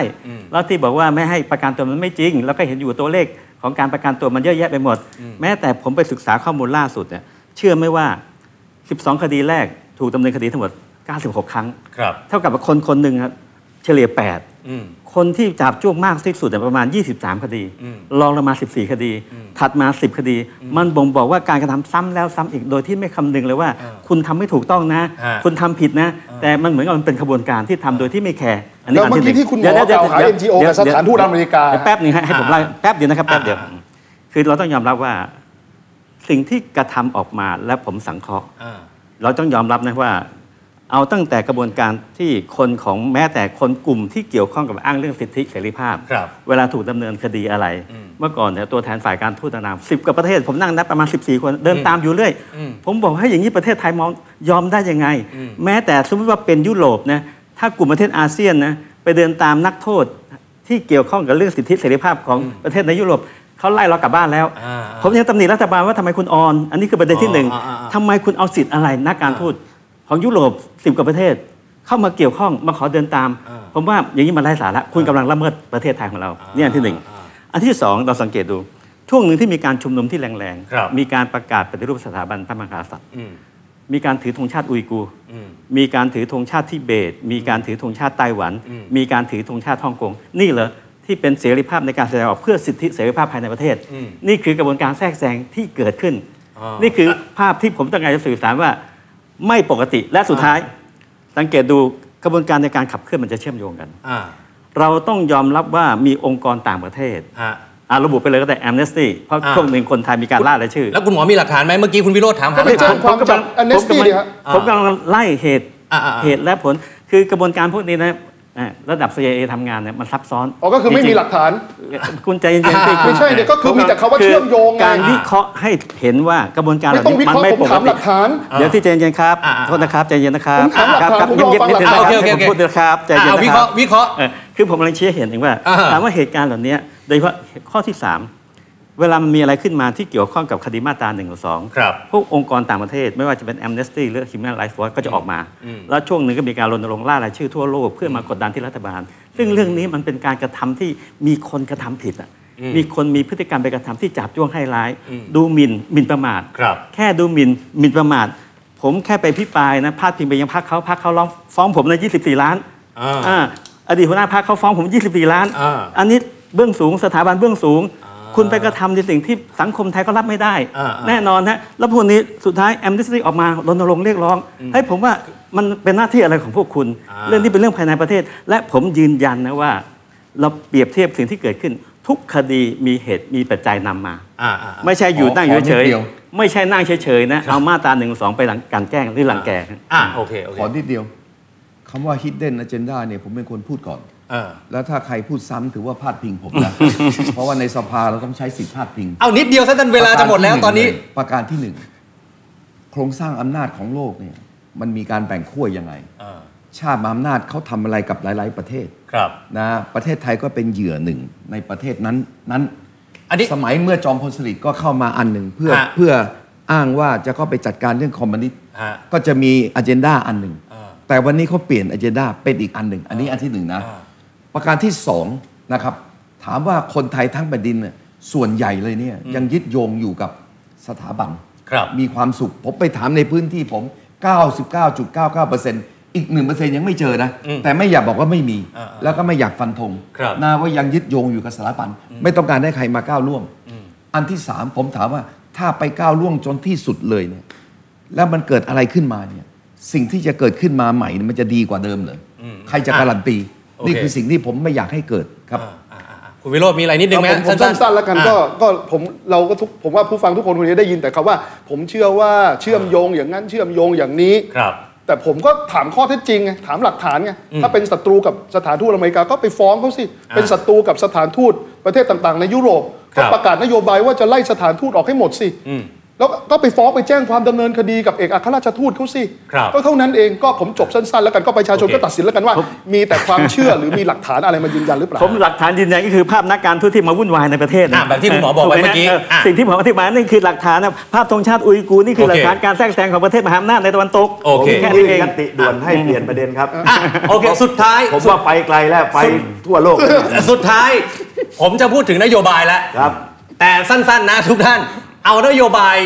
[SPEAKER 4] แล้วที่บอกว่าไม่ให้ประกันตัวมันไม่จริง แล้วก็เห็นอยู่ตัวเลขของการประกันตัวมันเยอะแยะไปหมด แม้แต่ผมไปศึกษาข้อมูลล่าสุดเนี่ยเชื่อไหมว่า 12 คดีแรกถูกดำเนินคดีทั้งหมด 96 ครั้ง
[SPEAKER 2] ครับ
[SPEAKER 4] เท่ากับว่าคนคนหนึ่งครับเฉลี่ย คนที่จับจ้วงมากที่สุดเนี่ยประมาณ 23 คดีรองลงมา 14 คดี ถัดมา 10 คดี มันบ่งบอกว่าการกระทำซ้ำแล้วซ้ำอีกโดยที่ไม่คำนึงเลยว่า คุณทำไม่ถูกต้องนะ
[SPEAKER 7] ฮะ
[SPEAKER 4] คุณทำผิดนะ แต่มันเหมือนกับมันเป็นขบวนการที่ทำโดยที่ไม่แคร์อันนี้
[SPEAKER 6] แล้ว
[SPEAKER 4] น
[SPEAKER 6] เมื่อกี้ที่คุณหมอ
[SPEAKER 4] เดี๋ยวๆๆๆ
[SPEAKER 6] กล่าวหา NGO
[SPEAKER 4] ดี๋ยวๆ
[SPEAKER 6] กับสถานทูตอเมริกา
[SPEAKER 4] เดี๋ยวแป๊บหนึงฮะให้ผมเล่าแป๊บเดียวนะครับแป๊บเดียวคือเราต้องยอมรับว่า สิ่งที่กระทำออกมาและผมสังเคราะห์
[SPEAKER 7] อ่า
[SPEAKER 4] เราต้องยอมรับนะว่า เอาตั้งแต่กระบวนการที่คนของแม้แต่คนกลุ่มที่เกี่ยวข้องกับอ้างเรื่องสิทธิเสรีภาพ
[SPEAKER 7] ครับ
[SPEAKER 4] เวลาถูกดำเนินคดีอะไร เมื่อก่อนเนี่ยตัวแทนฝ่ายการทูตต่างๆสิบกว่าประเทศผมนั่งนับประมาณ 14 คนเดินตามอยู่เรื่อย ผมบอกให้อย่างนี้ประเทศไทยมองยอมได้ยังไง แม้แต่สมมติว่าเป็นยุโรปนะถ้ากลุ่มประเทศอาเซียนนะไปเดินตามนักโทษที่เกี่ยวข้องกับเรื่องสิทธิเสรีภาพของประเทศในยุโรปเขาไล่เรากลับบ้านแล้ว
[SPEAKER 7] อ่า
[SPEAKER 4] ผมยังตำหนิรัฐบาลว่าทำไมคุณออน อันนี้คือประเด็นที่หนึ่ง
[SPEAKER 7] อ๋ออ่าอ่า
[SPEAKER 4] ทำไมคุณเอาสิทธิ์อะไรนักการทูตของยุโรปสิบกว่าประเทศ เข้ามาเกี่ยวข้องมาขอเดินตาม ผมว่าอย่างนี้มันไร้สาระคุณกำลังละเมิดประเทศไทยของเราเนี่ยอันที่หนึ่งอันที่สองเราสังเกตดู ช่วงหนึ่งที่มีการชุมนุมที่แรง
[SPEAKER 7] ครับ
[SPEAKER 4] มีการประกาศปฏิรูปสถาบันพระมหากษัตริย์มีการถือธงชาติอุยกูร์มีการถือธงชาติทิเบต มีการถือธงชาติไต้หวัน มีการถือธงชาติฮ่องกงนี่เหรอที่เป็นเสรีภาพในการแสดงออกเพื่อสิทธิเสรีภาพภายในประเทศ นี่คือกระบวนการแทรกแซงที่เกิดขึ้น นี่คือภาพที่ผมต้องการจะสื่อสารว่าไม่ปกติและสุดท้าย สังเกตดูกระบวนการในการขับเคลื่อนมันจะเชื่อมโยงกัน
[SPEAKER 7] อ่า
[SPEAKER 4] เราต้องยอมรับว่ามีองค์กรต่างประเทศ
[SPEAKER 7] ฮะ
[SPEAKER 4] อ่ะระบุไปเลยก็แต่ Amnesty เพราะ
[SPEAKER 7] อ่า
[SPEAKER 4] ช่วงหนึ่งคนไทยมีการล่ารายชื่อ
[SPEAKER 7] แล้วคุณหมอมีหลักฐานไหมเมื่อกี้คุณวิโรธถามหาห
[SPEAKER 6] ไม่
[SPEAKER 7] ลัก
[SPEAKER 6] ใช่
[SPEAKER 7] ฐาน
[SPEAKER 6] ควา
[SPEAKER 4] ผม มกำลัง
[SPEAKER 6] จาก Amnesty
[SPEAKER 4] ผมกำลัง
[SPEAKER 6] ดิฮะ
[SPEAKER 4] ผมกำลังไล่เหตุ
[SPEAKER 7] อ่าอ่าอ่า
[SPEAKER 4] เหตุและผลคือกระบวนการพวกนี้นะอ่ะระดับ CIA ทำงานเนี่ยมันซับซ้อน
[SPEAKER 6] อ๋อก็คือไม่มีหลัก
[SPEAKER 4] จริง
[SPEAKER 6] ฐาน
[SPEAKER 4] ๆคุณใจเย็นๆสิ
[SPEAKER 6] ไม่ใช่เนี่ยก็คือมีแต่คำว่าเชื่อมโยงไง
[SPEAKER 4] การวิเคราะห์ให้เห็นว่ากระบวนการเห
[SPEAKER 6] ไม่
[SPEAKER 4] ล่า
[SPEAKER 6] ต้อง
[SPEAKER 4] นี้
[SPEAKER 6] วิ
[SPEAKER 4] มัน
[SPEAKER 6] เคราะ
[SPEAKER 4] ไม่ปกติ
[SPEAKER 6] ห์ผมถามหลักฐาน
[SPEAKER 4] เดี๋ยวที่ใจเย็นๆครับ
[SPEAKER 7] อ่าอ่า
[SPEAKER 4] โทษนะครับใจเย็นนะครับ
[SPEAKER 6] ผมถามหลักฐาน
[SPEAKER 4] ครั
[SPEAKER 6] ผม
[SPEAKER 4] เงี
[SPEAKER 6] ร
[SPEAKER 4] ย
[SPEAKER 6] อบ ฟัง
[SPEAKER 4] ๆนิดนึง
[SPEAKER 6] หลั
[SPEAKER 4] นะค
[SPEAKER 6] กฐาน
[SPEAKER 4] รับ
[SPEAKER 7] โอเค
[SPEAKER 4] ให้
[SPEAKER 7] โอเค
[SPEAKER 4] ผมพูดนะครับใจเย็น
[SPEAKER 7] อ่า
[SPEAKER 4] นะ
[SPEAKER 7] วิ
[SPEAKER 4] ค
[SPEAKER 7] เค
[SPEAKER 4] รั
[SPEAKER 7] ราะ
[SPEAKER 4] บ
[SPEAKER 7] ห์วิเคราะห์
[SPEAKER 4] ออคือผมกำลังชี้ให้เห็นเองว่า
[SPEAKER 7] อ่า
[SPEAKER 4] ถามว่าเหตุการณ์เหล่านี้โดยเฉพาะข้อที่ 3 เวลามันมีอะไรขึ้นมาที่เกี่ยวข้องกับคดีมาตรา1นึ่งหรือสอง
[SPEAKER 7] ครับ
[SPEAKER 4] พวกองค์กรต่างประเทศ ไม่ว่าจะเป็น Amnesty หรือ Human Rights Watch ก็จะออกมา แล้วช่วงหนึ่งก็มีการรณรงค์ล่ารายชื่อทั่วโลกเพื่อมากดดันที่รัฐบาล ซึ่งเรื่องนี้มันเป็นการกระทำที่มีคนกระทำผิดอะมีคนมีพฤติกรรมไปกระทำที่จับจ้วงให้ร้าย ดูหมิ่นหมิ่นประมาท
[SPEAKER 7] ครับ
[SPEAKER 4] แค่ดูหมิ่นหมิ่นประมาท ผมแค่ไปพิปรายนะพาดพิงไปยังพักเขาพักเขาร้องฟ้องผมใน 24 ล้าน
[SPEAKER 7] อ่า
[SPEAKER 4] อ่าอดีตหัวหน้าพักเขาฟ้องผม 24 ล้าน
[SPEAKER 7] อ่า
[SPEAKER 4] อันนี้เบื้องสูงสถาบันเบื้องสูง คุณไปกระทำในสิ่งที่สังคมไทยก็รับไม่ได้
[SPEAKER 7] อ่าอ่า
[SPEAKER 4] แน่นอนนะแล้วพวกนี้สุดท้ายแอม e ิสตี้ออกมารณรงค์เรียกร้องให้ผมว่ามันเป็นหน้าที่อะไรของพวกคุณ เรื่องนี้เป็นเรื่องภายในประเทศ และผมยืนยันนะว่า เราเปรียบเทียบสิ่งที่เกิดขึ้น ทุกคดีมีเหตุมีปัจจัยนำมา
[SPEAKER 7] อ่าอ่าอ่า
[SPEAKER 4] ไม่ใช่อยู่
[SPEAKER 3] ขอ
[SPEAKER 4] นั่งอ
[SPEAKER 3] ข
[SPEAKER 4] ยู่
[SPEAKER 3] อนิด
[SPEAKER 4] เฉย
[SPEAKER 3] เดียว
[SPEAKER 4] ๆไม่ใช่นั่งเฉยๆนะ เอามาตราหนึ่งสองไปหลังกลันแกล้งหรือหลังแก
[SPEAKER 7] อ่าโอเคโอเค
[SPEAKER 3] ขอนิดเดียวคำว่า hidden agenda เนี่ยผมเป็นคนพูดก่อน
[SPEAKER 7] เออ
[SPEAKER 3] แล้วถ้าใครพูดซ้ำถือว่าพาดพิงผมนะ เพราะว่าในสภาเราต้องใช้สิทธิพาดพิง
[SPEAKER 7] เอานิดเดียวซะท่านเวลาจะหมดแล้วตอนนี้
[SPEAKER 3] ประการที่หนึ่งโครงสร้างอำนาจของโลกเนี่ยมันมีการแบ่งขั้วยังไง
[SPEAKER 7] เออ
[SPEAKER 3] ชาติมหาอำนาจเขาทำอะไรกับหลาย ๆ ประเทศ
[SPEAKER 7] ครับ
[SPEAKER 3] นะประเทศไทยก็เป็นเหยื่อหนึ่งในประเทศนั้นนั้น
[SPEAKER 7] อันนี้
[SPEAKER 3] สมัยเมื่อจอมพลสฤษดิ์ก็เข้ามาอันหนึ่งเพื่อ
[SPEAKER 7] ฮะ
[SPEAKER 3] เพื่ออ้างว่าจะเข้าไปจัดการเรื่องคอมมิวนิสต์
[SPEAKER 7] ฮะ
[SPEAKER 3] ก็จะมีอเจนดาอันหนึ่ง
[SPEAKER 7] อ่า
[SPEAKER 3] แต่วันนี้เขาเปลี่ยนอเจนดาเป็นอีกอันหนึ่งอันนี้อันที่หนึ่งนะ ประการที่สองนะครับถามว่าคนไทยทั้งแผ่นดินเนี่ยส่วนใหญ่เลยเนี่ยยังยึดโยงอยู่กับสถาบัน
[SPEAKER 7] ครับ
[SPEAKER 3] มีความสุข ผมไปถามในพื้นที่ผม 99.99%อีก 1%ยังไม่เจอนะ แต่ไม่อยากบอกว่าไม่มี แล้วก็ไม่อยากฟันธง
[SPEAKER 7] ครับ
[SPEAKER 3] นะว่ายังยึดโยงอยู่กับสถาบัน ไม่ต้องการให้ใครมาก้าวล่วง อันที่สามผมถามว่าถ้าไปก้าวล่วงจนที่สุดเลยเนี่ย แล้วมันเกิดอะไรขึ้นมาเนี่ย สิ่งที่จะเกิดขึ้นมาใหม่เนี่ยมันจะดีกว่าเดิมเลย ใครจะการันตี
[SPEAKER 7] โอเค
[SPEAKER 3] นี่คือสิ่งที่ผมไม่อยากให้เกิดครับ
[SPEAKER 7] อ่าอ่าอ่าคุณวิโรธมีอะไรนิดนึงไหม
[SPEAKER 6] ผมผมสั้นๆแล้วกันก็ก็ผมเราก็ทุกผมว่าผู้ฟังทุกคนคนนี้ได้ยินแต่คำว่า ผมเชื่อว่าเชื่อมโยงอย่างนั้นเชื่อมโยงอย่างนี้
[SPEAKER 7] ครับ
[SPEAKER 6] แต่ผมก็ถามข้อเท็จจริงไงถามหลักฐานไงถ้าเป็นศัตรูกับสถานทูตอเมริกาก็ไปฟ้องเขาสิ เป็นศัตรูกับสถานทูตประเทศต่างๆ ในยุโรป
[SPEAKER 7] ครั
[SPEAKER 6] ก็
[SPEAKER 7] บ
[SPEAKER 6] ประกาศนโยบายว่าจะไล่สถานทูตออกให้หมดสิแล้วก็ไปฟ้องไปแจ้งความดำเนินคดีกับเอกอัครราชทูตเขาสิ
[SPEAKER 7] ครับ
[SPEAKER 6] ก็เท่านั้นเองก็ผมจบสั้นๆ แล้วกันก็ประชาชน
[SPEAKER 7] โอเค
[SPEAKER 6] ก็ตัดสินแล้วกันว่า มีแต่ความเชื่อหรือมีหลักฐานอะไรมายืนยันหรือเปล่า
[SPEAKER 4] ผมหลักฐานยืนยันก็คือภาพนักการทูตที่มาวุ่นวายในประเทศนะ
[SPEAKER 7] อ่ะแบบที่คุณหมอบอกไว้เมื่อกี้
[SPEAKER 4] ถูไหฮะ
[SPEAKER 7] อ่ะ
[SPEAKER 4] สิ่งที่ผมอธิบายนั่นคือหลักฐานนะภาพธงชาติอุยกูร์นี่คือ
[SPEAKER 7] โอ
[SPEAKER 4] หลั
[SPEAKER 7] เค
[SPEAKER 4] กฐานการแทรกแซงของประเทศมหาอำนาจในตะวันตก
[SPEAKER 7] โอเค
[SPEAKER 4] ผมแค่
[SPEAKER 5] ยื่
[SPEAKER 4] นี้
[SPEAKER 5] น
[SPEAKER 4] เอง
[SPEAKER 5] ยติด่วนให้เปลี่ยนประเด็นครับ
[SPEAKER 7] อ่ะโอเค สุดท้าย
[SPEAKER 5] ผมว่าไปไกลแล้วไปทั่วโลกแล้วเนี่ย
[SPEAKER 7] สุดท้าย ผมจะพูดถึงนโยบายแล้ว
[SPEAKER 5] ครับ
[SPEAKER 7] แต่สั้นๆนะทุกท่าน เอานโยบาย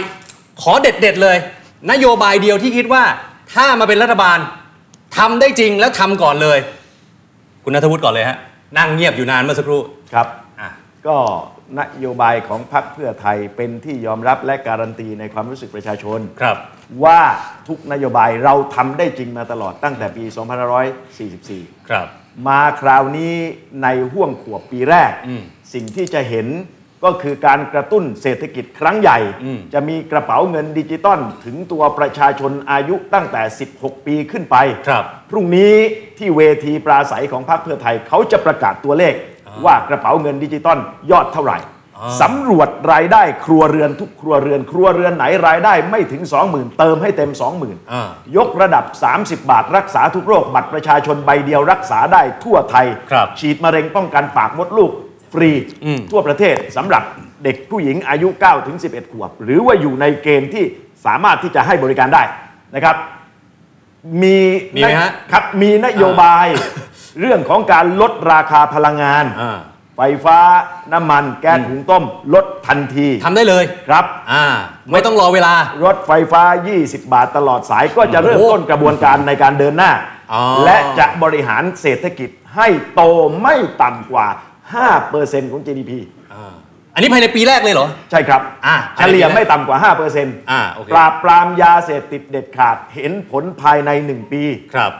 [SPEAKER 7] ขอเด็ดๆเลย นโยบายเดียวที่คิดว่า ถ้ามาเป็นรัฐบาลทำได้จริงแล้วทำก่อนเลย
[SPEAKER 2] คุณนัทวุฒิก่อนเลยฮะนั่งเงียบอยู่นานเมื่อสักครู่
[SPEAKER 5] ครับ
[SPEAKER 2] อ่ะ
[SPEAKER 5] ก็นโยบายของพรรคเพื่อไทยเป็นที่ยอมรับและการันตีในความรู้สึกประชาชน
[SPEAKER 2] ครับ
[SPEAKER 5] ว่าทุกนโยบายเราทำได้จริงมาตลอดตั้งแต่ปี 2544
[SPEAKER 2] ครับ
[SPEAKER 5] มาคราวนี้ในห่วงขวบปีแรก
[SPEAKER 2] อืม
[SPEAKER 5] สิ่งที่จะเห็นก็คือการกระตุ้นเศรษฐกิจครั้งใหญ่
[SPEAKER 2] อืม
[SPEAKER 5] จะมีกระเป๋าเงินดิจิตอลถึงตัวประชาชนอายุตั้งแต่ 16 ปีขึ้นไป
[SPEAKER 2] ครับ
[SPEAKER 5] พรุ่งนี้ที่เวทีปราศัยของพรรคเพื่อไทยเขาจะประกาศตัวเลข ว่ากระเป๋าเงินดิจิตอลยอดเท่าไหร่สำรวจรายได้ครัวเรือนทุกครัวเรือน ครัวเรือนไหนรายได้ไม่ถึง 20,000 เติมให้เต็ม
[SPEAKER 2] อ่า
[SPEAKER 5] 20,000 ยกระดับ 30 บาทรักษาทุกโรค บัตรประชาชนใบเดียวรักษาได้ทั่วไทย
[SPEAKER 2] ครับ
[SPEAKER 5] ฉีดมะเร็งป้องกันปากมดลูก ฟรี
[SPEAKER 2] อืม
[SPEAKER 5] ทั่วประเทศสำหรับเด็กผู้หญิงอายุ 9 ถึง 11 ขวบ หรือว่าอยู่ในเกณฑ์ที่สามารถที่จะให้บริการได้นะครับ มี
[SPEAKER 2] มีไหมฮะ
[SPEAKER 5] ครับมีนโยบายเรื่องของการลดราคาพลังงาน
[SPEAKER 2] อ่า
[SPEAKER 5] ไฟฟ้าน้ำมันแก๊สหุงต้ม ลดทันที
[SPEAKER 2] ทำได้เลย
[SPEAKER 5] ครับ
[SPEAKER 2] อ่าไม่ต้องรอเวลา
[SPEAKER 5] รถไฟฟ้า 20 บาทตลอดสายก็จะเริ่มต้นกระบวนการในการเดินหน้า
[SPEAKER 2] อ๋อ
[SPEAKER 5] และจะบริหารเศรษฐกิจให้โตไม่ต่ำกว่า 5%ของ GDP
[SPEAKER 2] อ่าอันนี้ภายในปีแรกเลยเหรอ
[SPEAKER 5] ใช่ครับ
[SPEAKER 2] อ่ะ
[SPEAKER 5] เฉลี่ยไม่ต่ำกว่า 5%
[SPEAKER 2] อ่ะโอเค
[SPEAKER 5] ปราบปรามยาเสพติดเด็ดขาดเห็นผลภายใน 1 ปี
[SPEAKER 2] ครับ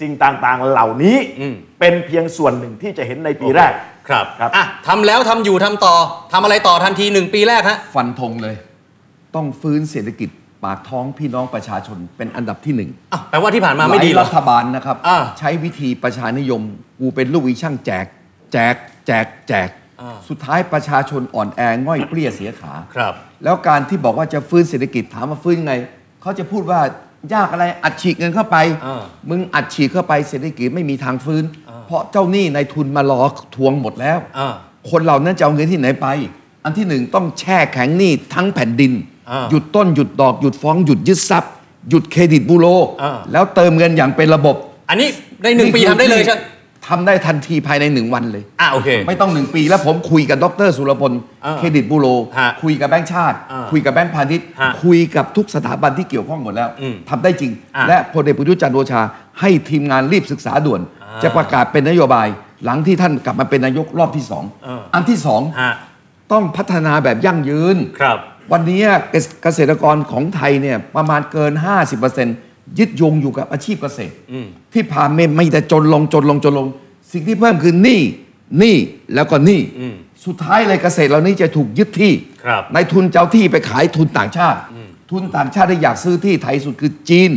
[SPEAKER 5] สิ่งต่างๆเหล่านี้
[SPEAKER 2] อืม
[SPEAKER 5] เป็นเพียงส่วนหนึ่งที่จะเห็นในปีแรก
[SPEAKER 2] ครับ
[SPEAKER 5] ครับ
[SPEAKER 2] อ่ะทำแล้วทำอยู่ทำต่อทำอะไรต่อทันที 1 ปีแรกฮะ
[SPEAKER 3] ฟันธงเลย ต้องฟื้นเศรษฐกิจปากท้องพี่น้องประชาชนเป็นอันดับที่หนึ่ง
[SPEAKER 2] อ้าวแปลว่าที่ผ่านมาไม่ดี
[SPEAKER 3] ห
[SPEAKER 2] เหร
[SPEAKER 3] ลาย
[SPEAKER 2] อ
[SPEAKER 3] รัฐบาลนะครับ
[SPEAKER 2] อ่า
[SPEAKER 3] ใช้วิธีประชานิยม กูเป็นลูกอีช่างแจก แจก แจก แจก
[SPEAKER 2] อ่า
[SPEAKER 3] สุดท้ายประชาชนอ่อนแอง่อยเปรี้ยเสียขา
[SPEAKER 2] ครับ
[SPEAKER 3] แล้วการที่บอกว่าจะฟื้นเศรษฐกิจถามว่าฟื้นยังไง เขาจะพูดว่ายากอะไรอัดฉีดเงินเข้าไป
[SPEAKER 2] เออ
[SPEAKER 3] มึงอัดฉีดเข้าไปเศรษฐกิจไม่มีทางฟื้น เพราะเจ้าหนี้ในายทุนมารอทวงหมดแล้ว
[SPEAKER 2] เออ
[SPEAKER 3] คนเหล่านั้นจะเอาเงินที่ไหนไป อันที่หนึ่งต้องแช่แข็งหนี้ทั้งแผ่นดิน
[SPEAKER 2] เออ
[SPEAKER 3] หยุดต้นหยุดดอกหยุดฟ้องหยุดยึดทรัพย์ หยุดเครดิตบูโร
[SPEAKER 2] เออ
[SPEAKER 3] แล้วเติมเงินอย่างเป็นระบบ
[SPEAKER 2] อันนี้ในหนึ่งปีทำได้เลยใช่ไหม
[SPEAKER 3] ทำได้ทันทีภายในหนึ่งวันเลย
[SPEAKER 2] อ่าโอเค
[SPEAKER 3] ไม่ต้องหนึ่งปีแล้วผมคุยกับดรสุรพล
[SPEAKER 2] อ่า
[SPEAKER 3] เครดิตบูโร
[SPEAKER 2] ฮะ
[SPEAKER 3] คุยกับแบงก์ชาติ
[SPEAKER 2] อ่า
[SPEAKER 3] คุยกับแบงก์พาณิชย์
[SPEAKER 2] ฮะ
[SPEAKER 3] คุยกับทุกสถาบันที่เกี่ยวข้องหมดแล้ว
[SPEAKER 2] อืม
[SPEAKER 3] ทำได้จริง
[SPEAKER 2] อ่า
[SPEAKER 3] และพลเอกประยุทธ์จันทร์โอชา ให้ทีมงานรีบศึกษาด่วน
[SPEAKER 2] อ่า
[SPEAKER 3] จะประกาศเป็นนโยบาย หลังที่ท่านกลับมาเป็นนายกรอบที่สอง
[SPEAKER 2] เอออั
[SPEAKER 3] อันที่สอง
[SPEAKER 2] ฮะ
[SPEAKER 3] ต้องพัฒนาแบบยั่งยืน
[SPEAKER 2] ครับ
[SPEAKER 3] วันนี้เกษเกษตรกรของไทยเนี่ยประมาณเกิน 50%ยึดโยงอยู่กับอาชีพเกษตร
[SPEAKER 2] อืม
[SPEAKER 3] ที่ผ่านมาไม่แต่จนลงจนลงจนลง สิ่งที่เพิ่มคือหนี้หนี้แล้วก็หนี้สุดท้ายเลยเกษตรเหล่านี้จะถูกยึดที่
[SPEAKER 2] ครับ
[SPEAKER 3] นายทุนเจ้าที่ไปขายทุนต่างชาติ ทุนต่างชาติที่อยากซื้อที่ไทยสุดคือจีน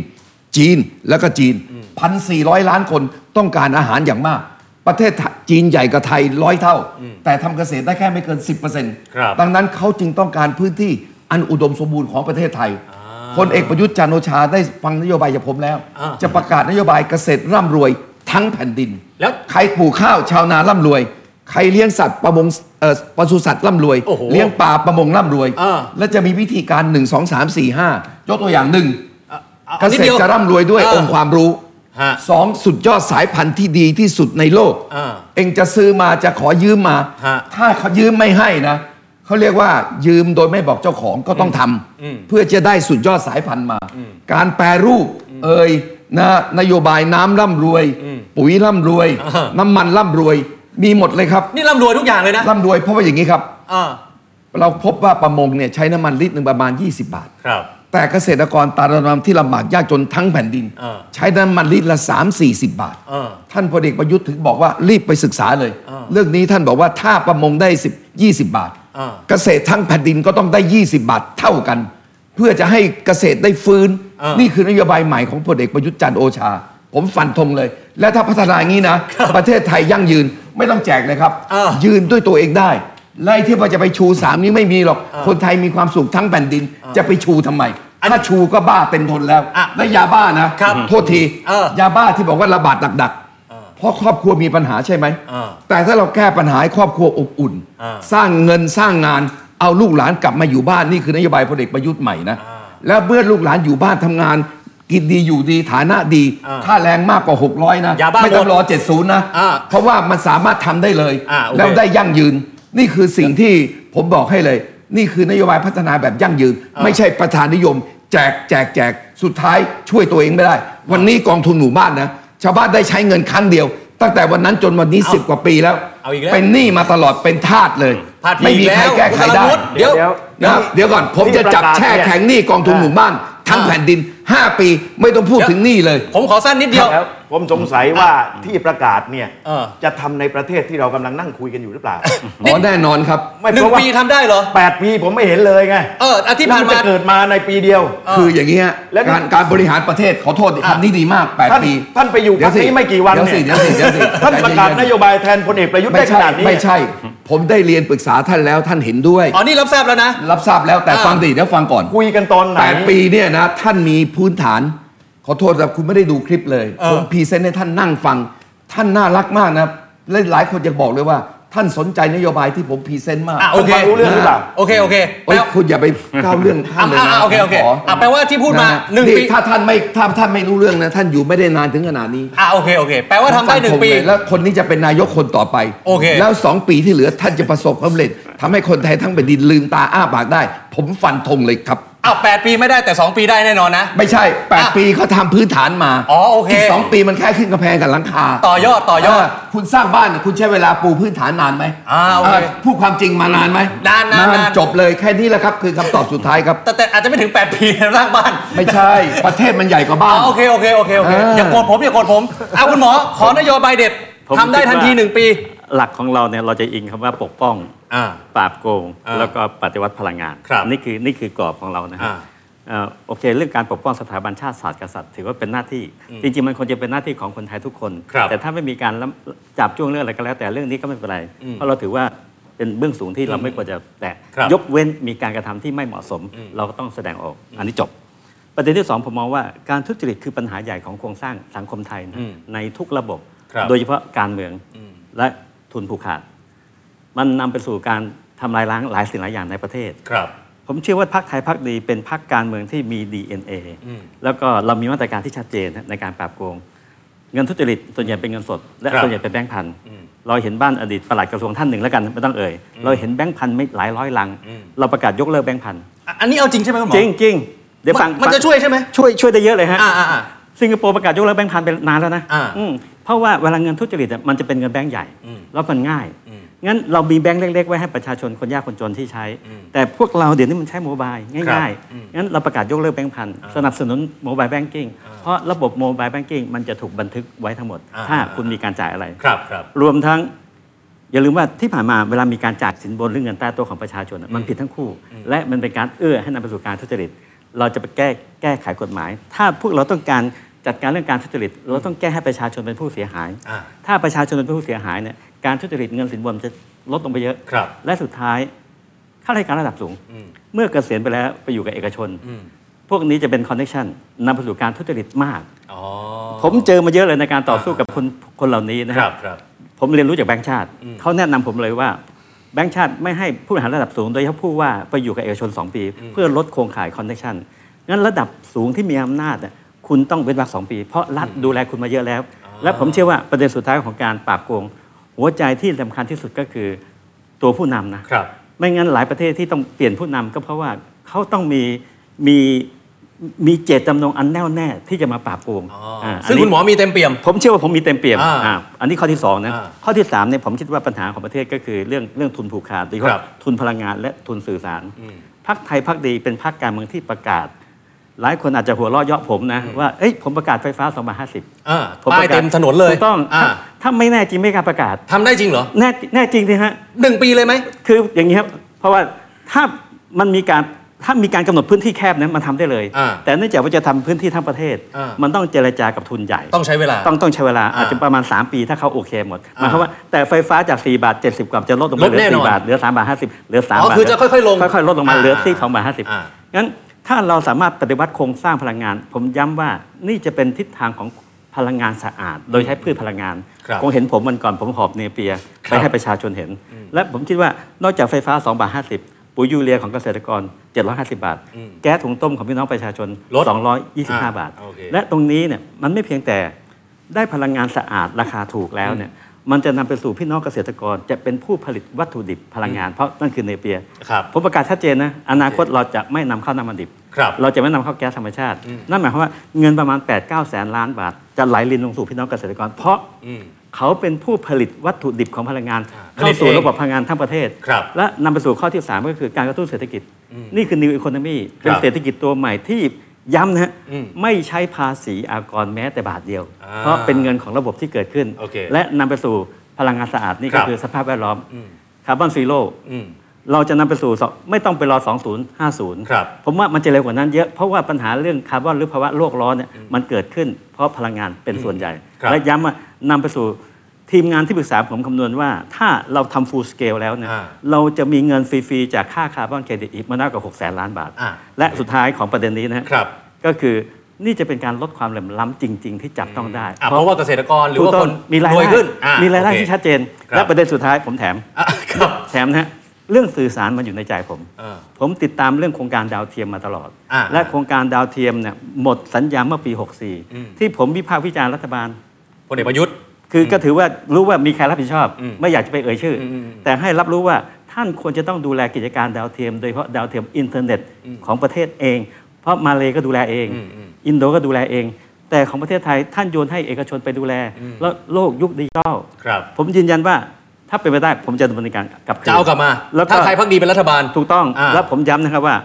[SPEAKER 3] จีนแล้วก็จีนพันสี่ร้อยล้านคนต้องการอาหารอย่างมาก ประเทศไทยจีนใหญ่กว่าไทยร้อยเท่า แต่ทำเกษตรได้แค่ไม่เกิน 10%
[SPEAKER 2] ครับ
[SPEAKER 3] ดังนั้นเขาจึงต้องการพื้นที่อันอุดมสมบูรณ์ของประเทศไทยพลเอกประยุทธ์จันทร์โอชาได้ฟังนโยบายจากผมแล้ว
[SPEAKER 2] อ่า
[SPEAKER 3] จะประกาศนโยบายเกษตรร่ำรวยทั้งแผ่นดิน
[SPEAKER 2] แล้ว
[SPEAKER 3] ใครปลูกข้าวชาวนาร่ำรวย ใครเลี้ยงสัตว์ประมงเอ่อปศุสัตว์ร่ำรวย
[SPEAKER 2] โอ้โห
[SPEAKER 3] เลี้ยงปลาประมงร่ำรวย
[SPEAKER 2] อ่า
[SPEAKER 3] และจะมีวิธีการ 1 2 3 4 5 ยกตัวอย่างหนึ่ง
[SPEAKER 2] อา
[SPEAKER 3] เก
[SPEAKER 2] นิด
[SPEAKER 3] ษต
[SPEAKER 2] ดี
[SPEAKER 3] ร
[SPEAKER 2] ย
[SPEAKER 3] จะร่ำรวยด้วย
[SPEAKER 2] เ
[SPEAKER 3] องค์ความรู้
[SPEAKER 2] ฮะ
[SPEAKER 3] สองสุดยอดสายพันธุ์ที่ดีที่สุดในโลก
[SPEAKER 2] อ่า
[SPEAKER 3] เองจะซื้อมาจะขอยืมมา
[SPEAKER 2] ฮะ
[SPEAKER 3] ถ้าเขายืมไม่ให้นะเขาเรียกว่ายืมโดยไม่บอกเจ้าของก็ต้องทำเพื่อจะได้สุดยอดสายพันธุ์มา การแปรรูปเอ่ยนะนโยบายน้ำร่ำรวย ปุ๋ยร่ำรวย
[SPEAKER 2] อ่า
[SPEAKER 3] น้ำมันร่ำรวย มีหมดเลยครับ
[SPEAKER 2] นี่ร่ำรวยทุกอย่างเลยนะ
[SPEAKER 3] ร่ำรวยเพราะว่าอย่างนี้ครับ
[SPEAKER 2] อ่า
[SPEAKER 3] เราพบว่าประมงเนี่ยใช้น้ำมันลิตรหนึ่งประมาณ 20 บาท
[SPEAKER 2] ครับ
[SPEAKER 3] แต่เกษตรกรตาดำที่ลำบากยากจนทั้งแผ่นดิน
[SPEAKER 2] เออ
[SPEAKER 3] ใช้น้ำมันลิตรละ 3 4 0 บาท
[SPEAKER 2] เออ
[SPEAKER 3] ท่านพลเอกประยุทธ์ถึงบอกว่ารีบไปศึกษาเลย
[SPEAKER 2] เออ
[SPEAKER 3] เรื่องนี้ท่านบอกว่าถ้าประมงได้ 10 20 บาท
[SPEAKER 2] เออ
[SPEAKER 3] เกษตรทั้งแผ่นดินก็ต้องได้ 20 บาทเท่ากัน เพื่อจะให้เกษตรได้ฟื้น
[SPEAKER 2] เออ
[SPEAKER 3] นี่คือนโยบายใหม่ของพลเอกประยุทธ์จันทร์โอชา ผมฟันธงเลย และถ้าพัฒนาอย่างนี้นะ ประเทศไทยยั่งยืนไม่ต้องแจกเลยครับ
[SPEAKER 2] เออ
[SPEAKER 3] ยืนด้วยตัวเองได้ไล่ที่ว่าจะไปชูสามนี้วไม่มีหรอก คนไทยมีความสุขทั้งแผ่นดิน จะไปชูทำไม ถ้าชูก็บ้าเต็มทนแล้ว
[SPEAKER 2] อ่ะ
[SPEAKER 3] และยาบ้านะครับ โทษที
[SPEAKER 2] เออย
[SPEAKER 3] าบ้าที่บอกว่าระบาดหนักๆ เพราะครอบครัวมีปัญหาใช่ไหม
[SPEAKER 2] เออ
[SPEAKER 3] แต่ถ้าเราแก้ปัญหาให้ครอบครัวอบอุ่น
[SPEAKER 2] เออ
[SPEAKER 3] สร้างเงินสร้างงานเอาลูกหลานกลับมาอยู่บ้านนี่คือนโยบายพลเอกประยุทธ์ใหม่นะ แล้วเมื่อลูกหลานอยู่บ้านทำงาน กินดีอยู่ดีฐานะดี
[SPEAKER 2] อ่า
[SPEAKER 3] ค่าแรงมากกว่า 600 นะ
[SPEAKER 2] ยาบ้า
[SPEAKER 3] ไม่ต้อง
[SPEAKER 2] หมด
[SPEAKER 3] รอ 70 นะ
[SPEAKER 2] อ่า
[SPEAKER 3] เพราะว่ามันสามารถทำได้เลย
[SPEAKER 2] อ่าโอเค
[SPEAKER 3] แล้วได้ยั่งยืน นี่คือสิ่งที่ผมบอกให้เลย นี่คือนโยบายพัฒนาแบบยั่งยืน ไม่ใช่ประธานนิยม แจกแจกแจกสุดท้ายช่วยตัวเองไม่ได้ วันนี้กองทุนหมู่บ้านนะชาวบ้านได้ใช้เงินครั้งเดียว ตั้งแต่วันนั้นจนวันนี้สิบกว่าปีแล้ว
[SPEAKER 7] เอาอีกแล้ว
[SPEAKER 3] เป็นหนี้มาตลอดเป็นทาสเลย
[SPEAKER 7] พาดพิง
[SPEAKER 3] ไม่มีใคร
[SPEAKER 7] ล้ว
[SPEAKER 3] แก้ไขได้
[SPEAKER 7] คุณสรยุทธ์เดี๋ยว
[SPEAKER 3] นะครับเดี๋ยวก่อนผมจะจับแช่แข็งหนี้กองทุนหมู่บ้านทั้งแผ่นดิน 5 ปีไม่ต้องพูดถึงหนี้เลย
[SPEAKER 7] ผมขอสั้นนิดเดียว
[SPEAKER 5] แล้วผมสงสัยว่าที่ประกาศเนี่ย
[SPEAKER 7] เออ
[SPEAKER 5] จะทำในประเทศที่เรากำลังนั่งคุยกันอยู่หรือเปล่า
[SPEAKER 3] อ๋อแน่นอนครับ
[SPEAKER 5] ไม่
[SPEAKER 7] หนึ่ง
[SPEAKER 5] เพราะว่า
[SPEAKER 7] ปีทำได้เหรอ
[SPEAKER 5] แปดปีผมไม่เห็นเลยไง
[SPEAKER 7] เอออาที่ผ่าน
[SPEAKER 5] จะ
[SPEAKER 7] มา
[SPEAKER 5] เกิดมาในปีเดียว
[SPEAKER 3] คืออย่างนี้ฮะ
[SPEAKER 5] แล้วนี่
[SPEAKER 3] การการบริหารประเทศขอโทษคำนี้ดีมาก
[SPEAKER 5] ท่าน
[SPEAKER 3] 8 ปี
[SPEAKER 5] ท่านไปอยู่
[SPEAKER 3] เดี๋วสิ
[SPEAKER 5] พรรคนี้ไม่กี่วัน
[SPEAKER 3] เดี๋ยวสิ
[SPEAKER 5] เนี่
[SPEAKER 3] เดี๋ย
[SPEAKER 5] ย
[SPEAKER 3] วสิเดี๋ยวสิ
[SPEAKER 5] ท่านประกาศ
[SPEAKER 3] ใจเๆ
[SPEAKER 5] นโยบายแทนพลเอกประยุทธ์
[SPEAKER 3] ไม่
[SPEAKER 5] ได้ข
[SPEAKER 3] ใช่
[SPEAKER 5] นาดนี้
[SPEAKER 3] ไม่ใช่ ผมได้เรียนปรึกษาท่านแล้วท่านเห็นด้วย
[SPEAKER 7] อ๋อ นี่รับทราบแล้วนะ
[SPEAKER 3] รับทราบแล้วแต่ฟังดิเดี๋ยวฟังก่อน
[SPEAKER 5] คุยกันตอนไหน
[SPEAKER 3] แปดปีเนี่ยนะ ท่านมีพื้นฐาน ขอโทษครับคุณไม่ได้ดูคลิปเลย ผมพรีเซนต์ให้ท่านนั่งฟัง ท่านน่ารักมากนะและหลายคนยังบอกเลยว่า ท่านสนใจนโยบายที่ผมพรีเซนต์มาก
[SPEAKER 7] อ่ะโอเค
[SPEAKER 5] ผมฟังรู้เรื่องหรือเปล่า
[SPEAKER 7] โอเค โอเค
[SPEAKER 3] โอ้ย
[SPEAKER 7] แล้ว
[SPEAKER 3] คุณอย่าไปก้าวเรื่องท่านเลย
[SPEAKER 7] อ่ะอ่ะ
[SPEAKER 3] นะ
[SPEAKER 7] โอเคโอเค
[SPEAKER 3] ผมข
[SPEAKER 7] อ่ะแปลว่าที่พูดมา
[SPEAKER 3] ะ
[SPEAKER 7] หนึ่งปี
[SPEAKER 3] ถ้าท่านไม่ถ้าท่านไม่รู้เรื่องนะท่านอยู่ไม่ได้นานถึงขนาดนี้
[SPEAKER 7] อ่าโอเค โอเค แปลว่าทำได้หนึ่งปี
[SPEAKER 3] ผมเลยแล้วคนนี้จะเป็นนายกคนต่อไป
[SPEAKER 7] โอเค
[SPEAKER 3] แล้วสองปีที่เหลือท่านจะประสบความสำเร็จทำให้คนไทยทั้งแผ่นดินลืมตาอ้าปากได้ ผมฟันธงเลยครับ
[SPEAKER 7] อ้าวแปดปีไม่ได้แต่ 2 ปีได้แน่นอนนะ
[SPEAKER 3] ไม่ใช่
[SPEAKER 7] อ่ะ
[SPEAKER 3] 8 ปีเขาทำพื้นฐานมา
[SPEAKER 7] อ๋อโอเค
[SPEAKER 3] กสองปีมันแค่ขึ้นกระแพงกับหลังคา
[SPEAKER 7] ต่อยอด ต่อยอด
[SPEAKER 3] เคุณสร้างบ้านเนี่ยคุณใช้เวลาปูพื้นฐานนานไหม
[SPEAKER 7] อ่าโอเค
[SPEAKER 3] เพูดความจริงมานานไหม
[SPEAKER 7] นานนานนาน
[SPEAKER 3] จบเลยแค่นี้แหละครับ คือคำตอบสุดท้ายครับ
[SPEAKER 7] แต่แต่อาจจะไม่ถึง 8 ปี สร้างบ้าน
[SPEAKER 3] ไม่ใช่ ประเทศมันใหญ่กว่าบ้า
[SPEAKER 7] อ๋อน โอเค โอเค โอเค โอเค
[SPEAKER 3] อ่า
[SPEAKER 7] อย่าโกรธผม อย่าโกรธผมอ่ะคุณหมอ ขอนโยบายเด็ด
[SPEAKER 4] ผม
[SPEAKER 7] ทำได้ทันที
[SPEAKER 4] คิดว่า
[SPEAKER 7] หนึ่งปี
[SPEAKER 4] หลักของเราเนี่ยเราจะอิงคำว่าปกป้อง
[SPEAKER 7] อ่า
[SPEAKER 4] ปราบโกง
[SPEAKER 7] อ่า
[SPEAKER 4] แล้วก็ปฏิวัติพลังงาน
[SPEAKER 7] ครับ
[SPEAKER 4] นี่คือนี่คือกรอบของเรานะฮะ
[SPEAKER 7] อ่า
[SPEAKER 4] เอ่อโอเค เรื่องการปกป้องสถาบันชาติศาสตร์กษัตริย์ ถือว่าเป็นหน้าที่ จริง ๆ มันควรจะเป็นหน้าที่ของคนไทยทุกคน
[SPEAKER 7] ครับ
[SPEAKER 4] แต่ถ้าไม่มีการล้ำจับจ้วงเรื่องอะไรก็แล้ว แต่เรื่องนี้ก็ไม่เป็นไร เพราะเราถือว่าเป็นเบื้องสูงที่เราไม่ควรจะแตะ
[SPEAKER 7] ครับ
[SPEAKER 4] ยกเว้นมีการกระทำที่ไม่เหมาะสม เราก็ต้องแสดงออก อันนี้จบ ประเด็นที่สองผมมองว่าการทุจริตคือปัญหาใหญ่ของโครงสร้างสังคมไทยนะ
[SPEAKER 7] อืม
[SPEAKER 4] ในทุกระบบ
[SPEAKER 7] ครับ
[SPEAKER 4] โดยเฉพาะการเมืองและทุนผูกขาด มันนำไปสู่การทำลายล้างหลายสิ่งหลายอย่างในประเทศ
[SPEAKER 7] ครับ
[SPEAKER 4] ผมเชื่อว่าพรรคไทยพรรคดีเป็นพรรคการเมืองที่มี DNA แล้วก็เรามีมาตรการที่ชัดเจนในการปราบโกง เงินทุจริตส่วนใหญ่เป็นเงินสด และ
[SPEAKER 7] ครับ
[SPEAKER 4] ส่วนใหญ่เป็นแบงค์พันเราเห็นบ้านอดีตปลัดกระทรวงท่านหนึ่งแล้วกันไม่ต้องเอ่ยเราเห็นแบงค์พันไม่หลายร้อยลัง
[SPEAKER 7] อืม
[SPEAKER 4] เราประกาศยกเลิกแบงค์พัน
[SPEAKER 7] อ่ะอันนี้เอาจริงใช่ไหมคุณหมอ
[SPEAKER 4] จริงจริงๆเดี๋ยวฟัง
[SPEAKER 7] มันมันจะช่วยใช่ไหม
[SPEAKER 4] ช่วยช่วยได้เยอะเลยฮะ
[SPEAKER 7] อ่าอ่าอ่า
[SPEAKER 4] สิงคโปร์ประกาศยกเลิกแบงค์พันไปนานแล้วนะ
[SPEAKER 7] อ่า
[SPEAKER 4] อืมเพราะว่าเวลาเงินทุจริตอะมันจะเป็นเงินแบงค์ใหญ่
[SPEAKER 7] อืม
[SPEAKER 4] แล้วมันง่าย
[SPEAKER 7] อืม
[SPEAKER 4] งั้นเรามีแบงค์เล็ก ๆ ไว้ให้ประชาชนคนยากคนจนที่ใช้
[SPEAKER 7] อืม
[SPEAKER 4] แต่พวกเราเดี๋ยวนี้มันใช้โมบายง่าย
[SPEAKER 7] อืม
[SPEAKER 4] ๆ งั้นเราประกาศยกเลิกแบงค์พันธุ์สนับสนุนโมบายแบงกิ้ง เพราะระบบโมบายแบงกิ้งมันจะถูกบันทึกไว้ทั้งหมด
[SPEAKER 7] อ่า
[SPEAKER 4] ถ้าคุณมีการจ่ายอะไร
[SPEAKER 7] ครับครับ
[SPEAKER 4] รวมทั้ง อย่าลืมว่าที่ผ่านมาเวลามีการจ่ายสินบนหรือเงินใต้โต๊ะของประชาชนน่ะมันผิดทั้งคู่ และมันเป็นการเอื้อให้นำไปสู่การทุจริต เราจะไปแก้แก้ไขกฎหมาย ถ้าพวกเราต้องการจัดการเรื่องการทุจริต เราต้องแก้ให้ประชาชนเป็นผู้เสียหาย
[SPEAKER 7] อ่า
[SPEAKER 4] ถ้าประชาชนเป็นผู้เสียหายเนี่ยการทุจริตเงินสินบนจะลดลงไปเยอะ
[SPEAKER 7] ครับ
[SPEAKER 4] และสุดท้ายข้าราชการระดับสูง
[SPEAKER 7] อืม
[SPEAKER 4] เมื่อเกษียณไปแล้วไปอยู่กับเอกชน
[SPEAKER 7] อืม
[SPEAKER 4] พวกนี้จะเป็นคอนเนคชันนำไปสู่การทุจริตมาก
[SPEAKER 7] อ๋อ
[SPEAKER 4] ผมเจอมาเยอะเลยในการต่อสู้กับคนคนเหล่านี้นะ
[SPEAKER 7] ค
[SPEAKER 4] ค
[SPEAKER 7] รั
[SPEAKER 4] รั
[SPEAKER 7] บบ ครับ
[SPEAKER 4] ผมเรียนรู้จากแบงค์ชาติ เขาแนะนำผมเลยว่า แบงค์ชาติไม่ให้ผู้บริหารระดับสูง โดยเฉพาะผู้ว่าไปอยู่กับเอกชน 2 ปี เพื่อลดโครงข่ายคอนเนคชันงั้นระดับสูงที่มีอำนาจน่ะคุณต้องเว้นวรรคสองปี เพราะรัฐดูแลคุณมาเยอะแล้ว และผมเชื่อว่าประเด็นสุดท้ายของการปราบโกง หัวใจที่สำคัญที่สุดก็คือตัวผู้นำนะ
[SPEAKER 7] ครับ
[SPEAKER 4] ไม่งั้นหลายประเทศที่ต้องเปลี่ยนผู้นำก็เพราะว่าเขาต้องมีมีมีเจตจำนงอันแน่วแน่ที่จะมาปราบโกงา
[SPEAKER 7] ซึ่ง
[SPEAKER 4] นนี้
[SPEAKER 7] คุณหมอมีเต็มเปี่ยม
[SPEAKER 4] ผมเชื่อว่าผมมีเต็มเปี่ยม
[SPEAKER 7] อ่า
[SPEAKER 4] อ่าอันนี้ข้อที่2นะ
[SPEAKER 7] อ่า
[SPEAKER 4] ข้อที่3เนี่ยผมคิดว่าปัญหาของประเทศก็คือเรื่องเรื่องทุนผูกขาดโดยเฉ
[SPEAKER 7] ครั
[SPEAKER 4] พาะ
[SPEAKER 7] บ
[SPEAKER 4] ทุนพลังงานและทุนสื่อสาร พักไทยพักดีเป็นพักการเมืองที่ประกาศ หลายคนอาจจะหัวเราะเยาะผมนะ ว่า เอ้ยผมประกาศไฟฟ้า 2 5 0
[SPEAKER 7] อ่าป้ายเต็มถนนเลย
[SPEAKER 4] ถูกต้อง
[SPEAKER 7] อ่า
[SPEAKER 4] ถ้าถ้าไม่แน่จริงไม่กล้าประกาศ
[SPEAKER 7] ทำได้จริงเหรอ
[SPEAKER 4] แน่แน่จริงสิฮะ
[SPEAKER 7] หนึ่งปีเลยไหม
[SPEAKER 4] คืออย่างนี้ครับ เพราะว่าถ้ามันมีการถ้ามีการกำหนดพื้นที่แคบนั้นมันทำได้เลย
[SPEAKER 7] อ่า
[SPEAKER 4] แต่เนื่องจากว่าจะทำพื้นที่ทั้งประเทศ
[SPEAKER 7] อ่ามั
[SPEAKER 4] มันต้องเจรจากับทุนใหญ่
[SPEAKER 7] ต้องใช้เวลา
[SPEAKER 4] ต้องต้องใช้เวลา
[SPEAKER 7] อ่า
[SPEAKER 4] อาจจะประมาณ 3 ปีถ้าเขาโอเคหมดหมายความว่าแต่ไฟฟ้าจาก 4 บาท 70 กว่าจะลดลงมาเห
[SPEAKER 7] ลด
[SPEAKER 4] ลื
[SPEAKER 7] แน่
[SPEAKER 4] อน
[SPEAKER 7] อน
[SPEAKER 4] 4บาทเหลือ 3 บาท 50 เหลือ
[SPEAKER 7] อ๋อบ
[SPEAKER 4] 3าท
[SPEAKER 7] คือจะค่อยๆลง
[SPEAKER 4] ค่อยๆลดลงมา
[SPEAKER 7] อ่า
[SPEAKER 4] เหลือที่2บาท
[SPEAKER 7] อ่า
[SPEAKER 4] 50 งั้นถ้าเราสามารถปฏิวัติโครงสร้างพลังงาน ผมย้ำว่านี่จะเป็นทิศทางของพลังงานสะอาด โดยใช้พืชพลังงาน
[SPEAKER 7] ครับ
[SPEAKER 4] งเห็นผมวันก่อนผมหอบเนเปีย
[SPEAKER 7] ครับ
[SPEAKER 4] ไปให้ประชาชนเห็น และผมคิดว่านอกจากไฟฟ้า2บาท50ปุ๋ยยูเรียของเกษตรกร 750 บาท
[SPEAKER 7] อืม
[SPEAKER 4] แก๊สถุงต้มของพี่น้องประชาชน
[SPEAKER 7] ลด
[SPEAKER 4] 225
[SPEAKER 7] อ่า
[SPEAKER 4] บาท
[SPEAKER 7] โอเค
[SPEAKER 4] และตรงนี้เนี่ยมันไม่เพียงแต่ ได้พลังงานสะอาดราคาถูกแล้วเนี่ยมันจะนำไปสู่พี่น้องเกษตรกรจะเป็นผู้ผลิตวัตถุดิบพลังงาน เพราะนั่นคือเนเปีย
[SPEAKER 7] ครับ
[SPEAKER 4] ผมประกาศชัดเจนนะ อนาคตเราจะไม่นำเข้าน้ำมันดิบ
[SPEAKER 7] ครับ
[SPEAKER 4] เราจะไม่นำเข้าแก๊สธรรมชาติ นั่นหมายความว่าเงินประมาณ8 9แสนล้านบาท จะไหลลินลงสู่พี่น้องเกษตรกร เพราะ เขาเป็นผู้ผลิตวัตถุดิบของพลังงาน
[SPEAKER 7] ผลิตเอง
[SPEAKER 4] เข้าสู่ระบบพลังงานทั้งประเทศ
[SPEAKER 7] ครับ
[SPEAKER 4] และนำไปสู่ข้อที่ 3 ก็คือการกระตุ้นเศรษฐกิจ นี่คือ New Economy เป็นเศรษฐกิจตัวใหม่ที่ย้ำนะฮะ
[SPEAKER 7] อืม
[SPEAKER 4] ไม่ใช้ภาษีอากรแม้แต่บาทเดียว
[SPEAKER 7] อ่า
[SPEAKER 4] เพราะเป็นเงินของระบบที่เกิดขึ้น
[SPEAKER 7] โอเค
[SPEAKER 4] และนำไปสู่พลังงานสะอาดนี่
[SPEAKER 7] ครับ
[SPEAKER 4] ก็คือสภาพแวดล้อมคาร์บอนซีโร่
[SPEAKER 7] อืม
[SPEAKER 4] เราจะนำไปสู่สองไม่ต้องไปรอ 2050
[SPEAKER 7] ครับ
[SPEAKER 4] ผมว่ามันจะเร็วกว่านั้นเยอะ เพราะว่าปัญหาเรื่องคาร์บอนหรือภาวะโลกร้อนเนี่ยมันเกิดขึ้นเพราะพลังงานเป็นส่วนใหญ่
[SPEAKER 7] ครับ
[SPEAKER 4] และย้ำว่านำไปสู่ทีมงานที่ปรึกษาผมคำนวณว่า ถ้าเราทำ full scale แล้วเนี่ย
[SPEAKER 7] อ่า
[SPEAKER 4] เราจะมีเงินฟรี ๆ จากค่าคาร์บอนเครดิตอีกมานากกว่า6แสนล้านบาท
[SPEAKER 7] อ่า
[SPEAKER 4] และสุดท้ายของประเด็นนี้นะฮะ
[SPEAKER 7] ครับ
[SPEAKER 4] ก็คือนี่จะเป็นการลดความเหลื่อมล้ำจริง ๆ ที่จับต้องได้
[SPEAKER 7] อ่ะเพราะว่าเกษตรกรหรือว่าคน
[SPEAKER 4] มีราย
[SPEAKER 7] รวย
[SPEAKER 4] ได้
[SPEAKER 7] ขึ้นอ่ะ
[SPEAKER 4] มีรายได้
[SPEAKER 7] โอค
[SPEAKER 4] ที่ชัดเจน
[SPEAKER 7] ครับ
[SPEAKER 4] และประเด็นสุดท้ายผมแถม
[SPEAKER 7] อ่ะ ครับ
[SPEAKER 4] แถมนะฮะเรื่องสื่อสารมันอยู่ในใจผม
[SPEAKER 7] เออ
[SPEAKER 4] ผมติดตามเรื่องโครงการดาวเทียมมาตลอด
[SPEAKER 7] อ่า
[SPEAKER 4] และโครงการดาวเทียมเนี่ยหมดสัญญาเมื่อปี
[SPEAKER 7] อืม
[SPEAKER 4] 64 ที่ผมวิพากษ์วิจารณ์รัฐบาล
[SPEAKER 7] พลเอกประยุทธ์
[SPEAKER 4] คืออก็ถือว่ารู้ว่ามีใครรับผิดชอบ
[SPEAKER 7] อืม
[SPEAKER 4] ไม่อยากจะไปเอ่ยชื่ออ
[SPEAKER 7] มอืม
[SPEAKER 4] แต่ให้รับรู้ว่าท่านควรจะต้องดูแลกิจการดาวเทียม โดยเฉพาะดาวเทียมอินเทอร์เน็ตของประเทศเอง เพราะมาเลก็ดูแลเอง
[SPEAKER 7] อืมอืม
[SPEAKER 4] อินโดก็ดูแลเอง แต่ของประเทศไทยท่านโยนให้เอกชนไปดูแล แล้วโลกยุคดิจิทัล
[SPEAKER 7] ครับ
[SPEAKER 4] ผมยืนยันว่าถ้าเป็นไปได้ผมจะดำเนินการกลับคืน
[SPEAKER 7] จะเอากลับมา
[SPEAKER 4] แล้วก็
[SPEAKER 7] ถ้าไทยพักดีเป็นรัฐบาล
[SPEAKER 4] ถูกต้อง
[SPEAKER 7] อ่า
[SPEAKER 4] แล้วผมย้ำนะครับว่า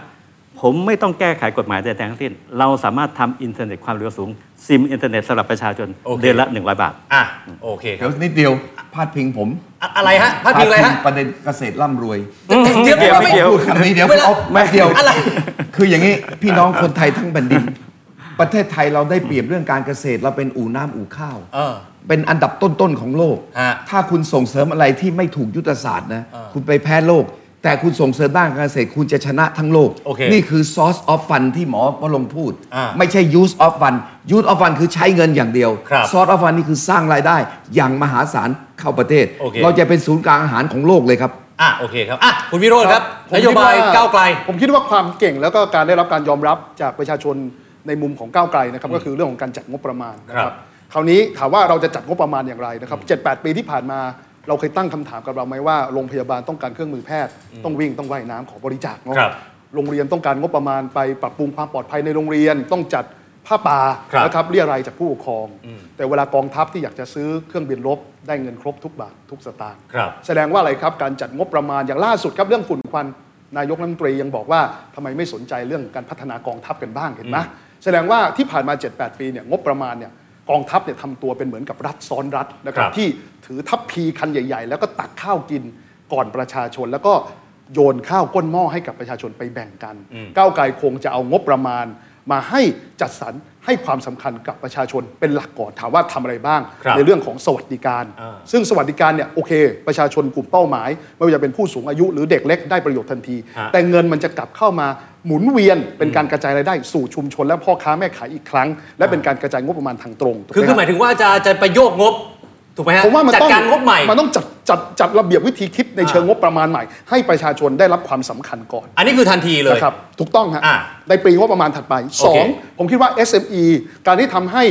[SPEAKER 4] ผมไม่ต้องแก้ไขกฎหมายใดๆทั้งสิ้น เราสามารถทำอินเทอร์เน็ตความเร็วสูง ซิมอินเทอร์เน็ตสำหรับประชาชน
[SPEAKER 7] โอเค
[SPEAKER 4] เดือนละ 100 บาท
[SPEAKER 7] อ่ะโอเคค
[SPEAKER 3] เดี๋
[SPEAKER 7] รั
[SPEAKER 3] ย
[SPEAKER 7] บ
[SPEAKER 3] วนิดเดียวพาดพิงผม
[SPEAKER 7] อะอะไรฮะพาดพิงอะไรฮะ
[SPEAKER 3] ประเด็นเกษตรร่ำรวย
[SPEAKER 7] เดี๋ยว
[SPEAKER 4] เดี๋ยว
[SPEAKER 7] ไม่
[SPEAKER 4] เดี๋ยว
[SPEAKER 3] พูดคำนี้เดี๋ยวเอาแม่เดียว
[SPEAKER 7] อะไร
[SPEAKER 3] คืออย่างนี้พี่น้องคนไทยทั้งแผ่นดิน ประเทศไทยเราได้เปรียบเรื่องการเกษตรเราเป็นอู่น้ำอู่ข้าว
[SPEAKER 7] เออ
[SPEAKER 3] เป็นอันดับต้น ๆ ของโลก
[SPEAKER 7] ฮะ
[SPEAKER 3] ถ้าคุณส่งเสริมอะไรที่ไม่ถูกยุทธศาสตร์นะ คุณไปแพ้โลก แต่คุณส่งเสริมด้านการเกษตรคุณจะชนะทั้งโลก
[SPEAKER 7] โอเค
[SPEAKER 3] นี่คือ source of fund ที่หมอวรงค์พูด
[SPEAKER 7] อ่า
[SPEAKER 3] ไม่ใช่ use of fund use of fund คือใช้เงินอย่างเดียว
[SPEAKER 7] ครับ
[SPEAKER 3] source of fund นี่คือสร้างรายได้อย่างมหาศาลเข้าประเทศ
[SPEAKER 7] โอเค
[SPEAKER 3] เราจะเป็นศูนย์กลางอาหารของโลกเลยครับ
[SPEAKER 7] อ่ะโอเคครับอ่ะคุณวิโรจน์ครับ
[SPEAKER 6] ผม
[SPEAKER 7] น
[SPEAKER 6] คิด
[SPEAKER 7] โยบาย
[SPEAKER 6] ว่
[SPEAKER 7] ก้าวไกล
[SPEAKER 6] ผมคิดว่าความเก่งแล้วก็การได้รับการยอมรับจากประชาชนในมุมของก้าวไกลนะครับก็คือเรื่องของการจัดงบประมาณนะค
[SPEAKER 7] ครั
[SPEAKER 6] รับบ คราวนี้ถามว่าเราจะจัดงบประมาณอย่างไรนะครับ7-8 ปีที่ผ่านมา เราเคยตั้งคำถามกับเราไหมว่าโรงพยาบาลต้องการเครื่องมือแพทย์ ต้องวิ่งต้องว่ายน้ำขอบริจาคเนาะ
[SPEAKER 7] ครับ
[SPEAKER 6] โรงเรียนต้องการงบประมาณไปปรับปรุงความปลอดภัยในโรงเรียน ต้องจัดผ้าป่า
[SPEAKER 7] ครับ
[SPEAKER 6] นะครับเรียรายจากผู้ปกครอง แต่เวลากองทัพที่อยากจะซื้อเครื่องบินรบได้เงินครบทุกบาททุกสตางค์
[SPEAKER 7] ครับ
[SPEAKER 6] แสดงว่าอะไรครับ การจัดงบประมาณอย่างล่าสุดครับเรื่องฝุ่นควันนายกรัฐมนตรียังบอกว่าทำไมไม่สนใจเรื่องการพัฒนากองทัพกันบ้างเห็นไหมแสดงว่าที่ผ่านมา 7-8 ปีเนี่ยงบประมาณเนี่ยกองทัพเนี่ยทำตัวเป็นเหมือนกับรัฐซ้อนรัฐนะครั
[SPEAKER 7] ครับ บ
[SPEAKER 6] ที่ถือทัพพีคันใหญ่ๆ แล้วก็ตักข้าวกินก่อนประชาชน แล้วก็โยนข้าวก้นหม้อให้กับประชาชนไปแบ่งกัน ก้าวไกลคงจะเอางบประมาณ มาให้จัดสรรให้ความสำคัญกับประชาชนเป็นหลักก่อนถามว่าทำอะไรบ้าง
[SPEAKER 7] ครับ
[SPEAKER 6] ในเรื่องของสวัสดิการ
[SPEAKER 7] อ่า
[SPEAKER 6] ซึ่งสวัสดิการเนี่ยโอเค ประชาชนกลุ่มเป้าหมาย ไม่ว่าจะเป็นผู้สูงอายุหรือเด็กเล็กได้ประโยชน์ทันที
[SPEAKER 7] ฮะ
[SPEAKER 6] แต่เงินมันจะกลับเข้ามาหมุนเวียน เป็นการกระจายรายได้สู่ชุมชน และพ่อค้าแม่ขายอีกครั้ง และเป็นการกระจายงบประมาณทางตรงถูก
[SPEAKER 7] คือ
[SPEAKER 6] ไหม
[SPEAKER 7] คือหมายถึงว่าจะจะไปโยกงบ ถูกไหมฮะ
[SPEAKER 6] ผมว่ามัน
[SPEAKER 7] จัด
[SPEAKER 6] ต้อง
[SPEAKER 7] การงบใหม่
[SPEAKER 6] มันต้องจัดจัดจัดระเบียบวิธีคิดใน
[SPEAKER 7] อ่า
[SPEAKER 6] เชิงงบประมาณใหม่ ให้ประชาชนได้รับความสำคัญก่อน
[SPEAKER 7] อันนี้คือทันทีเลย
[SPEAKER 6] นะครับถูกต้องฮะ
[SPEAKER 7] อ่ะ
[SPEAKER 6] ในปีงบประมาณถัดไปสองผมคิดว่า SME การที่ทำให้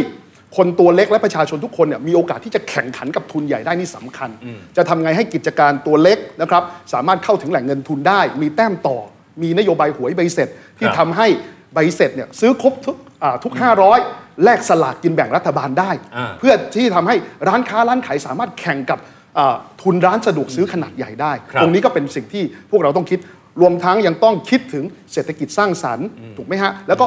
[SPEAKER 6] คนตัวเล็กและประชาชนทุกคนเนี่ยมีโอกาสที่จะแข่งขันกับทุนใหญ่ได้นี่สำคัญ จะทำไงให้กิจการตัวเล็กนะครับสามารถเข้าถึงแหล่งเงินทุนได้ มีแต้มต่อ มีนโยบายหวยใบเสร็จ ที่
[SPEAKER 7] ครั
[SPEAKER 6] ทำ
[SPEAKER 7] บ
[SPEAKER 6] ให้ใบเสร็จเนี่ยซื้อครบทุกอ่าทุก 500 แลกสลากกินแบ่งรัฐบาลได้
[SPEAKER 7] อ่า
[SPEAKER 6] เพื่อที่ทำให้ร้านค้าร้านขายสามารถแข่งกับอ่าทุนร้านสะดวกซื้อขนาดใหญ่ได้
[SPEAKER 7] ครับ
[SPEAKER 6] ตรงนี้ก็เป็นสิ่งที่พวกเราต้องคิด รวมทั้งยังต้องคิดถึงเศรษฐกิจสร้างสรรค์ถูกไหมฮะ แล้วก็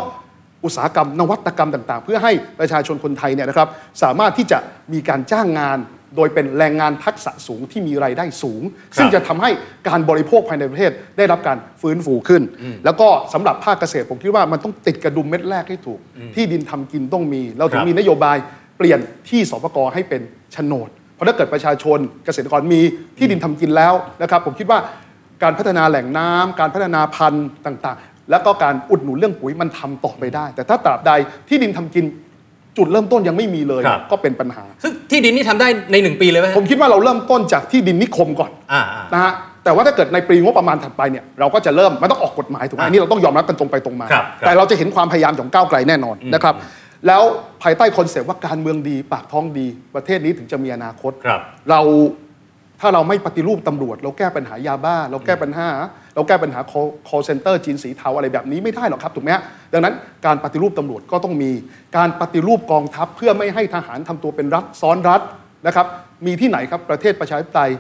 [SPEAKER 6] อุตสาหกรรมนวัตกรรมต่างๆ เพื่อให้ประชาชนคนไทยเนี่ยนะครับสามารถที่จะมีการจ้างงาน โดยเป็นแรงงานทักษะสูงที่มีรายได้สูง ซึ่งจะทำให้การบริโภคภายในประเทศได้รับการฟื้นฟูขึ้น แล้วก็สำหรับภาคเกษตรผมคิดว่ามันต้องติดกระดุมเม็ดแรกให้ถูก ที่ดินทำกินต้องมีเรา
[SPEAKER 7] ค
[SPEAKER 6] ถึ
[SPEAKER 7] รั
[SPEAKER 6] ง
[SPEAKER 7] บ
[SPEAKER 6] มีนโยบายเปลี่ยนที่สปกให้เป็นโฉนด เพราะถ้าเกิดประชาชนเกษตรกรมีที่ดินทำกินแล้วนะครับผมคิดว่าการพัฒนาแหล่งน้ำการพัฒนาพันธุ์ต่างๆ แล้วก็การอุดหนุนเรื่องปุ๋ยมันทำต่อไปได้ แต่ถ้าตราบใดที่ดินทำกินจุดเริ่มต้นยังไม่มีเลย
[SPEAKER 7] ครับ
[SPEAKER 6] ก็เป็นปัญหา
[SPEAKER 7] ซึ่งที่ดินนี่ทำได้ในหนึ่งปีเลยไหมฮะ
[SPEAKER 6] ผมคิดว่าเราเริ่มต้นจากที่ดินนิคมก่อน
[SPEAKER 7] อ่าๆ
[SPEAKER 6] นะฮะแต่ว่าถ้าเกิดในปีงบประมาณถัดไปเนี่ยเราก็จะเริ่มมันต้องออกกฎหมายถูกไหม
[SPEAKER 7] อ่า
[SPEAKER 6] อันนี้เราต้องยอมรับกันตรงไปตรงมา
[SPEAKER 7] ครับครับ
[SPEAKER 6] แต่เราจะเห็นความพยายามของก้าวไกลแน่นอนนะครับแล้วภายใต้คอนเซปต์ว่าการเมืองดีปากท้องดีประเทศนี้ถึงจะมีอนาคต
[SPEAKER 7] ครับ
[SPEAKER 6] เราถ้าเราไม่ปฏิรูปตำรวจ เราแก้ปัญหายาบ้า เราแก้ปัญหา เราแก้ปัญหา call- call center จีนสีเทาอะไรแบบนี้ไม่ได้หรอกครับถูกไหมฮะดังนั้นการปฏิรูปตำรวจก็ต้องมีการปฏิรูปกองทัพเพื่อไม่ให้ทหารทำตัวเป็นรัฐซ้อนรัฐ นะครับมีที่ไหนครับประเทศประชาธิปไตย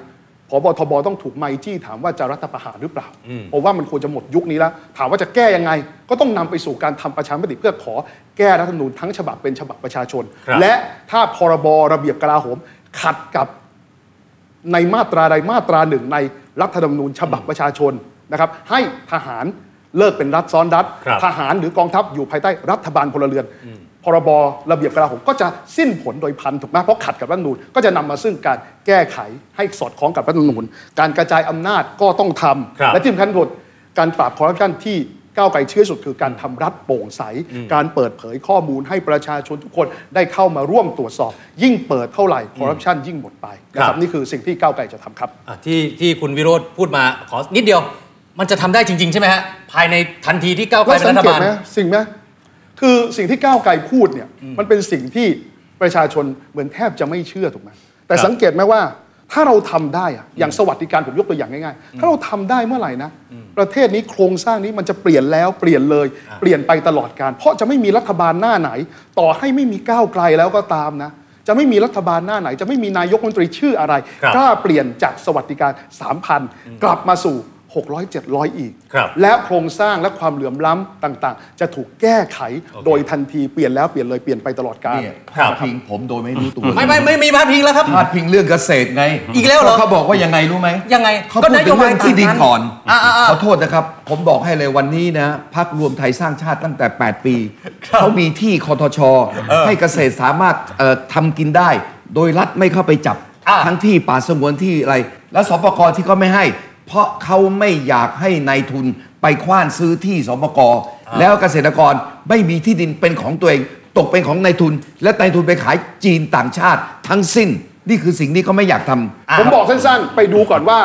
[SPEAKER 6] พบทบต้องถูกไมค์จี้ถามว่าจะรัฐประหารหรือเปล่าผมว่ามันควรจะหมดยุคนี้แล้ว ถามว่าจะแก้ยังไง ก็ต้องนำไปสู่การทำประชามติเพื่อขอแก้รัฐธรรมนูญทั้งฉบับเป็นฉบับประชาชน
[SPEAKER 8] ครับ
[SPEAKER 6] และถ้าพรบระเบียบกลาโหมขัดกับ ในมาตราใดมาตราหนึ่งในรัฐธรรมนูญฉบับประชาชนนะครับให้ทหารเลิกเป็นรัฐซ้อนรัฐ
[SPEAKER 8] ครับ
[SPEAKER 6] ทหารหรือกองทัพอยู่ภายใต้รัฐบาลพลเรือน พรบระเบียบกลาโหมก็จะสิ้นผลโดยพันถูกไหมเพราะขัดกับรัฐธรรมนูญก็จะนำมาซึ่งการแก้ไขให้สอดคล้องกับรัฐธรรมนูญการกระจายอำนาจก็ต้องทำ
[SPEAKER 8] ครับ
[SPEAKER 6] และที่สำคัญที่สุดการปราบคอร์รัปชันที่ก้าวไกลเชื่อสุดคือการทำรัฐโปร่งใส การเปิดเผยข้อมูลให้ประชาชนทุกคนได้เข้ามาร่วมตรวจสอบ ยิ่งเปิดเท่าไหร่คอร์รัปชันยิ่งหมดไปนะ
[SPEAKER 8] ค
[SPEAKER 6] ค
[SPEAKER 8] รั
[SPEAKER 6] รับ บ นี่คือสิ่งที่ก้าวไกลจะทำครับ
[SPEAKER 2] อ่ะที่ที่คุณวิโรธพูดมาขอนิดเดียว มันจะทำได้จริง ๆ ใช่ไหมฮะ ภายในทันทีที่ก้าวไกลเป็นรัฐบาล
[SPEAKER 6] แวสังเกตไหมสิ่งไหมคือสิ่งที่ก้าวไกลพูดเนี่ยมันเป็นสิ่งที่ประชาชนเหมือนแทบจะไม่เชื่อถูกไหมแต่สังเกตไหมว่าถ้าเราทำได้อะอย่างสวัสดิการผมยกตัวอย่างง่ายๆ ถ้าเราทำได้เมื่อไหร่นะ ประเทศนี้โครงสร้างนี้มันจะเปลี่ยนแล้วเปลี่ยนเลย เปลี่ยนไปตลอดการเพราะจะไม่มีรัฐบาลหน้าไหน ต่อให้ไม่มีก้าวไกลแล้วก็ตามนะ จะไม่มีรัฐบาลหน้าไหน จะไม่มีนายกรัฐมนตรีชื่ออะไร
[SPEAKER 8] ครับ
[SPEAKER 6] กล้าเปลี่ยนจากสวัสดิการ 3,000 กลับมาสู่ 600 700 อีก
[SPEAKER 8] ครับ
[SPEAKER 6] และโครงสร้างและความเหลื่อมล้ำต่างๆ จะถูกแก้ไขโดยทันทีเปลี่ยนแล้วเปลี่ยนเลยเปลี่ยนไปตลอดกาล
[SPEAKER 3] เนี่ยพ
[SPEAKER 8] ครั
[SPEAKER 3] ลา
[SPEAKER 8] บ
[SPEAKER 3] ดพิงผมโดยไม่รู้ตัว
[SPEAKER 2] ไม่ไม่ไม่มีพาดพิงแล้วครับ
[SPEAKER 3] พลาดพิงเรื่องเกษตรไง
[SPEAKER 2] อีกแล้วเหรอ
[SPEAKER 3] เขาบอกว่ายังไงรู้ไหม
[SPEAKER 2] ยังไง
[SPEAKER 3] เขาพูดถึงเรื่องที่ดินก่อน
[SPEAKER 2] อ่า
[SPEAKER 3] ขอโทษนะครับ ผมบอกให้เลยวันนี้นะพักรวมไทยสร้างชาติตั้งแต่ 8 ปีเขามีที่คอทช ให้เกษตรสามารถเอ่อทำกินได้ โดยรัฐไม่เข้าไปจับ
[SPEAKER 2] อ่า
[SPEAKER 3] ทั้งที่ป่าสงวนที่อะไร และสปกที่ก็ไม่ให้ เพราะเขาไม่อยากให้ในายทุนไปคว้านซื้อที่สปกแล้วเกษตรกรไม่มีที่ดินเป็นของตัวเอง ตกเป็นของนายทุน และนายทุนไปขายจีนต่างชาติทั้งสิ้น นี่คือสิ่งที่เขาไม่อยากทำ
[SPEAKER 6] ผมบอกสั้นๆ ไปดูก่อนว่า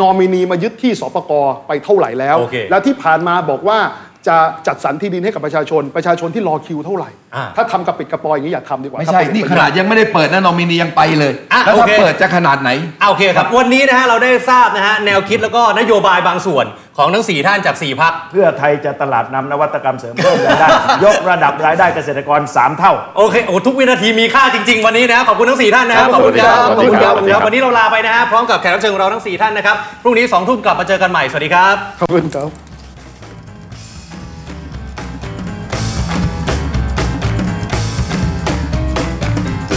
[SPEAKER 6] นอมินีมายึดที่สปกไปเท่าไหร่แล้ว
[SPEAKER 8] โอเค
[SPEAKER 6] แล้วที่ผ่านมาบอกว่าจะจัดสรรที่ดินให้กับประชาชน ประชาชนที่รอคิวเท่าไหร่
[SPEAKER 8] อ่า
[SPEAKER 6] ถ้าทำกระปิดกระปอยอย่างนี้อย่าทำดีกว่า
[SPEAKER 3] ไม่ใช่
[SPEAKER 6] ถ้าเปิด
[SPEAKER 3] นี่
[SPEAKER 6] เป็
[SPEAKER 3] ขนาดยังไม่ได้เปิดนะนอมินียังไปเลย
[SPEAKER 2] อ่ะ
[SPEAKER 3] แล้วถ้า
[SPEAKER 2] โอเค
[SPEAKER 3] เปิดจะขนาดไหน
[SPEAKER 2] อ่ะโอเคครับ วันนี้นะฮะเราได้ทราบนะฮะแนวคิดแล้วก็นโยบายบางส่วนของทั้งสี่ท่านจากสี่พัก
[SPEAKER 5] เพื่อไทยจะตลาดนำนวัตกรรมเสริมเพิ่มรายได้ ยกระดับรายได้เกษตรกร 3 เท่า
[SPEAKER 2] โอเค โอ้ ทุกวินาทีมีค่าจริง ๆ วันนี้นะครับ ขอบคุณทั้ง 4 ท่านนะครับ ขอบคุณครับ ขอบคุณครับ
[SPEAKER 5] สวัสดีครับ
[SPEAKER 2] วันนี้เราลาไปนะฮะ พร้อมกับแขกรับเชิญของเราทั้ง 4 ท่านนะครับ พรุ่งนี้2ทุ่มกลับมาเจอกันใหม่ สวัสดีครับ
[SPEAKER 6] ขอบคุณครับ
[SPEAKER 1] The